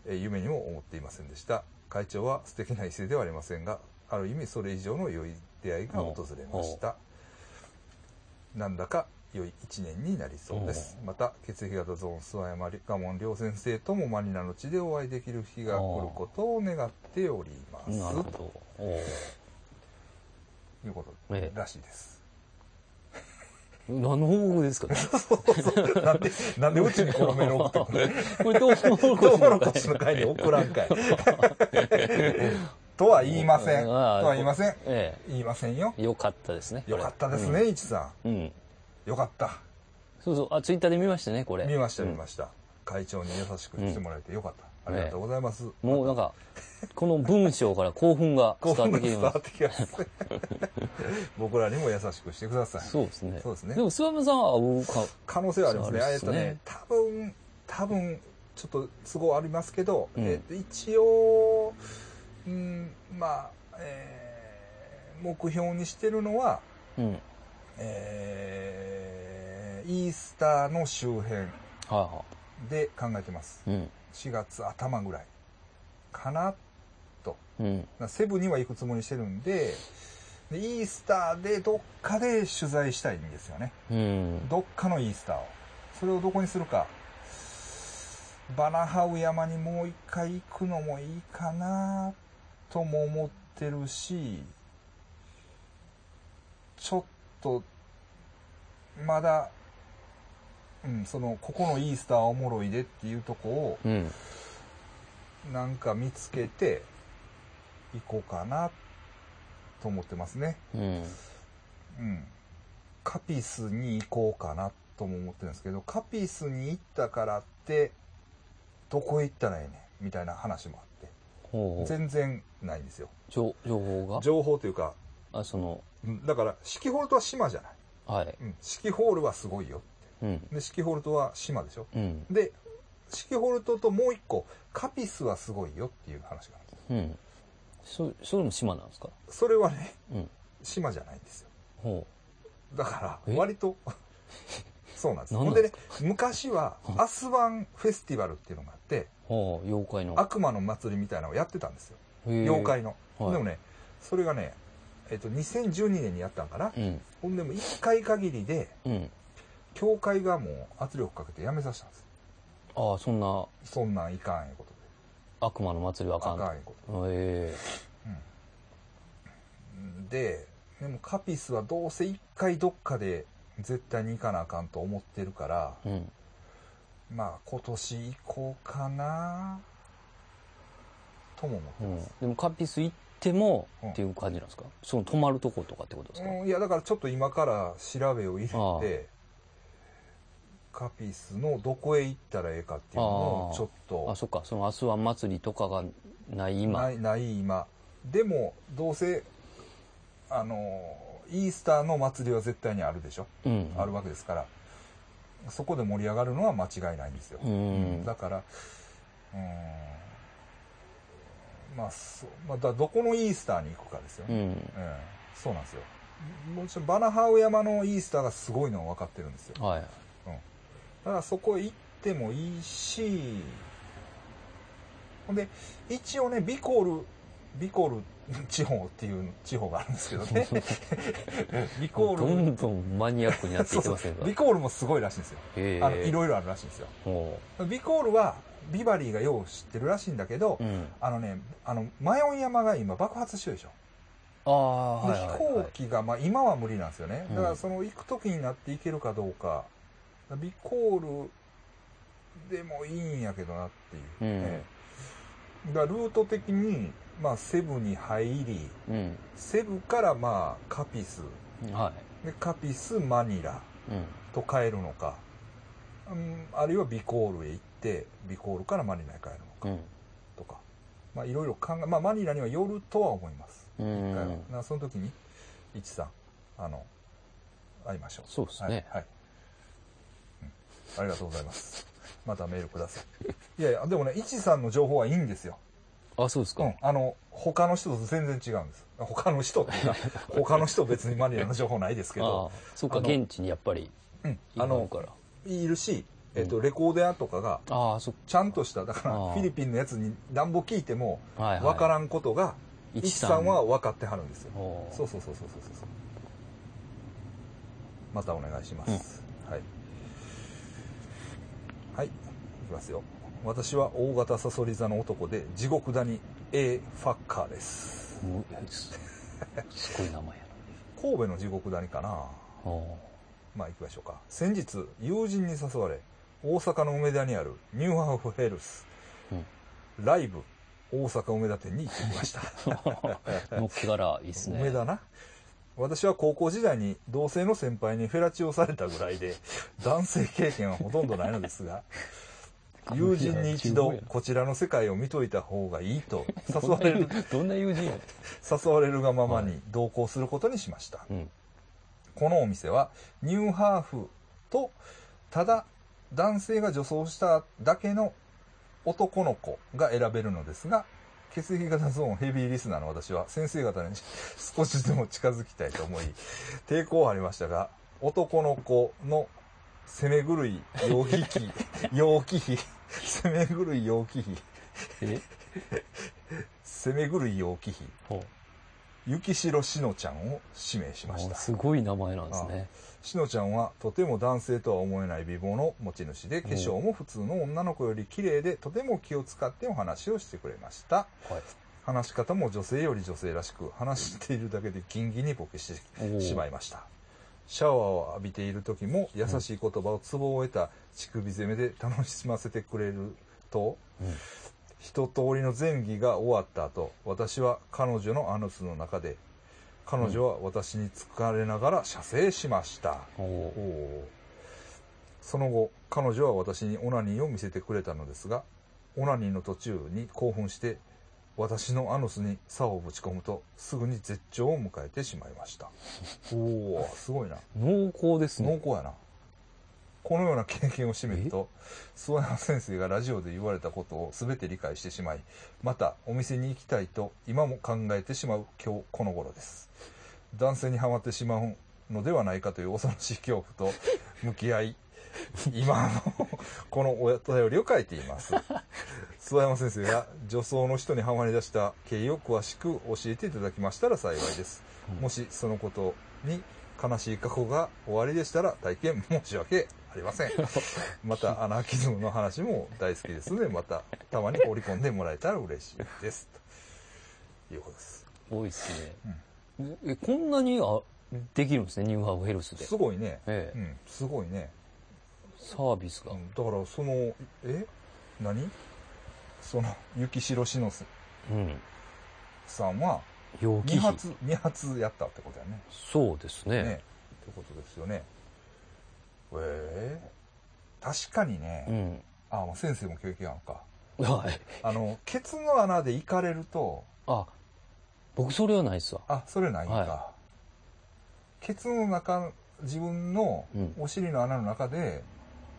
S1: えー夢にも思っていませんでした会長は素敵な異性ではありませんがある意味それ以上の良い出会いが訪れましたなんだか良い一年になりそうですまた血液型ゾーン諏訪山我門両先生ともマニラの地でお会いできる日が来ることを願っております
S2: なるほど。お
S1: ということ
S2: ええ
S1: らしいです、
S2: ー何の報告ですかね
S1: なんでなんでうちにこのメール送ってくる
S2: これどうも
S1: トウモロコシの会に送らんかい。とは言いません。と
S2: ああ
S1: は言いません。
S2: え
S1: 言いませんよ
S2: え。よかったですね。こ
S1: よ
S2: れ
S1: かったです。ね、イチさ
S2: うん。うん
S1: ん。よかった。
S2: そうそう。あ、ツイッターで見ましたね、これ。
S1: 見ました、
S2: うん
S1: 見ました。会長に優しくしてもらえてよかった。ありがとうございます。
S2: もうなんか、この文章から興奮が 伝
S1: 興
S2: わっ
S1: 奮が
S2: てきて
S1: 伝わっ
S2: ま
S1: てきます。僕らにも優しくしてください。
S2: す。そうですね。
S1: そうですね
S2: でも、諏訪間さんは会うか、
S1: 可能性はありますね。
S2: そ
S1: え
S2: うで
S1: っ
S2: す
S1: と
S2: ね
S1: ね、多分、多分、ちょっと都合ありますけど、
S2: うん
S1: えっと、一応、うん、まあ、え目標にしてるのは、
S2: うん。はい
S1: えーイースターの周辺
S2: は
S1: で考えてます。
S2: い。うん。
S1: 4月頭ぐらいかなと。
S2: うん。
S1: なセブンには行くつもりしてるんで、でイースターでどっかで取材したいんですよね。
S2: うん。
S1: どっかのイースターを。それをどこにするか。バナハウ山にもう一回行くのもいいかなとも思ってるし、ちょっと、まだ、うん、その、ここのイースターおもろいでっていうとこを、
S2: うん。
S1: なんか見つけて行こうかなと思ってますね。
S2: うん。
S1: うん。カピスに行こうかなとも思ってるんですけど、カピスに行ったからって、どこへ行ったらええねんみたいな話もあって、
S2: ほうほう。
S1: 全然ないんですよ。
S2: 情情報
S1: 情報というか、
S2: があ、その、
S1: うんだから、四季ホルトは島じゃない。
S2: はい。
S1: うん。四季ホールはすごいよっ
S2: うん。
S1: て。で、四季ホルトは島でしょ。
S2: うん。
S1: で、四季ホルトともう一個、カピスはすごいよっていう話があるんで
S2: うん。そ、それも島なんですか
S1: す。それはね、
S2: うん。
S1: 島じゃないんですよ。
S2: ほ
S1: だから、
S2: え
S1: 割と、 そうなんです。
S2: 何
S1: ほ
S2: なんん
S1: で
S2: で
S1: ね、昔は、アスワンフェスティバルっていうのがあって、
S2: う。ほう。妖怪の。
S1: 悪魔の祭りみたいなのをやってたんですよ。
S2: 妖
S1: 妖。怪の。
S2: はい
S1: でもね、それがね、えっと、2012年にやったんかな。
S2: うん。
S1: ほんでも、1回限りで、
S2: うん。
S1: 教会がもう圧力かけてやめさせたんですよ。
S2: ああ、そんな
S1: そんなんいかんいうことで。
S2: 悪魔の祭りはあ
S1: あか
S2: か
S1: ん
S2: んと。
S1: いうこと
S2: え
S1: で。で、でもカピスはどうせ1回どっかで絶対に行かなあかんと思ってるから、
S2: えうん。
S1: まあ今年行こうかなとも思って
S2: う
S1: ま
S2: ん
S1: す、。
S2: でもカピス行っても
S1: うん
S2: っていう感じなんですかその泊まるとことかってことですか
S1: うんいやだからちょっと今から調べを入
S2: ああ
S1: れてカピスのどこへ行ったらええかっていうのを
S2: ああ
S1: ちょっ
S2: あ、
S1: と
S2: そっか。そのアスワン祭りとかがない今
S1: な。いない今でもどうせあのイースターの祭りは絶対にあるでしょ、
S2: うん。
S1: あるわけですからそこで盛り上がるのは間違いないんですよ、
S2: うん
S1: だからうんまあそうまあだからどこのイースターに行くかですよ
S2: う
S1: ね、
S2: ん。
S1: ええそうなんですよもちろんバナハウ山のイースターがすごいのは分かってるんですよ
S2: はい。
S1: だからそこへ行ってもいいしほんで一応ねビコールビコール 地方っていう地方があるんですけど ねビコ
S2: ど
S1: ール
S2: んどんマニアックになっていってませんか
S1: ビコールもすごいらしいんですよ
S2: へえ
S1: あのいろいろあるらしいんですよ
S2: ほ
S1: ビコールはビバリーがよう知ってるらしいんだけど、
S2: ううん。
S1: あのねあのマヨン山が今爆発してるでしょ
S2: ああ、はいはい
S1: で
S2: はい。
S1: 飛行機が、まあ、今は無理なんですよね、
S2: うん
S1: だからその行く時になって行けるかどうかビコールでもいいんやけどなっていう、
S2: うん
S1: ええだからルート的に、まあ、セブに入り
S2: うん。
S1: セブから、まあ、カピス
S2: は
S1: でカピスマニラ
S2: い。うん。
S1: と帰るのか、うん、あるいはビコールへ行ってビコールからマニラへ帰るのか
S2: うん。
S1: とか、まあ、いろいろ考え、まあ、マニラには寄るとは思います
S2: う
S1: 一回は
S2: ん。
S1: なその時に一さんあの会いましょう
S2: そうです
S1: はい、
S2: ね。
S1: はいうんありがとうございますまたメールくださいいやいやでもね一さんの情報はいいんですよ、
S2: あ、そうです
S1: う
S2: か
S1: ん。、あの他の人と全然違うんです他の人 っていうか他の人別にマニラの情報ないですけ
S2: ああ
S1: ど、
S2: そうか、
S1: あの
S2: 現地にやっぱり
S1: うん、
S2: い
S1: あ
S2: る
S1: の
S2: から。
S1: いるし、えっとレコード屋とかが
S2: ああ、そっ
S1: ちゃんとしただから
S2: あー
S1: フィリピンのやつになんぼ聞いても
S2: か。はいはい。
S1: 分からんことが一
S2: 一
S1: さ
S2: さ
S1: ん
S2: ん
S1: は分かってはるんですよ
S2: ほう
S1: そうそうそうそうそうそうそうまたお願いします、はいはいいきますよ私は大型サソリ座の男で地獄谷 A ファッカーです
S2: もうすすごい名前やな。
S1: 神戸の地獄谷かな
S2: ほ
S1: まあ行きましょうか先日友人に誘われ大阪の梅田にあるニューハーフヘルス
S2: ううん。
S1: ライブ大阪梅田店に行ってきました
S2: のっけからいいっすね。
S1: 梅だな私は高校時代に同性の先輩にフェラチオされたぐらいで男性経験はほとんどないのです が友人に一度こちらの世界を見といた方がいい と誘われる
S2: どんな友人や
S1: 誘われるがままに同行することにしました、
S2: うん。
S1: このお店はニューハーフとただ男性が女装しただけの男の子が選べるのですが血液型ゾーンヘビーリスナーの私は先生方に少しでも近づきたいと思い、抵抗はありましたが、男の子の攻め狂い陽気比、陽気比、攻め狂い陽気比、
S2: え
S1: 攻め狂い陽気比、
S2: ほ
S1: 雪城しのちゃんを指名し
S2: う
S1: ました。
S2: すごい名前なんですね。
S1: しのちゃんはとても男性とは思えない美貌の持ち主で、化粧も普通の女の子より綺麗で、とても気を使ってお話をしてくれました。
S2: はい。
S1: 話し方も女性より女性らしく、話しているだけでギンギンにボケして
S2: おー
S1: しまいました。シャワーを浴びている時も優しい言葉をツボを得た乳首攻めで楽しませてくれると、
S2: うん
S1: 一通りの前儀が終わった後、私は彼女のアヌスの中で、彼女は私に疲れながら射精しました。
S2: お
S1: おーその後、彼女は私にオナニーを見せてくれたのですが、オナニーの途中に興奮して、私のアヌスに竿をぶち込むと、すぐに絶頂を迎えてしまいました。おおすごいな。
S2: 濃厚です
S1: 濃
S2: ね。
S1: 厚やな。このような経験を占めると、諏訪山先生がラジオで言われたことを全て理解してしまい、またお店に行きたいと今も考えてしまう今日この頃です。男性にはまってしまうのではないかという恐ろしい恐怖 と向き合い、今の このお便りを書いてい ます。諏訪山先生が女装の人にハマり出した経緯を詳しく教えていただきましたら幸いです。もしそのことに悲しい過去が終わりでしたら体験申し訳ありま せん。またアナーキズムの話も大好きですので、またたまに織り込んでもらえたら嬉しいです。ということです。
S2: 多いっすね。え、こんなにあできるんですね、ニューハーフヘルスで。
S1: すごいね。
S2: え
S1: う
S2: え、
S1: ん、すごいね。
S2: サービスが
S1: う。んだからその、え何その、雪城しの
S2: うん。
S1: さんは、
S2: 陽気
S1: 2
S2: 比。
S1: 発、二発やったってことやね。
S2: そうですね。
S1: ね。ってことですよね。ええ確かにね、
S2: うん。
S1: あ、まあ先生も経験あるか。
S2: はい。
S1: あの、ケツの穴で行かれると、
S2: あ、僕それはないっすわ。
S1: あ、それないんか。
S2: は
S1: ケツの中、自分の
S2: うん
S1: お尻の穴の中で、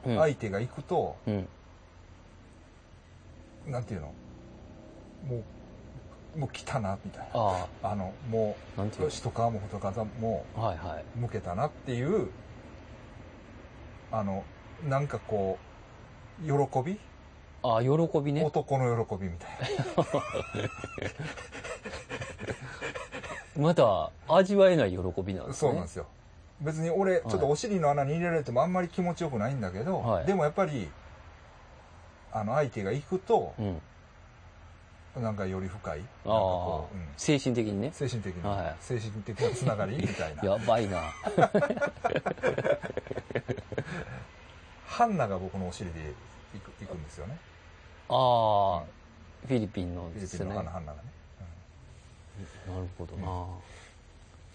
S2: うん。
S1: 相手が行くと、
S2: うん。
S1: なんていうのもう、もう来たな、みたいな。
S2: あ
S1: あの、も、
S2: あ、なんていうう
S1: よしとかもほとかも
S2: のはいはい。
S1: 向けたなっていう、あの、なんかこう、喜び、
S2: ああ、喜びね。
S1: 男の喜びみたいな。
S2: また、味わえない喜びなんです
S1: そ
S2: ね。
S1: うなんですよ。別に俺、
S2: い
S1: ちょっとお尻の穴に入れられてもあんまり気持ちよくないんだけど、
S2: はい
S1: でもやっぱり、あの、相手が行くと、
S2: うん。
S1: なんかより深い。なんか
S2: ああ
S1: こう、うん、
S2: 精神的にね。
S1: 精神的な、
S2: はい
S1: 精神的なつなが りみたいな。
S2: やばいな。
S1: ハンナが僕のお尻で行く行くんですよね。
S2: ああ、フィリピンの
S1: フィ
S2: で
S1: リ
S2: す
S1: ピン
S2: ね。
S1: の
S2: な
S1: ハ
S2: る
S1: ンナハンナがね。
S2: ほどな。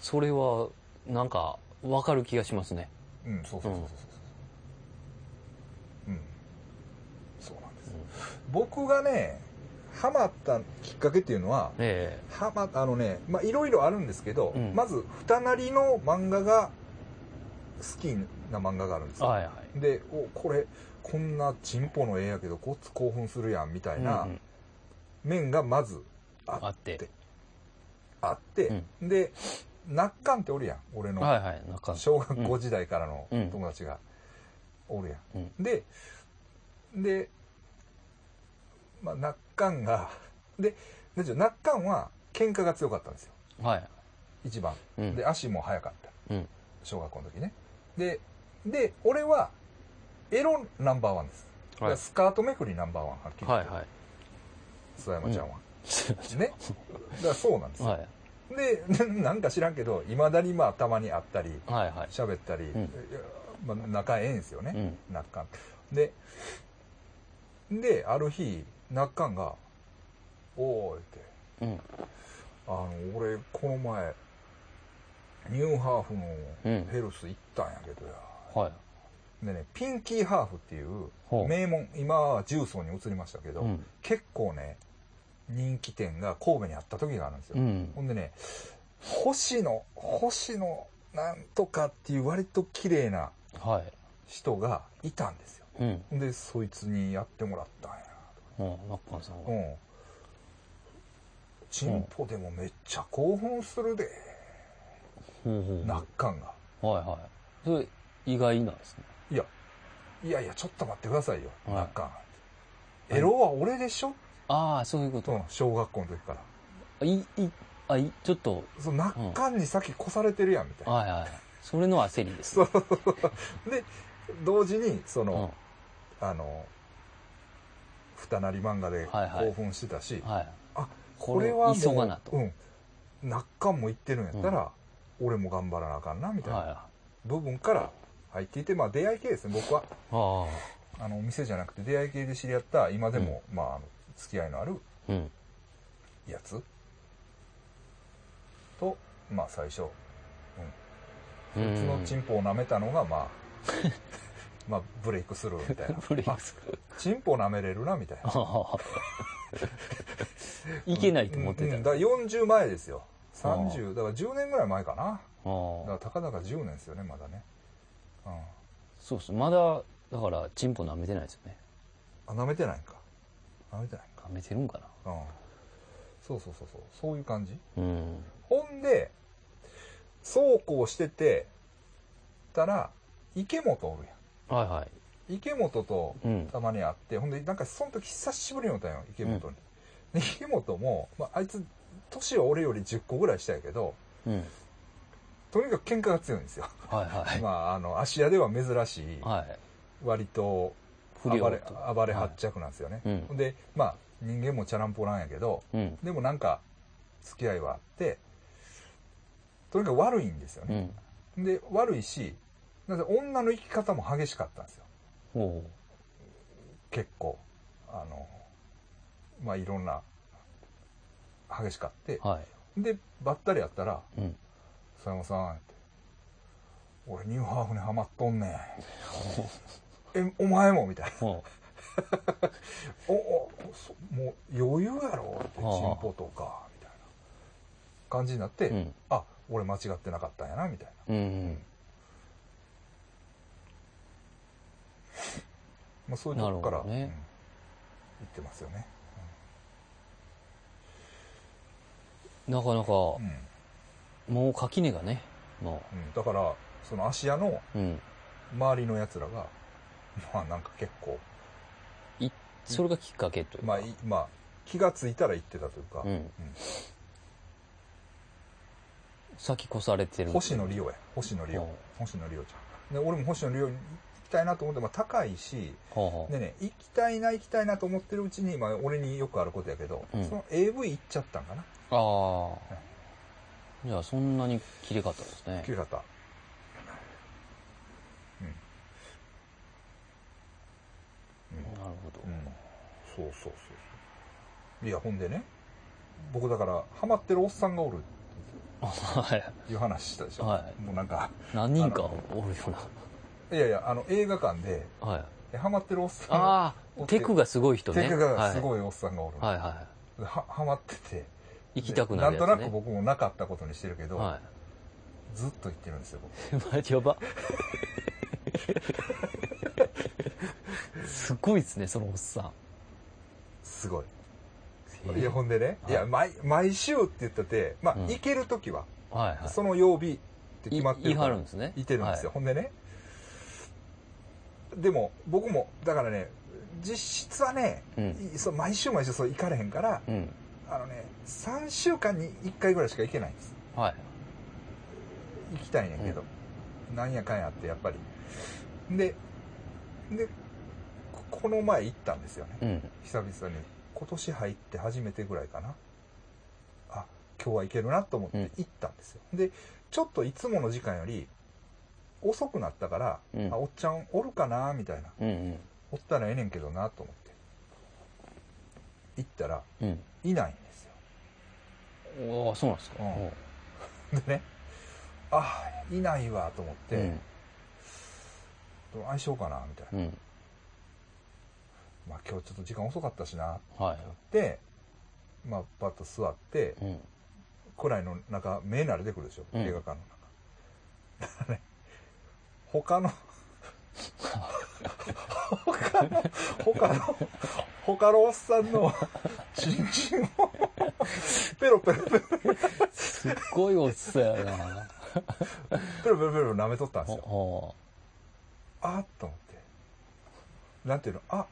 S2: それは、なんか、わかる気がしますね。
S1: うん、うんそうそうそうそうそう。うん。そうなんです。僕がね、ハマったきっかけっていうのは、
S2: え
S1: はまあのねまあいろいろあるんですけど、
S2: うん
S1: まず二なりの漫画が好きな漫画があるんです
S2: え
S1: よ、
S2: はいは
S1: でおこれこんなチンポの絵やけどごっつ興奮するやんみた
S2: い。
S1: いな
S2: うんうん
S1: 面がまずあ,、
S2: あって。
S1: あって、でナッカンっておるやん俺の
S2: はいはい。なんか、
S1: 小学校時代からの
S2: うん
S1: 友達がおるやん、
S2: うん
S1: でで、まあ、ナッカンがでなんていうのナッカンは喧嘩が強かったんですよ
S2: はい。
S1: 一番
S2: うん
S1: で、足も速かった。
S2: うん
S1: 小学校の時ね。で、で、俺は、エロナンバーワンです。だか
S2: は
S1: ら
S2: い。
S1: スカートめくりナンバーワン、はっきり言
S2: は
S1: っ
S2: い
S1: て。
S2: はい。
S1: 諏訪山ちゃんは。
S2: は
S1: ね。だからそうなんですよ。
S2: い。
S1: で、なんか知らんけど、いまだにまあ、たまに会ったり、
S2: はいはい。
S1: 喋ったり、い
S2: うん
S1: やまあ、仲ええんですよ
S2: う
S1: ね。
S2: ん。
S1: なっかん。で、で、ある日、なっかんが、おーいって、
S2: うん。
S1: あの、俺、この前、ニューハーフの
S2: うん
S1: ヘルス行ったんやけどや。
S2: はい。
S1: でね、ピンキーハーフっていう
S2: ほう
S1: 名門、今は重曹に移りましたけど、
S2: うん。
S1: 結構ね、人気店が神戸にあった時があるんですよ。
S2: うん
S1: ほ。んでね、星野、星野なんとかっていう割と綺麗な
S2: は
S1: 人がいたんですよ。
S2: い。うん。
S1: ほんで、そいつにやってもらったんや。
S2: うん。ナッパンさん
S1: う
S2: は。
S1: ん。チンポでもめっちゃ興奮するで、
S2: ほうほう
S1: なっかんが。
S2: はいはい。それ、意外なんですね。
S1: いや、いやいや、ちょっと待ってくださいよ、
S2: はい
S1: なっかん。エロは俺でしょ、
S2: ああ、そういうこ
S1: う
S2: と。
S1: ん、小学校の時から。
S2: い、い、あ、い、ちょっと、
S1: そのなっかんに先越されてるやん、みたいな。
S2: はいはい。それの焦りです。
S1: そう で、同時に、そうの、
S2: ん。
S1: あの、二なり漫画で
S2: はいはい
S1: 興奮してたし、
S2: はい。
S1: あ、
S2: こ
S1: こ
S2: れ
S1: れ
S2: は
S1: は
S2: 急がなと。
S1: うん。なっかんも言ってるんやったら、俺も頑張らなあかんな、みたいな
S2: は
S1: 部分から入っていて、まあ出会い系ですね、僕は。
S2: い。あ
S1: あの、お店じゃなくて出会い系で知り合った、今でも、まあ、あの、付き合いのある
S2: あ。うん。
S1: やつと、まあ最初、
S2: う
S1: その
S2: ん
S1: チンポを舐めたのが、 まあ、まあブレイクスルーみたいな。
S2: ブレイクスルー
S1: あチンポ舐めれるな、みたいな。
S2: ああ。 いけないと思ってた。
S1: う
S2: あ
S1: んだから40前ですよ
S2: あ
S1: 30だから10年ぐらい前かなだか
S2: あ
S1: ら。たかだか10年ですよねまだねうん
S2: そうっす。まだ、だから、チンポ舐めてないですよね。
S1: あ舐めてないんか舐めてないんか
S2: 舐めてるんか
S1: うんそうそうそうそうそういう感じ
S2: な。うん。
S1: ほんでそうこうしててたら池本おるや
S2: はいはい。
S1: ん池本と
S2: うん。
S1: たまに会ってほんでなんかその時久しぶりに会ったんよ池本に、で池本も、まあ、あいつ年は俺より10個ぐらい下やけど
S2: うん。
S1: とにかく喧嘩が強いんですよ
S2: はいはい。
S1: まあ、あの、芦屋では珍しい、
S2: はい。
S1: 割と
S2: 不良
S1: 暴れ
S2: と。、
S1: 暴れ発着なんですよね。
S2: うん。
S1: で、まあ、人間もチャランポランやけど、
S2: うん。
S1: でもなんか、付き合いはあって、とにかく悪いんですよ
S2: う
S1: ね。
S2: ん。
S1: で、悪いし、なぜ女の生き方も激しかったんですよ。
S2: ほ
S1: 結構。あの、まあ、いろんな、激しかって
S2: う。。はい。
S1: で、ばったりやったら、
S2: うん。
S1: 佐山さんって俺ニューハーフにハマっとんねん えお前もみたいな
S2: ほ
S1: おおそもう余裕やろってチン
S2: はあ
S1: ポとかみたいな感じになって、
S2: う。うん。
S1: あ俺間違ってなかったんやなみたい
S2: うんうん。
S1: な、まあ、そういうとこから、
S2: なるほどね
S1: うん言ってますよね、
S2: なかなか、
S1: うん
S2: もう垣根がね、も
S1: うんだからその芦屋の
S2: う。うん。
S1: 周りのやつらがまあなんか結構
S2: それがきっかけというか。
S1: まあ、いまあ、気がついたら言ってたというか、
S2: うん。先越されてる。
S1: 星野リオや星野リオ、
S2: うん
S1: 星野リオちゃんで俺も星野リオに行きたいなと思って、まあ、高いし
S2: はあはあ
S1: でね行きたいな行きたいなと思ってるうちに、まあ、俺によくあることやけど、
S2: うん
S1: その AV 行っちゃったんかな
S2: ああ。じゃあ、そんなに綺麗かったですね
S1: 旧。型
S2: なるほど。
S1: うんそうそうそうそういやほんでね僕だからハマってるおっさんがおる
S2: はい。
S1: っていう話したでしょ、
S2: はい
S1: もうなんか
S2: 何人かおるよ
S1: いやいやあの映画館で
S2: うな。はい。
S1: えハマってるおっさんが
S2: ああ、テクがすごい人 ね。
S1: 手がす
S2: い。
S1: ごいおっさんがおる、
S2: はいは
S1: ではハマってて
S2: い。行きたくなるやつ、ね。
S1: なんとなく僕もなかったことにしてるけど、
S2: は
S1: ずっと言ってるんですよ僕
S2: い。マジやば。すごいですね、そのおっさん。
S1: すごい
S2: へえ
S1: いやほんでね、い、や毎毎週って言っててまあ、
S2: うん
S1: 行ける時は、
S2: はいはい。
S1: その曜日って決まって
S2: い
S1: る
S2: い
S1: か
S2: は
S1: ら
S2: るんですね。
S1: いてるんですよ、ほんでねでも僕もだからね実質はね、
S2: はい。うん。
S1: いそう毎週毎週そう行かれへんから、
S2: うん。
S1: あのね3週間に1回ぐらいしか行けないんです
S2: はい。
S1: 行きたいねんけど、なんやかんやってやっぱりででここの前行ったんですよね
S2: うん。
S1: 久々に今年入って初めてぐらいかなあ今日はいけるなと思って行ったんですよ、でちょっといつもの時間より遅くなったから、
S2: うん
S1: あおっちゃんおるかなみたいな
S2: うんうん。
S1: おったらええねんけどなと思って行ったら
S2: うん。
S1: いないんですよ
S2: おーそうなんですか。
S1: うんでねあいないわと思って、
S2: うん
S1: どう相性かなみたいな、
S2: うん。
S1: まあ今日ちょっと時間遅かったしな
S2: は
S1: でまあパッと座って
S2: い。うん。
S1: くらいの中目慣れてくるでしょ、
S2: うん
S1: 映画館の中だからね 他の 他の他の他のおっさんのチンチンをペロロペロペロペ
S2: すっごいおっさんやな。
S1: ロペロペロ舐めとったんですよ。
S2: ほ
S1: あっと思って。なんていうのあ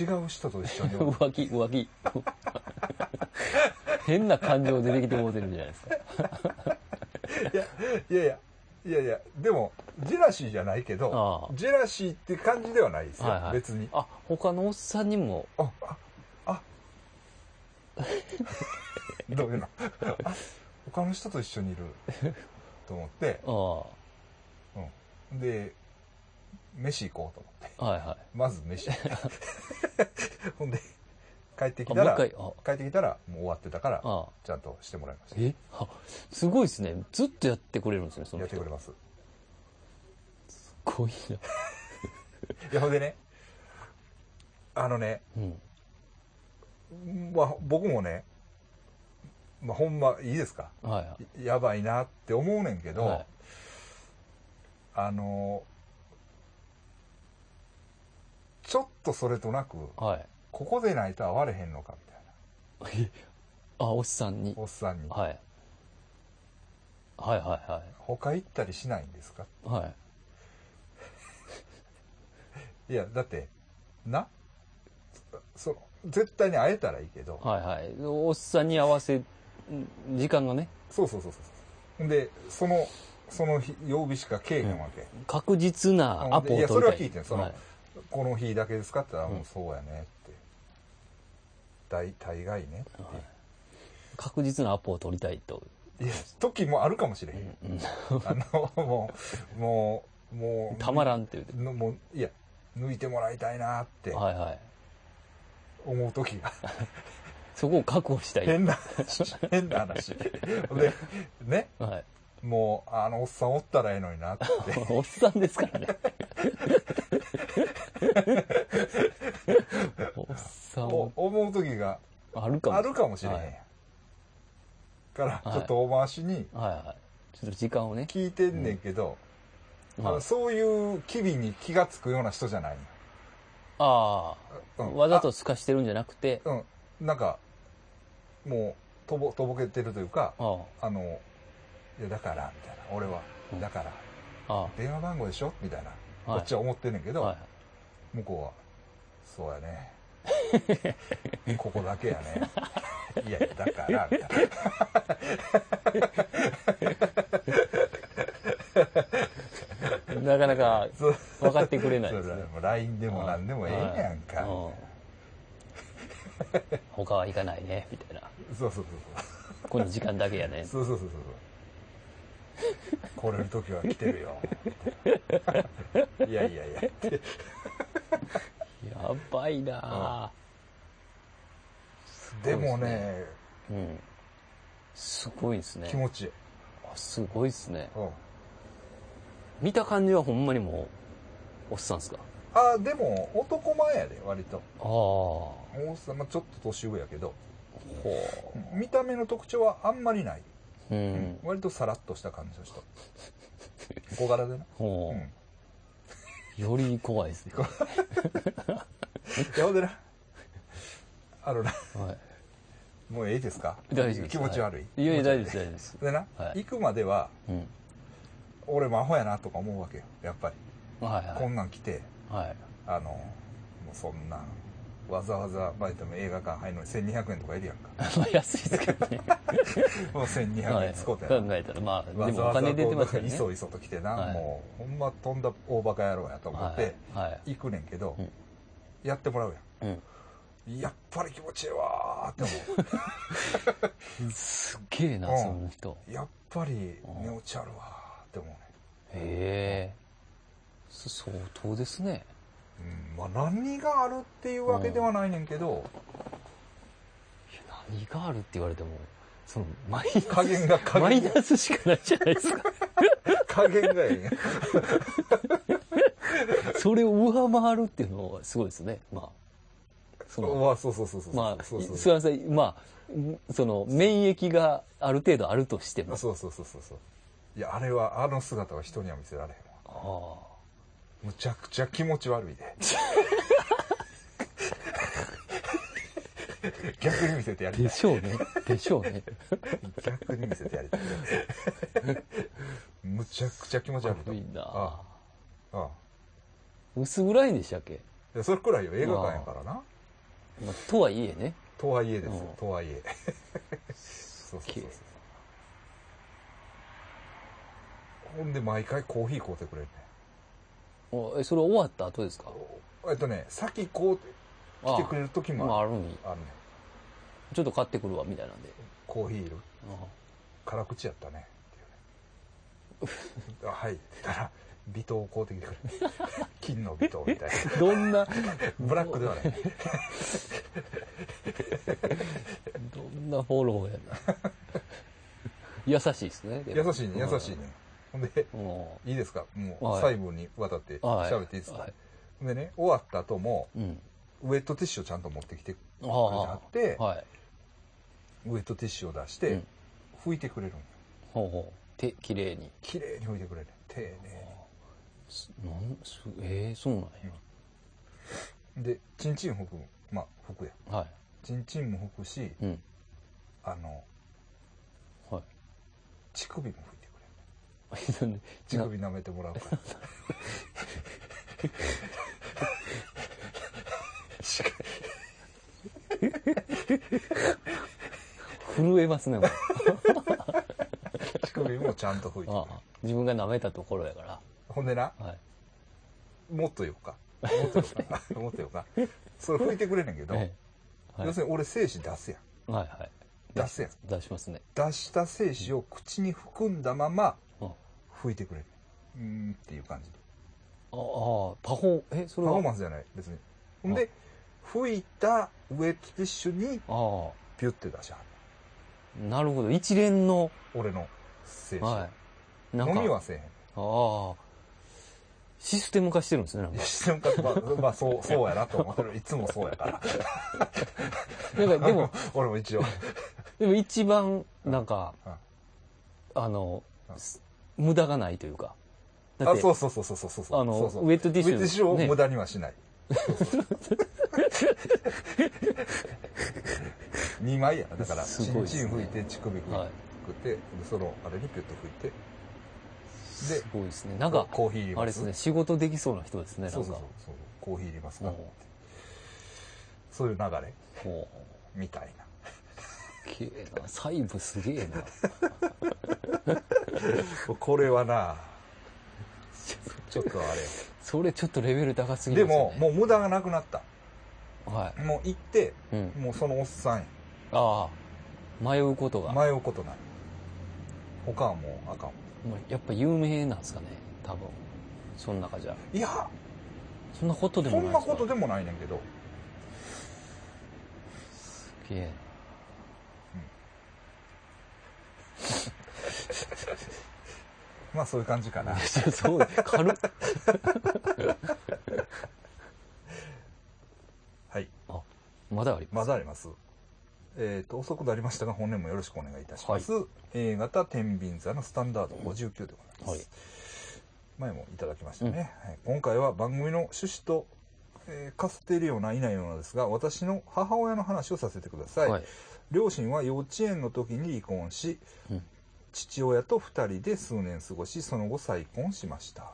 S1: 違う人と一緒に
S2: う 浮気、浮気。変な感情出てきてもうてるじゃないですか。
S1: いやいやいやいやいやでもジェラシーじゃないけど
S2: ああ
S1: ジェラシーって感じではないですよ、
S2: はいはい
S1: 別に
S2: あ、他のおっさんにも、
S1: あああどういうのあ他の人と一緒にいると思って
S2: あ、あ、は
S1: うん、で飯行こうと思って
S2: いは
S1: まず飯 ほんで帰って
S2: い。あ、
S1: き
S2: も
S1: た
S2: う一
S1: ら
S2: 回、あ、
S1: 帰ってきたらもう終わってたから
S2: ああ、
S1: ちゃんとしてもらいました
S2: え あすごいですね。ずっとやってくれるんですね、そ
S1: や
S2: の
S1: って
S2: 人。
S1: くれます
S2: すごいな。
S1: いやほんでねあのね
S2: うん。
S1: まあ、僕もね、まあ、ほんまいいですか
S2: はいはい
S1: やばいなって思うねんけ
S2: い。
S1: ど、
S2: はい
S1: あのちょっとそれとなく
S2: はい。
S1: ここでないと会われへんのかみたい
S2: え あ、おっさんに
S1: な。おっさんに
S2: はい。はいはいは
S1: 「他行ったりしないんですか?
S2: い。はい。」
S1: いやだってなその絶対に会えたらいいけど
S2: はいはい。おっさんに合わせ、ん時間がね、
S1: そうそうそうそうそうでそのその日曜日しか来えへんわけ、
S2: 確実なアポを取りたい。
S1: いやそれは聞いてんその
S2: はい
S1: この日だけですかって言ったら、
S2: うん
S1: もうそうやねって。大、大概ねって。
S2: 確実なアポを取りたいと。
S1: いや、時もあるかもしれへん。
S2: うん
S1: あの、もう、もう、もう、
S2: たまらんって言うて。
S1: のもう、いや、抜いてもらいたいなって
S2: はいはい。
S1: 思う時が、
S2: そこを確保したい。はい。
S1: 変な話、変な話。で、ね、もう、あの、おっさんおったらええのに なって。
S2: おっさんですか らね。おっさん
S1: お
S2: も
S1: 思う時が
S2: あるかも
S1: あるかもしれへんやん。
S2: はい
S1: から、
S2: は
S1: ち
S2: い
S1: ょっとお回しに
S2: はいはい。ちょっと時間をね。
S1: 聞いてんねんけど、あ
S2: は
S1: の
S2: い
S1: そういう機微に気がつくような人じゃない
S2: ああ、
S1: うん
S2: わざと透かしてるんじゃなくて、
S1: のうん。なんか、もう、とぼ、とぼけてるというか、
S2: あ
S1: あの、いや、だから、みたいな。俺は
S2: う、ん
S1: だから、
S2: あ、あ
S1: 電話番号でしょみたいな。
S2: あ、
S1: こっちは思ってんねんけど、
S2: はい
S1: 向こうは、そうやね。 ここだけやね。いや、だから、みたいな。
S2: はいなかなか
S1: そう
S2: 分かってくれない
S1: そ
S2: で
S1: う
S2: す
S1: だね
S2: ね。
S1: もう LINE でも何でもええやんか。
S2: うん他は行かないね、みたいな。
S1: そうそうそう
S2: この時間だけやね。
S1: そう。そうそうそうそうそう。来れる時は来てるよ。いやいやいや。
S2: やばいなぁ
S1: でも、ね、
S2: うん。すごいですね
S1: 気。持ちいい。
S2: あすごいですね。
S1: うん
S2: 見た感じはほんまにもう、おっさんっすか
S1: あ、でも、男前やで、割と。
S2: ああ。ほ
S1: 王様ちょっと年上やけど、
S2: う。
S1: 見た目の特徴はあんまりない。
S2: うん。
S1: 割とさらっとした感じの人。小柄でな。う
S2: ほ
S1: ん。
S2: う。より怖いですね。は
S1: やほんでな。あのな、
S2: い。
S1: もうええですか
S2: 大丈夫です
S1: 気持ち悪い。
S2: いやいや、大丈夫です、大丈夫です。
S1: でな、
S2: はい
S1: 行くまでは、
S2: うん。
S1: 俺もアホやなとか思うわけよ。やっぱり。
S2: はい
S1: こ
S2: は
S1: んなん来て、
S2: い。はい。
S1: あの、もうそんなん、わざわざバイトも映画館入るのに1200円とかいるやん か。
S2: まあ安いですけどね。
S1: もう1200
S2: は
S1: 円
S2: い
S1: 使うて
S2: 考えたら、まあ、
S1: わ
S2: で
S1: ざ
S2: もお
S1: わざ
S2: 金出てますか
S1: こ
S2: ら
S1: うい
S2: ね。
S1: そいそと来てな、
S2: はい
S1: もうほんま飛んだ大バカ野郎やと思っ
S2: は
S1: て
S2: い。はい。
S1: 行くねんけど、
S2: うん
S1: やってもらう
S2: うん。
S1: やんやっぱり気持ちいいわーって思
S2: すっげえな、その人。
S1: うやっぱり
S2: うん
S1: 寝落ちあるわーって思うね
S2: へえ。そ相当ですね。
S1: うんまあ何があるっていうわけではないねんけど、
S2: いや何があるって言われても、その、マイナス。
S1: 加減 が加
S2: マイ
S1: 減が
S2: ナスしかないじゃないですか。
S1: 加減がええねん
S2: それを上回るっていうのはすごいですね。まあ。その、
S1: まあそうそうそうそう
S2: まあ、
S1: そう
S2: す
S1: そう
S2: み
S1: そう
S2: ません。まあ、その、免疫がある程度あるとしても。
S1: そうそうそうそうそういやあれはあの姿は人には見せられへんわ
S2: ああ。
S1: むち ゃくちゃ気持ち悪いで逆に見せてやり
S2: で
S1: たい
S2: しょうね。でしょうね。
S1: 逆に見せてやりたいむちゃくちゃ気持ち悪かった
S2: 悪いな
S1: ああああ
S2: 薄暗いんでしたっけ、
S1: いやそれくらいよ映画館やからな
S2: まあ、とはいえね。
S1: とはいえですよ
S2: うん
S1: とはいえ そうそうそうそうほんで毎回コーヒー買うてくれるね
S2: おえそれ終わった後ですか
S1: おえっとね先こうて来てくれる時
S2: あまあ
S1: もあ
S2: あ
S1: る
S2: るに。
S1: あるね
S2: ちょっと買ってくるわ、みたいなんで。
S1: コーヒーいる
S2: あ
S1: 辛口やったねっていう ねあはいって言ったら微糖を買うてきてくれる金の微糖みたい
S2: あどんな、
S1: なブラックではないね
S2: どんなフォローやな。 優しいですね。でも
S1: 優しいね優しいね。ほんで
S2: うんも
S1: いいですかもう
S2: はい
S1: 細部にわたって
S2: うはい。
S1: 喋っていいですか、
S2: はい
S1: ほんでね終わった後も
S2: うん。
S1: ウェットティッシュをちゃんと持ってきてく
S2: あ
S1: れては
S2: あ
S1: っ。て、
S2: はい。
S1: ウェットティッシュを出し
S2: う
S1: て
S2: ん
S1: 拭いてくれるんよ
S2: ほうほう。手、綺麗に。
S1: 綺麗に拭いてくれる丁寧
S2: すなんすえー、そうなん
S1: にでチンチン拭くまあ拭くや
S2: や。は
S1: チンチンも拭くし
S2: い。うん。
S1: あの
S2: はい。
S1: 乳首も拭いてくれる
S2: なんで
S1: 乳首舐めてもらうから。しか
S2: 震えますね、 もう
S1: 乳首もちゃんと拭いてくれ
S2: あ
S1: る
S2: あ自分が舐めたところやか
S1: ほんでな、
S2: ら。はい。
S1: もっとよか。もっとよか。 もっとよか。それ拭いてくれんねんけど、
S2: ええはい
S1: 要するに俺精子出すやん。
S2: はいはい。
S1: 出すやん。
S2: 出しますね。
S1: 出した精子を口に含んだまま
S2: ああ
S1: 拭いてくれる。うーんっていう感じ。
S2: ああ、パフォー、え、そ
S1: パ
S2: れ
S1: フ
S2: は
S1: ォーマンスじゃない、別に。ほんで、拭いたウェットティッシュに
S2: あ
S1: ピュって出しはる。
S2: あ、なるほど。一連の、
S1: 俺の精子を。
S2: はい。なん
S1: 飲
S2: か、
S1: みはせえへん。
S2: ああ、システム化してるんですね、なんか。
S1: 一瞬か、まあ、まあ、そう、そうやなと思ってる。いつもそうやから。
S2: なんかでも、、
S1: 俺も一応。
S2: でも一番、なんか
S1: うん、
S2: あの
S1: うん、
S2: す無駄がないというか。だっ
S1: あ、
S2: て
S1: そうそうそうそうそうそうそう。
S2: あの
S1: そうそう
S2: ウェットティッシュ
S1: ウェットティッシュを
S2: ね
S1: 無駄にはしない。2枚やな。だから、
S2: す
S1: チ
S2: ご
S1: ン
S2: いです
S1: チ
S2: ね
S1: ン拭いて、乳首
S2: は
S1: 拭いて、でその、あれにピュッと拭いて、
S2: い。すごいですね。なんか、
S1: コーヒー入れます
S2: あれですね、仕事できそうな人ですね、なんか。
S1: そうそうそうそう。コーヒー入れますか
S2: うん
S1: そういう流れ
S2: ほ
S1: みたいな。
S2: う綺麗な。細部すげえな。
S1: これは な、ちょっとあれや。
S2: それちょっとレベル高すぎ
S1: で
S2: ますよ
S1: も
S2: ね。、
S1: もう無駄がなくなった。
S2: も、は
S1: もう行って、
S2: い。うん。
S1: もうそのおっさんや。
S2: ああ、迷うことが。
S1: 迷うことない。他はもうあかん。
S2: まあやっぱ有名なんですかね多分その中じゃ
S1: いや、
S2: そんなことで
S1: そ
S2: もなんい
S1: なことで
S2: も
S1: もないねんけど、
S2: す げえ
S1: まあそういう感じかな
S2: な。そうそう軽っ
S1: はい。
S2: あまだありま
S1: まだあります。えっ、と、遅くなりましたが、本年もよろしくお願いいたします。A 型天秤座のスタンダード59でございます。
S2: はい
S1: 前もいただきましたね、はい。今回は番組の趣旨と、えーかすっているようないないようなですが、私の母親の話をさせてください。
S2: はい
S1: 両親は幼稚園の時に離婚し、
S2: うん
S1: 父親と2人で数年過ごしその後再婚しました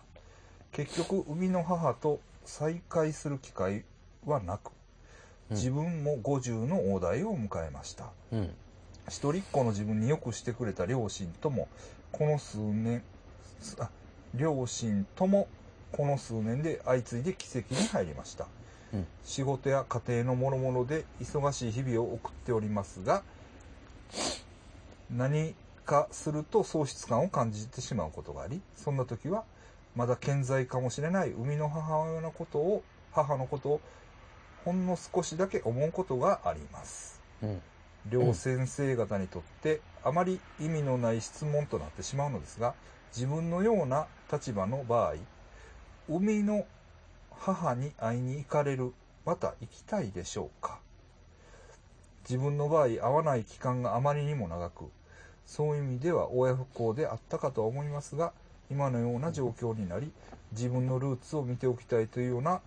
S1: 結局生みの母と再会する機会はなく
S2: うん
S1: 自分も50の大台を迎えました、
S2: うん
S1: 一人っ子の自分によくしてくれた両親ともこの数年すあ両親ともこの数年で相次いで奇跡に入りました、
S2: うん
S1: 仕事や家庭の諸々で忙しい日々を送っておりますが何かすると喪失感を感じてしまうことがありそんな時はまだ健在かもしれない生みの母親のことを母のことをほんの少しだけ思うことがあります
S2: うん
S1: 両先生方にとってあまり意味のない質問となってしまうのですが自分のような立場の場合生みの母に会いに行かれるまた行きたいでしょうか自分の場合会わない期間があまりにも長くそういう意味では親不幸であったかとは思いますが今のような状況になり自分のルーツを見ておきたいというような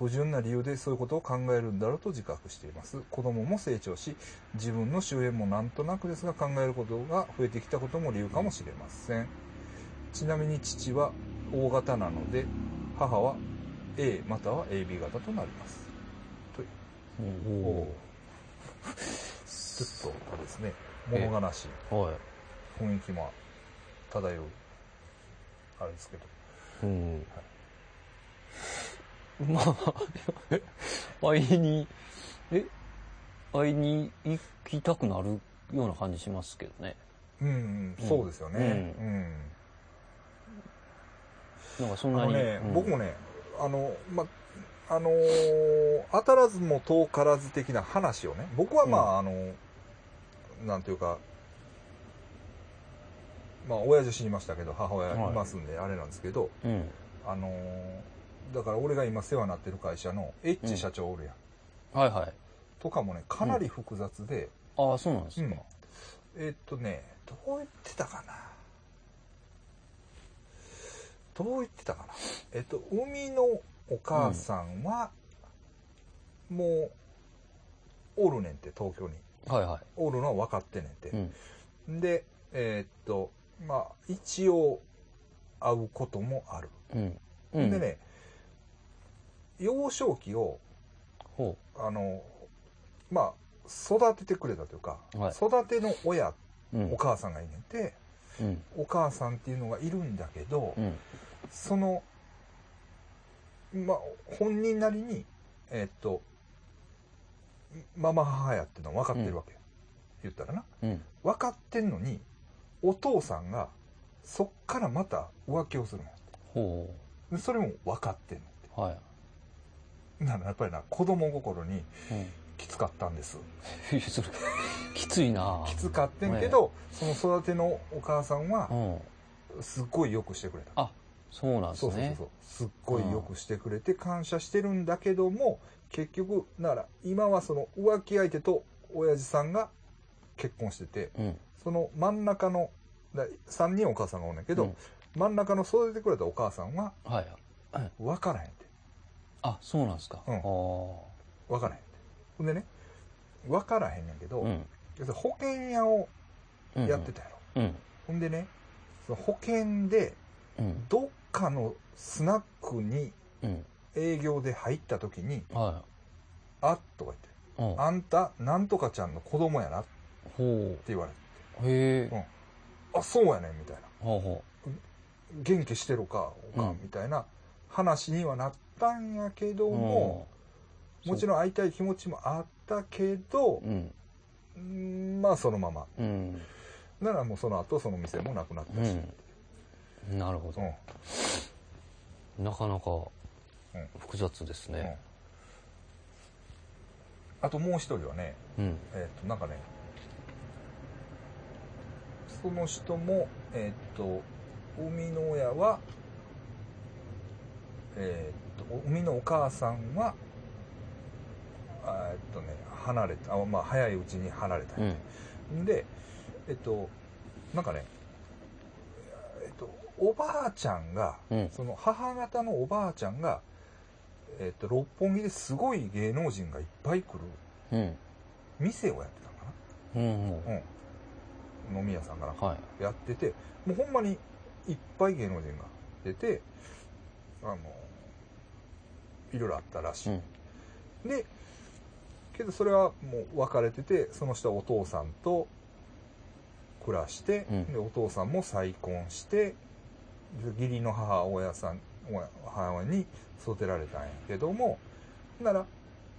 S1: 不純な理由でそういうことを考えるんだろうと自覚しています。子供も成長し、自分の周辺もなんとなくですが考えることが増えてきたことも理由かもしれません。ちなみに父は O 型なので、母は A または AB 型となります。という
S2: お
S1: ちょっとですね、物悲しい
S2: お。はい。
S1: 雰囲気も漂う、あれですけど。
S2: うん。まあ、会いに、え会いに行きたくなるような感じしますけどね。
S1: うん、うん、そうですよね。
S2: う
S1: うん
S2: なんかそん
S1: あ
S2: な
S1: の
S2: に。
S1: ね、
S2: うん
S1: 僕もね、あの、ま、あのー当たらずも遠からず的な話をね、僕はまあ、あの、なんていうか、まあ、親父死にましたけど、母親い
S2: はい
S1: ますんで、あれなんですけど、
S2: うん。
S1: あのーだから俺が今世話になってる会社のエッチ社長おるやん。
S2: はいはい。
S1: とかもね、かなり複雑で、
S2: ああ、そうなんですか。
S1: うんえーっとね、どう言ってたかな。どう言ってたかな。えっと、海のお母さんは、もう、おるねんって、東京に。
S2: はいは
S1: おるのは分かってねんて
S2: い。う。ん。
S1: で、えーっと、まあ、一応、会うこともある。
S2: うん。うん。
S1: でね、幼少期を、
S2: ほ
S1: あの、まあ、育ててくれたというか、
S2: はい
S1: 育ての親、
S2: う。うん
S1: お。母さんがいねんて、
S2: うん。
S1: お母さんっていうのがいるんだけど、
S2: うん。
S1: その、まあ、本人なりに、えーっと、ママ母やっていうのは分かってるわけよ、言ったらな。
S2: うん。
S1: 分かってんのに、お父さんが、そっからまた浮気をするの。
S2: ほ
S1: でそれも分かってんのっ
S2: う。はい。
S1: て。ならやっぱりな、子供心に
S2: うん。
S1: きつかったんです。
S2: いやそれ、きついな
S1: きつかってんけど、その育てのお母さんは
S2: う、ん。
S1: すっごいよくしてくれた。
S2: そうなんです
S1: そうそうそう
S2: ね
S1: そ。うすっごいよくしてくれて感謝してるんだけども、結局なら今はその浮気相手と親父さんが結婚してて
S2: うん。
S1: その真ん中の3人お母さんがおるんだけど、
S2: うん
S1: 真ん中の育ててくれたお母さんは
S2: はい。
S1: 分からへんって
S2: あ、そうなんですか。
S1: うん
S2: ああ。
S1: 分からへんってほんでね分からへんねんけど、
S2: うん。
S1: 要するに保険屋を
S2: うん
S1: やってたやろ、
S2: うん。
S1: ほんでねその保険で
S2: うん。
S1: どっかのスナックに
S2: うん。
S1: 営業で入った時に
S2: は
S1: 「あっ」とか言って。
S2: い。うん。
S1: あんた、なんとかちゃんの子供やなって
S2: ほ
S1: 言われて、
S2: う。へえ。
S1: あ、そうやねん、みたいな。
S2: ほうほ
S1: 元気してるか、おか
S2: うん
S1: ん、みたいな話にはなったんやけど
S2: う。
S1: も、
S2: うん
S1: もちろん会いたい気持ちもあったけど
S2: う、ん。
S1: うんまあそのまま。
S2: うん。
S1: ならもうその後その店もなくなったし。
S2: うん。なるほ
S1: う
S2: ど
S1: ん。。
S2: なかなか
S1: うん
S2: 複雑です
S1: うん
S2: ね。
S1: あともう一人はね、
S2: うん。
S1: えっと、なんかね、その人も、えっと、海の親は、えっと、海のお母さんは、あえっとね、離れた、あまあ、早いうちに離れた
S2: う。ん。
S1: ん、で、えっと、なんかね、えっと、おばあちゃんが、
S2: うん。
S1: その母方のおばあちゃんが、えっと、六本木ですごい芸能人がいっぱい来る
S2: うん。
S1: 店をやってたのかな。
S2: うん。うん
S1: うん、飲み屋さんから
S2: はい。
S1: やっててもうほんまにいっぱい芸能人が出てあのいろいろあったらし
S2: う
S1: い、
S2: ん。
S1: でけどそれはもう別れててその人はお父さんと暮らして、
S2: うん
S1: でお父さんも再婚してで義理の母親さん親母親に育てられたんやけどもなら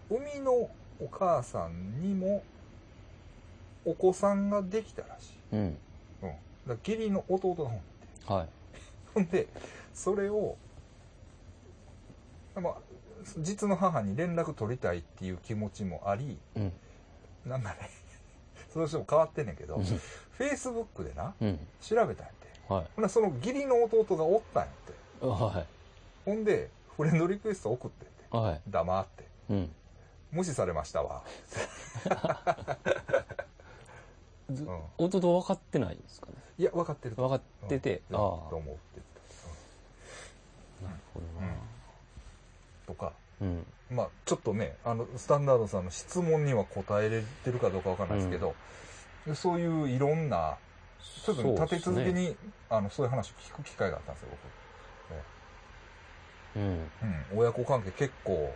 S1: 海のお母さんにもお子さんができたらしい
S2: うん。
S1: うん。だから義理の弟の方。
S2: はい。
S1: ほんで、それを、まあ、実の母に連絡取りたいっていう気持ちもあり、
S2: うん。
S1: なんかね、 その人も変わってんねんけど、
S2: うん
S1: Facebook でな、
S2: うん。
S1: 調べたんやって。
S2: は
S1: ほん
S2: い。
S1: ならその義理の弟がおったんやって。
S2: は
S1: ほんで、フレンドリクエスト送ってんて。
S2: い。はい。
S1: 黙って。
S2: うん。
S1: 無視されましたわ。
S2: ず
S1: うん。
S2: 弟分かってないんですかね。
S1: いや、分かってると
S2: 分
S1: 思
S2: かってて、
S1: う。
S2: ああ
S1: うん。と思うって言ってた。
S2: なるほど
S1: うんとか、
S2: うん。
S1: まあ、ちょっとね、あの、スタンダードさんの質問には答えれてるかどうかわかんないですけど、そういういろんな、ちょっとね
S2: そう
S1: 立
S2: で
S1: て
S2: すね
S1: 続けに、あの、そういう話を聞く機会があったんですよ、
S2: うん。
S1: 僕。うん。親子関係結構、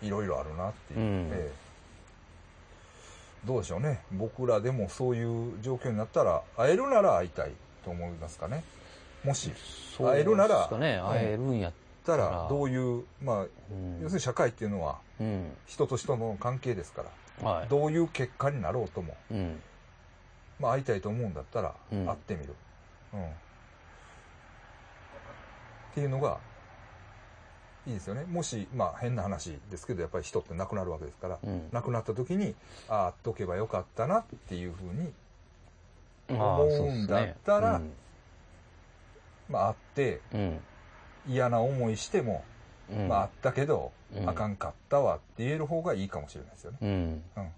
S1: いろいろあるなっていう。
S2: うん
S1: ええどうでしょうね。僕らでもそういう状況になったら、会えるなら会いたいと思いますかね。もし、
S2: そう
S1: 会えるなら
S2: ですかね、
S1: うん
S2: 会えるんやっ
S1: だった
S2: だからら
S1: どういう、まあ、
S2: うん
S1: 要するに社会っていうのは、
S2: うん。
S1: 人と人の関係ですから、
S2: はい。
S1: どういう結果になろうとも、
S2: うん。
S1: まあ、会いたいと思うんだったら、
S2: うん
S1: 会ってみる、うん。っていうのが、いいですよね。もし、まあ、変な話ですけど、やっぱり人って亡くなるわけですから、
S2: うん。
S1: 亡くなった時に、ああ、会っとけばよかったなっていうふうに、
S2: まあ
S1: 思うん
S2: そうっすね
S1: だったらまあ、会って、
S2: うん。
S1: 嫌な思いしても、
S2: うん。
S1: まあ、会ったけど、
S2: うん
S1: あかんかったわって言える方がいいかもしれないですよね。
S2: うん。
S1: うん。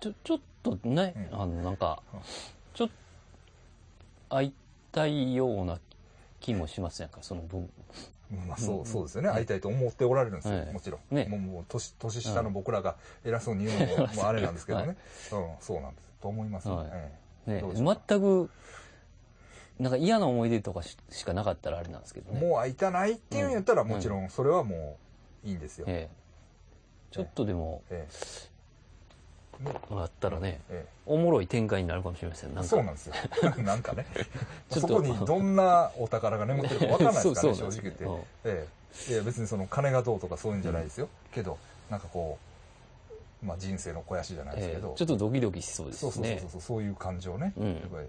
S2: ちょ、ちょっとね、
S1: うん
S2: あの、なんか
S1: うん、
S2: ちょっと、会いたいような気もしますやんか、その分。
S1: まあそうう、
S2: ん
S1: そうですよね。会いたいと思っておられるんですよ。
S2: はい
S1: もちろん。
S2: ね
S1: もう、もう年、年下の僕らが偉そうに言うのも、
S2: うん
S1: まああれなんですけどね。う
S2: は
S1: ん、そうなんです。と思いますね。
S2: はい
S1: え
S2: ね
S1: どうでしょうか
S2: 全く、なんか嫌な思い出とかししかなかったらあれなんですけど
S1: え
S2: ね。
S1: もう会いたないっていうんやったら、
S2: うん
S1: もちろん、それはもう、いいんですよ。え
S2: ええ。ちょっとでも、
S1: え。ね
S2: あったらね、
S1: え
S2: おもろい展開になるかもしれません。
S1: え。
S2: なんか
S1: そうなん ですよ。なんかね。
S2: ちょっと
S1: そこにどんなお宝が眠ってるかわからないですからね、
S2: そ
S1: 正
S2: う
S1: 直
S2: そう
S1: 言って
S2: うん。
S1: ええ。いや、別にその金がどうとかそういうんじゃないですよ。けど、なんかこう、まあ人生の肥やしじゃないですけ
S2: え
S1: ど。
S2: えちょっとドキドキしそうです
S1: そうそう
S2: ね。
S1: そうそう、そういう感情ね。
S2: うん
S1: やっぱり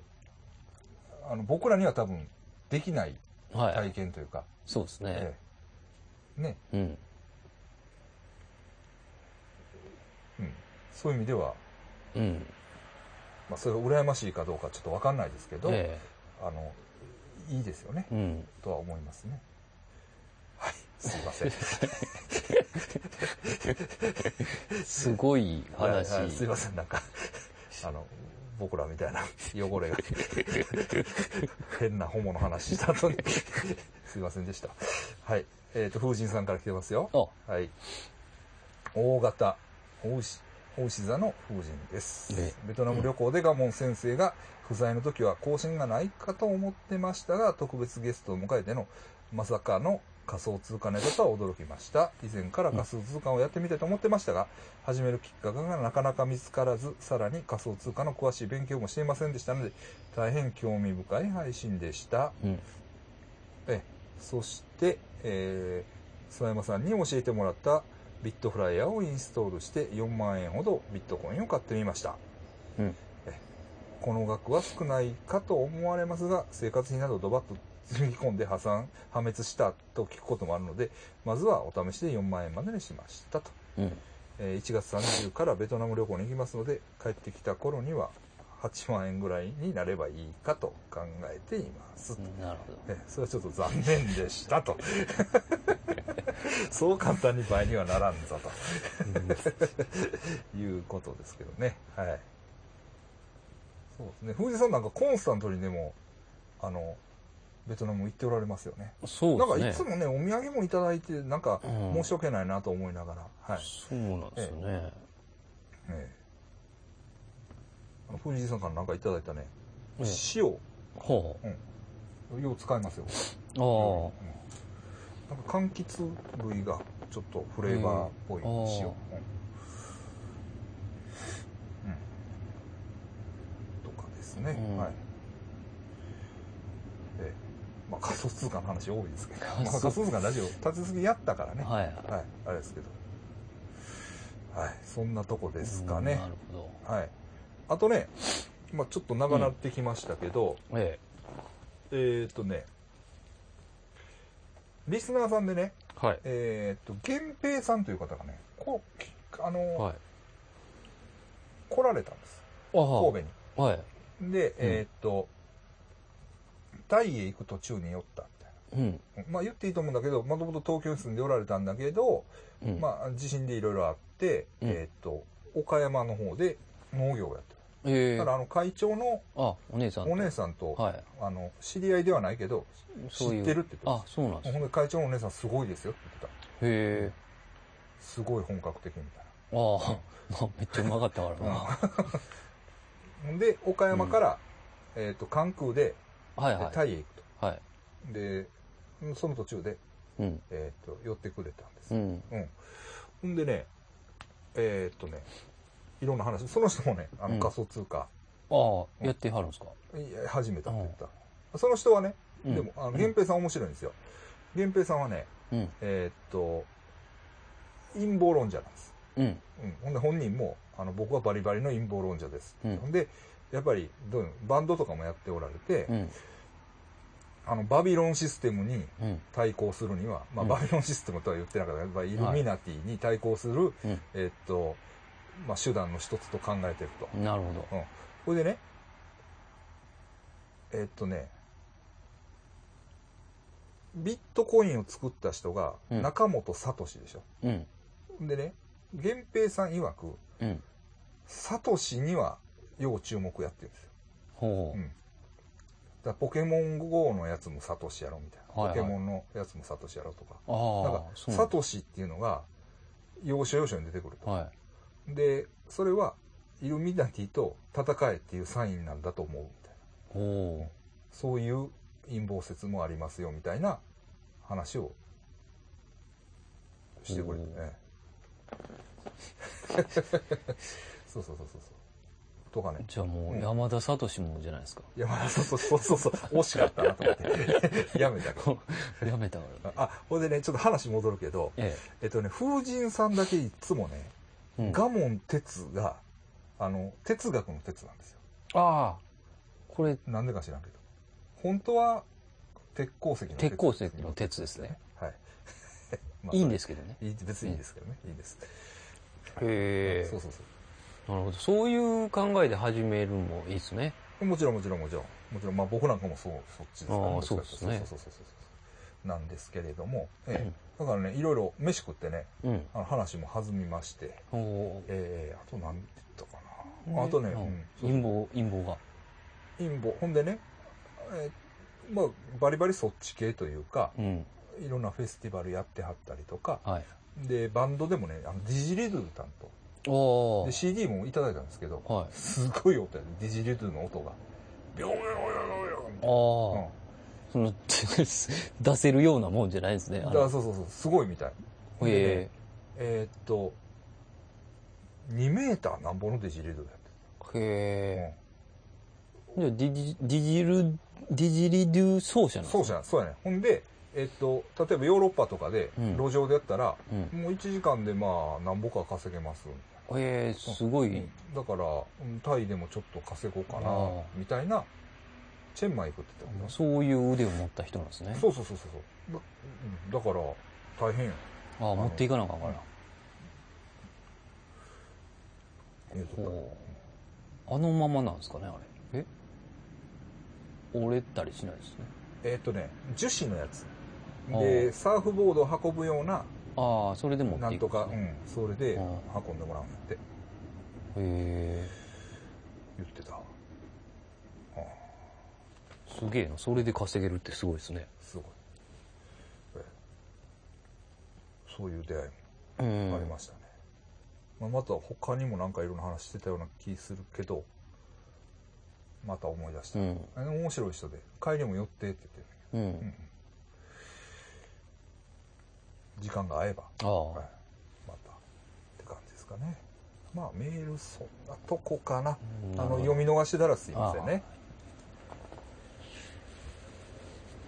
S1: あの僕らには多分できない
S2: はい、
S1: 体験というか、
S2: そうですね。
S1: ええね、
S2: うん。
S1: うん、そういう意味では、
S2: うん。
S1: まあ、それが羨ましいかどうかちょっとわかんないですけど、
S2: え
S1: あのいいですよね、
S2: えうん。
S1: とは思いますね。はい、すいません。
S2: すごい 話。
S1: はいはいすいません、なんか、あの、僕らみたいな汚れが、変なホモの話した後に、すいませんでした。はい。えっ、と、風神さんから来てますよ。
S2: あ、
S1: はい。大型、大牛、大牛座の風神です
S2: え。
S1: ベトナム旅行でガモン先生が不在の時は更新がないかと思ってましたが、特別ゲストを迎えてのまさかの仮想通貨ネタとは驚きました。以前から仮想通貨をやってみたいと思ってましたが、始めるきっかけがなかなか見つからず、さらに仮想通貨の詳しい勉強もしていませんでしたので、大変興味深い配信でした。
S2: うん。
S1: えそして、えー、諏訪山さんに教えてもらったビットフライヤーをインストールして4万円ほどビットコインを買ってみました
S2: うん。
S1: この額は少ないかと思われますが生活費などドバッと積み込んで破産破滅したと聞くこともあるのでまずはお試しで4万円までにしましたと、
S2: うん。
S1: えー1月30からベトナム旅行に行きますので帰ってきた頃には8万円ぐらいになればいいかと考えていますと
S2: なるほど。
S1: えそれはちょっと残念でしたと そう簡単に倍にはならんぞということですけどねはいそうですね藤井さんなんかコンスタントにでもあのベトナム行っておられますよね
S2: そ
S1: なん
S2: う
S1: か
S2: で
S1: いつ
S2: すね。
S1: もねお土産もいただいてなんか
S2: うん
S1: 申し訳ないなと思いながら、はい、
S2: そうなんですよね。
S1: ええあの藤井さんからなんかいただいたね
S2: ええ
S1: 塩
S2: は
S1: よう使いますよ
S2: あ。ああ。
S1: なんか柑橘類がちょっとフレーバーっぽい塩、
S2: うんあー
S1: うんとかですね、
S2: うん
S1: はいええまあ仮想通貨の話多いですけど、まあ、
S2: 仮想
S1: 仮想通貨のラジオ立ち続きやったからね
S2: はい。
S1: はい、あれですけどはいそんなとこですかね
S2: な、るほ
S1: はいあとね、まあ、ちょっと長なってきましたけど、
S2: ど。え
S1: えーっとね、リスナーさんでね、
S2: え。はい。
S1: えーっと、源平さんという方がね、こきあの、
S2: はい。
S1: 来られたんです。
S2: ああ。
S1: 神
S2: 戸。は
S1: 戸
S2: い。
S1: に。で、えーっと、タイへ行く途中に寄ったみたい
S2: うん。
S1: な。まあ言っていいと思うんだけど、もともと東京に住んでおられたんだけど、
S2: うん。あ。
S1: まあ地震でいろいろあって、
S2: うん
S1: えーっと、岡山の方で農業をやってる。
S2: ええ
S1: だからあの会長の
S2: あ、お姉さんと。
S1: お姉さんと、
S2: はい。
S1: あの、知り合いではないけど、
S2: そういう。
S1: 知ってるって言ってま
S2: あ
S1: し、
S2: そうなん
S1: た。
S2: です
S1: ほん
S2: ね。
S1: で会長のお姉さんすごいですよって言ってた。
S2: へ
S1: すごい本格的みたい
S2: ああ、 まあめっちゃうまかったからな。
S1: な。ほんで、岡山から、えっ、と、関空で、
S2: はい
S1: で
S2: は
S1: タイへ行くと。
S2: い。はい。
S1: で、その途中で、
S2: うん。
S1: えっ、と、寄ってくれたんです。
S2: うん。
S1: うん。ほんでね、えーっとね、いろんな話、その人もね、あ
S2: う
S1: の
S2: ん
S1: 仮想通貨、
S2: ああ、やってはるんですか
S1: いや始めたって言った。その人はね、
S2: うん
S1: でも、あの、
S2: うん
S1: 源平さん面白いんですよ。源平さんはね、
S2: うん。
S1: えーっと、陰謀論者なんです。
S2: うん。
S1: うん。ほんで本人も、あの、僕はバリバリの陰謀論者です。
S2: うん
S1: ほんで、やっぱりどういうの、バンドとかもやっておられて、
S2: うん。
S1: あの、バビロンシステムに
S2: うん。
S1: 対抗するには、まあ、
S2: うん
S1: バビロンシステムとは言ってなかったけど、やっぱりイルミナティに対抗する、
S2: うん
S1: えっと、まあ、手段の一つと考えてると。
S2: なるほど。
S1: これでね、えっとね、ビットコインを作った人が
S2: うん
S1: 中本聡でしょ。
S2: うん。
S1: でね、源平さん曰く、
S2: うん。
S1: 聡には要注目やってるんですよ。
S2: ほ
S1: うんだからポケモン GO のやつも聡やろみたいな。
S2: はいはい
S1: ポケモンのやつも聡やろとか。
S2: う。あ
S1: だ
S2: あ、
S1: から、
S2: な
S1: サ
S2: んだ
S1: トシっていうのが、要所要所に出てくると。
S2: は
S1: で、それは、イルミナティと戦えっていうサインなんだと思うみたいな。
S2: い。ほ
S1: そういう陰謀説もありますよ、みたいな話をしてくれて
S2: おー
S1: ね。 そうそうそうそうそう。とか
S2: う
S1: ね。
S2: じゃあもう、山田聡もじゃないですか。
S1: いや、まあ、そうそうそうそう、惜しかったなと思って。 やめたけど。
S2: やめたからね。
S1: あ、ほんでね、ちょっと話戻るけど、
S2: え
S1: えっとね、風神さんだけいつもね、
S2: え。うん、あ
S1: 我門哲が、あの、哲学の哲なんですよ。
S2: あ、これ、
S1: なんでか知らんけど。本当は、鉄鉱石の鉄
S2: 鉄鉱石の鉄ですね。。
S1: はい。 まあ
S2: いいんですけどね。
S1: いい別にいいですけどね。いいです。
S2: へ
S1: そうそうそ
S2: なるほど。そういう考えで始めるのもいいですね。
S1: う。もちろんもちろんもちろん。もちろん、まあ僕なんかもそう、そっちですから
S2: ああ
S1: どっちかっていと
S2: そうですね
S1: そうそうそうそうそう。なんですけれども、ええ、だからね、いろいろ飯食ってね、
S2: うん。
S1: あの話も弾みまして、
S2: ほう
S1: ええあと何て言ったかな。あとね、
S2: う
S1: うん
S2: ん
S1: そう
S2: 陰謀、陰謀が。
S1: 陰謀。ほんでね、えーまあ、バリバリそっち系というか、
S2: うん。
S1: いろんなフェスティバルやってはったりとか、
S2: はい。
S1: で、バンドでもね、あのディジリドゥ担
S2: お
S1: 当。
S2: お
S1: で、。CD もいただいたんですけど、
S2: はい
S1: すごい音やね、ディジリドゥの音が。ビョンビョンビョンビョンビ
S2: ああ
S1: ョン、
S2: その、 出せるようなもんじゃないですね。
S1: う
S2: あ
S1: ん。だ
S2: の
S1: そうそうそう、すごいみたい。
S2: へえ。
S1: えーっと、2メーターなんぼのディジリドゥやって
S2: へえ。じゃあ、ディジ、ディジル、ディジリデュ奏者
S1: うん
S2: なん
S1: そう
S2: です
S1: じ
S2: か
S1: ゃん、そうやね。ほんで、えーっと、例えばヨーロッパとかで
S2: うん、
S1: 路上でやったら、
S2: うん。
S1: もう1時間でまあ、なんぼか稼げます。
S2: へえ、すごい。
S1: だから、うんタイでもちょっと稼ごうか
S2: あ
S1: な
S2: ー、
S1: みたいな、チェンマイ行くって言ってたそ
S2: そういう腕を持った人なんですね。
S1: そうそうそうそうそう。だうんだから、大変よ。
S2: ああ、持っていかなあかんから。
S1: 言うとった
S2: ほうあのままなんですかね、あれ。え折れたりしないですね。
S1: えーっとね、樹脂のやつ。
S2: あ
S1: で、
S2: ー
S1: サーフボードを運ぶような、
S2: ああ、それで持
S1: な
S2: って
S1: ん
S2: い
S1: と
S2: くんです
S1: か、う
S2: ね。
S1: ん、それで
S2: あー
S1: 運んでもらうんやって
S2: へえ。
S1: 言ってた。あー
S2: すげえな。それで稼げるってすごいですね。
S1: すごい。えそういう出会いも。
S2: うん。
S1: ありましたね、まあ、また他にもなんかいろんな話してたような気するけどまた思い出した、
S2: うん。
S1: あの面白い人で帰りも寄ってって言って、
S2: うん。
S1: 時間が合えば、
S2: あ
S1: はい
S2: あ。、
S1: またって感じですかねまあメールそんなとこかな、
S2: うん
S1: あの読み逃してたらすいませんね
S2: あ